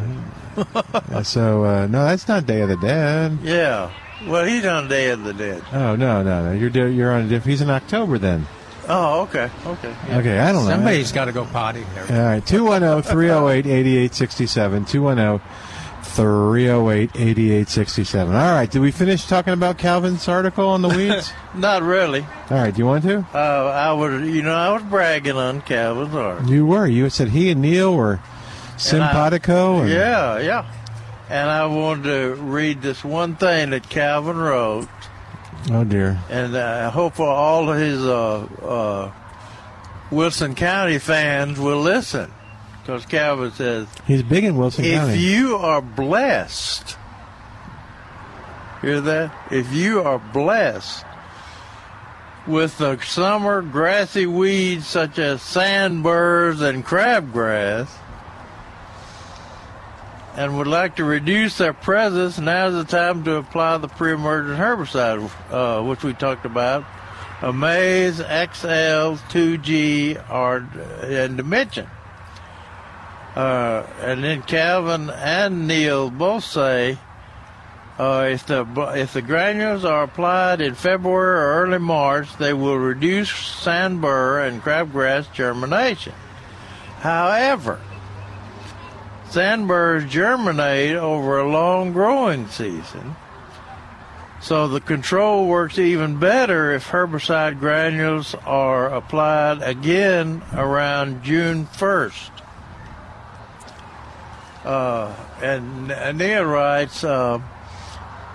C: *laughs* so uh, no, that's not Day of the Dead.
B: Yeah. Well, he's on Day of the Dead.
C: Oh no, no, no. You're do- you're on a different. He's in October then.
B: Oh, okay. Okay.
C: Okay, I don't know.
E: Somebody's got to go potty.
C: All right, oh, 210 308 8867. 210 308 8867. All right, did we finish talking about Calvin's article on the
B: *laughs*
C: weeds?
B: Not really.
C: All right, do you want to?
B: Uh, I was, you know, I was bragging on Calvin's art.
C: You were. You said he and Neil were simpatico. and-
B: Yeah, yeah. And I wanted to read this one thing that Calvin wrote,
C: Oh, dear.
B: and I hope all of his uh, uh, Wilson County fans will listen, because Calvin says,
C: He's big in Wilson County.
B: If you are blessed, hear that? If you are blessed with the summer grassy weeds such as sandburrs and crabgrass, and would like to reduce their presence, now's the time to apply the pre-emergent herbicide, uh, which we talked about, Amaze XL 2G or, and Dimension. Uh, and then Calvin and Neil both say uh, if the if the granules are applied in February or early March, they will reduce sandbur and crabgrass germination. However, sandburrs germinate over a long growing season, so the control works even better if herbicide granules are applied again around June 1st. Uh, and and Neil writes, uh,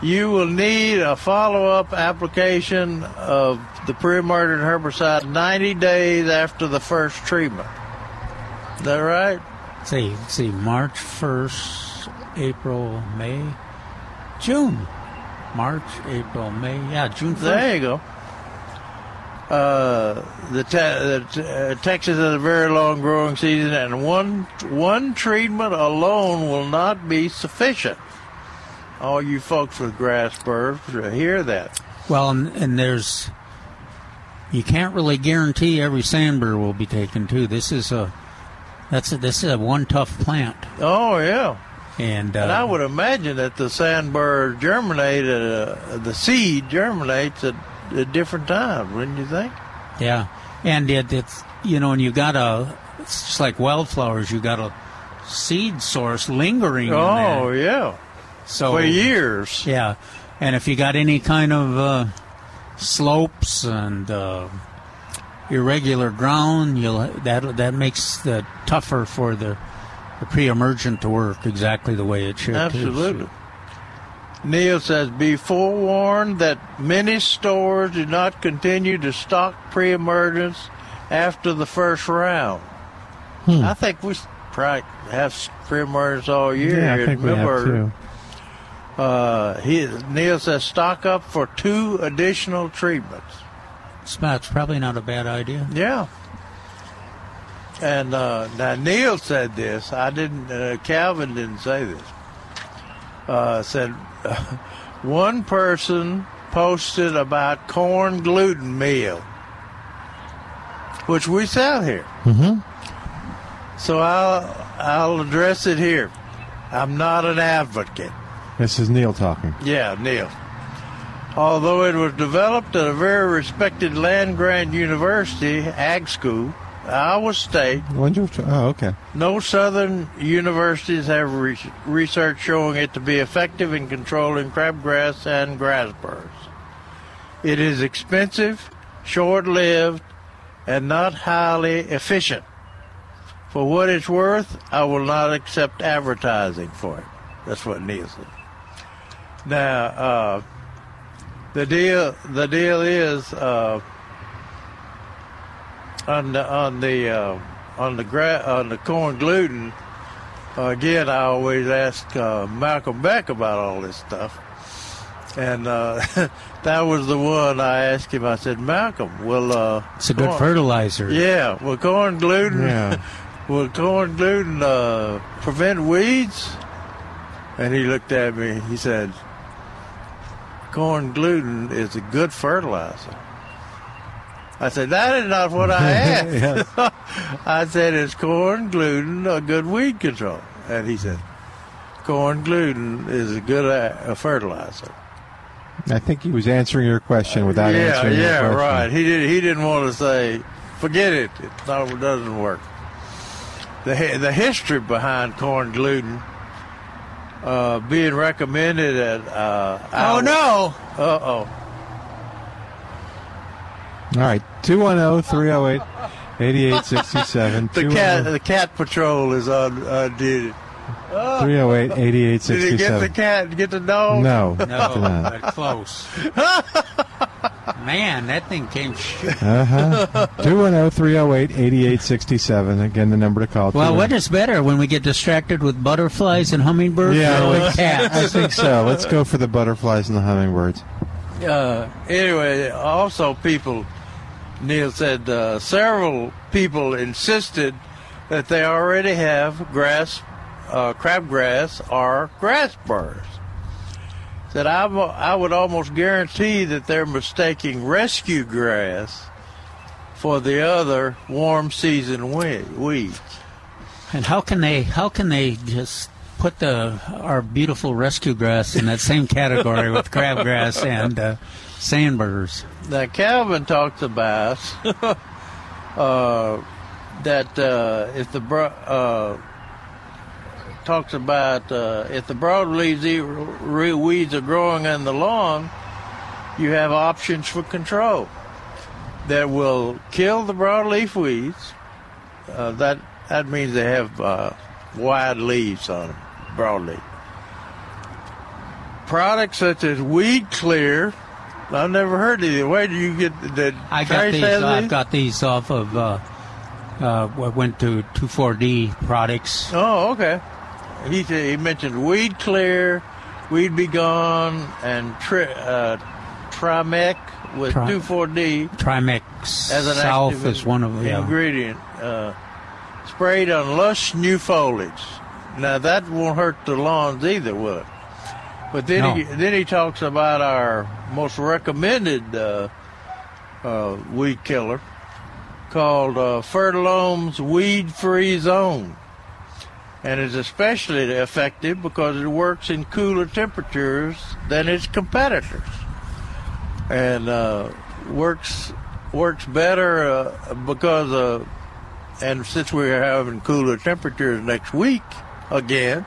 B: you will need a follow-up application of the pre-emergent herbicide 90 days after the first treatment. Is that right?
E: See, see, March 1st, April, May, June. March, April, May. Yeah, June 1st.
B: There you go. Uh, the, te- the te- uh, Texas has a very long growing season, and one one treatment alone will not be sufficient. All you folks with grass burrs, hear that?
E: Well, and, and there's you can't really guarantee every sand burr will be taken too. This is a that's a, this is a one tough plant,
B: Oh yeah.
E: and, uh,
B: And I would imagine that the sand burr germinate, uh, the seed germinates at, at different times, wouldn't you think?
E: yeah, and it, it's you know, and you got a it's just like wildflowers, you got a seed source lingering.
B: Oh,
E: in there.
B: yeah.
E: so
B: For years.
E: Yeah, and if you got any kind of uh, slopes and uh, irregular ground, you'll that that makes the tougher for the, the pre-emergent to work exactly the way it should. too.
B: Absolutely. Neil says, be forewarned that many stores do not continue to stock pre-emergence after the first round.
C: Hmm.
B: I think we s- probably have s- pre-emergence all year
C: yeah,
B: here
C: I
B: at
C: think we have
B: Millburger.
C: too.
B: Uh, he, Neil says, stock up for two additional treatments.
E: That's probably not a bad idea.
B: Yeah. And uh, now Neil said this. I didn't. Uh, Calvin didn't say this. Uh, said *laughs* one person posted about corn gluten meal, which we sell here.
C: Mm-hmm.
B: So I'll I'll address it here. I'm not an advocate.
C: This is Neil talking.
B: Yeah, Neil. Although it was developed at a very respected land grant university, ag school, Iowa State,
C: Wonder. Oh, okay.
B: no southern universities have re- research showing it to be effective in controlling crabgrass and grass burrs. It is expensive, short lived, and not highly efficient. For what it's worth, I will not accept advertising for it. That's what Neil said. Now, uh, the deal the deal is uh, on the on the uh, on the gra- on the corn gluten. Again, I always ask uh, Malcolm Beck about all this stuff, and uh, *laughs* that was the one I asked him. I said, "Malcolm, well, uh,
E: It's a good
B: corn-
E: fertilizer.
B: Yeah, well, corn gluten. *laughs*
E: Yeah.
B: will corn gluten uh, prevent weeds?" And he looked at me. He said, "Corn gluten is a good fertilizer." I said, "That is not what I asked." *laughs* I said, "Is corn gluten a good weed control?" And he said, "Corn gluten is a good uh, a fertilizer."
C: I think he was answering your question without
B: yeah,
C: answering your
B: yeah,
C: question.
B: right. He did. He didn't want to say, "Forget it. It not, it doesn't work." The hi- the history behind corn gluten uh, being recommended at uh, oh no uh oh
C: All right. oh, 210 308 8867.
B: the cat the cat patrol is on uh, duty.
C: oh, 308
B: Did he get the
C: 8867.
B: cat? Get the dog?
C: No,
E: No,
C: did not.
B: *laughs*
E: but close. Man, that thing came.
C: Uh
E: *laughs*
C: huh. 210 308 8867. Again, the number to call.
E: Well, what is better when we get distracted with butterflies and hummingbirds
C: Yeah,
E: or
C: I
E: with
C: think,
E: cats?
C: oh. I think so. Let's go for the butterflies and the hummingbirds.
B: Uh, anyway, also people, Neil said, uh, several people insisted that they already have grass, uh, crabgrass or grass burrs. Said I, wo- I would almost guarantee that they're mistaking rescue grass for the other warm season we- weeds.
E: And how can they? How can they just put the our beautiful rescue grass in that same category with crabgrass and uh, sandburrs?
B: Now Calvin talks about *laughs* uh, that uh, if the bro- uh, talks about uh, if the broadleaf ze- re- weeds are growing on the lawn, you have options for control that will kill the broadleaf weeds. Uh, that that means they have uh, wide leaves on them, broadleaf. Products such as Weed Clear. I've never heard of it. Where do you get the?
E: I got these. uh, I've got these off of. Uh, uh, I went to 24D products.
B: Oh, okay. He said- he mentioned weed clear, weed be gone, and tri, uh, Trimec with
E: Tri-
B: 2,4-D
E: Trimex
B: as an
E: South
B: active
E: is one of yeah.
B: ingredient uh, sprayed on lush new foliage. Now that won't hurt the lawns either, will it? But then
E: No.
B: he then he talks about our most recommended uh, uh, weed killer called uh, Fertilome's Weed Free Zone, and is especially effective because it works in cooler temperatures than its competitors and uh, works works better uh, because uh, and since we're having cooler temperatures next week again,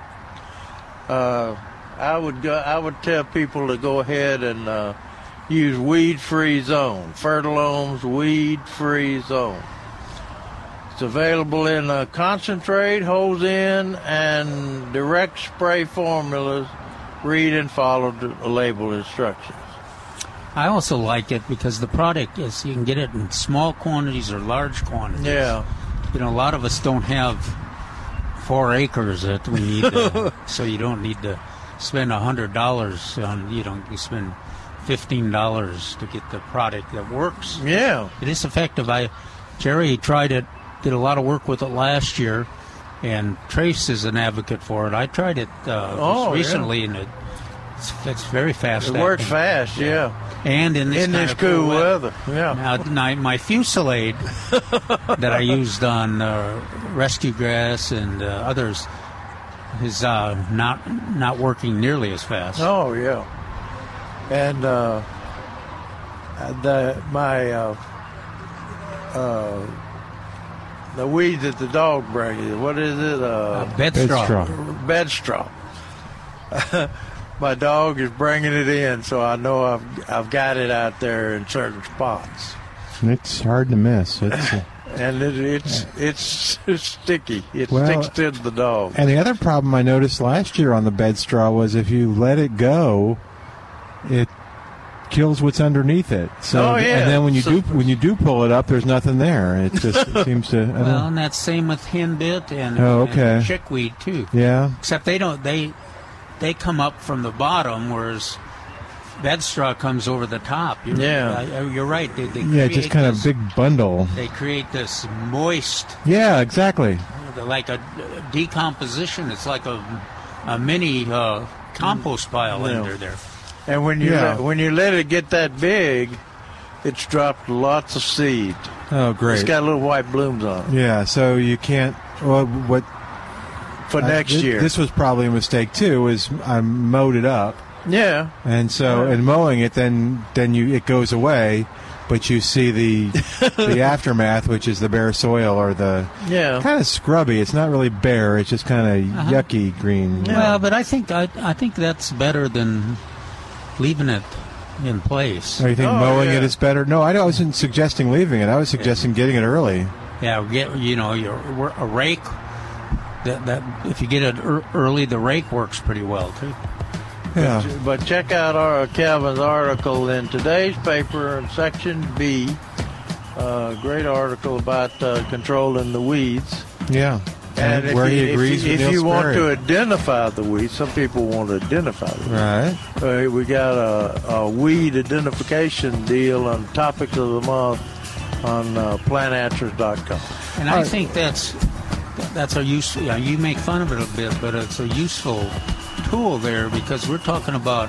B: uh, I would go, I would tell people to go ahead and uh, use weed free zone Fertilome's weed free zone. It's available in uh, concentrate, hose in, and direct spray formulas. Read and follow the label instructions.
E: I also like it because the product is you can get it in small quantities or large quantities.
B: Yeah.
E: You know, a lot of us don't have four acres that we need,
B: *laughs*
E: to, so you don't need to spend a hundred dollars on. You don't you spend fifteen dollars to get the product that works.
B: Yeah.
E: It is effective. I Jerry tried it, did a lot of work with it last year, and Trace is an advocate for it. I tried it uh,
B: Oh, yeah.
E: recently, and it it's, it's very fast.
B: It works
E: acting.
B: fast, yeah.
E: And in this,
B: In
E: kind
B: this
E: of
B: cool weather, yeah.
E: Now, my,
C: *laughs*
E: my Fusilade that I used on uh, rescue grass and uh, others is uh, not not working nearly as fast.
B: Oh yeah, and uh, the my uh, uh, the weed that the dog brings. What is it? Uh,
E: bed Bed straw. straw.
B: Bed straw. *laughs* my dog is bringing it in, so I know I've I've got it out there in certain spots,
C: It's hard to miss. It's, uh,
B: and it, it's, it's it's sticky. It
C: Well,
B: sticks to the dog.
C: and the other problem I noticed last year on the bed straw was if you let it go, it kills what's underneath it. So
E: Oh, yeah.
C: and then when you
E: So-
C: do when you do pull it up, there's nothing there. It just
E: *laughs*
C: seems to. I don't-
E: Well, and that's same with henbit and,
C: Oh,
E: and
C: okay.
E: chickweed too.
C: yeah.
E: Except they don't they they come up from the bottom, whereas bed straw comes over the top. You're,
C: Yeah.
E: I- you're right. They, they
C: Yeah,
E: create
C: just kind of
E: this-
C: big bundle.
E: They create this moist
C: Yeah, exactly.
E: like a decomposition. It's like a, a mini uh, compost pile
B: Yeah.
E: under there.
B: And when you
E: Yeah.
B: let, when you let it get that big, it's dropped lots of seed.
C: Oh, great.
B: It's got little white blooms on it.
C: Yeah, so you can't. Well, what
B: For next
C: thi-
B: year.
C: This was probably a mistake too. Is I mowed it up,
B: Yeah.
C: and so in mowing it, then then you it goes away, but you
B: *laughs*
C: see the the aftermath, which is the bare soil or the
B: Yeah.
C: kind of scrubby. It's not really bare. It's just kind of
E: Uh-huh.
C: yucky green.
E: Well, but I think I, I think that's better than leaving it in place.
C: Or you
B: Oh,
C: think mowing it is better? No, I, don't- I wasn't suggesting leaving it. I was suggesting getting it early.
E: Yeah, get you know your a rake. That, that if you get it ear- early, the rake works pretty well too.
C: Yeah.
B: But check out our Calvin's article in today's paper in section B. Uh, great article about uh, controlling the weeds.
C: Yeah,
B: And if
C: where
B: you,
C: he
B: if
C: agrees
B: you,
C: with
B: if
C: Neil
B: you want
C: Sperry.
B: to identify the weeds, some people want to identify the
C: Right.
B: Uh, we got a, a weed identification deal on topics of the month on uh, plantanswers.com.
E: And I think that's that's a useful. Yeah, you make fun of it a bit, but it's a useful tool there because we're talking about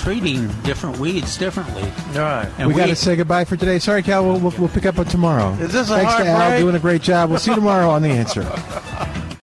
E: treating different weeds differently.
B: Right.
E: And
C: we got to say goodbye for today. Sorry, Cal. We'll, we'll, we'll pick up on tomorrow.
E: Is this a
C: Thanks
E: hard
C: to Al
E: break?
C: doing a great job. We'll see you tomorrow on the answer.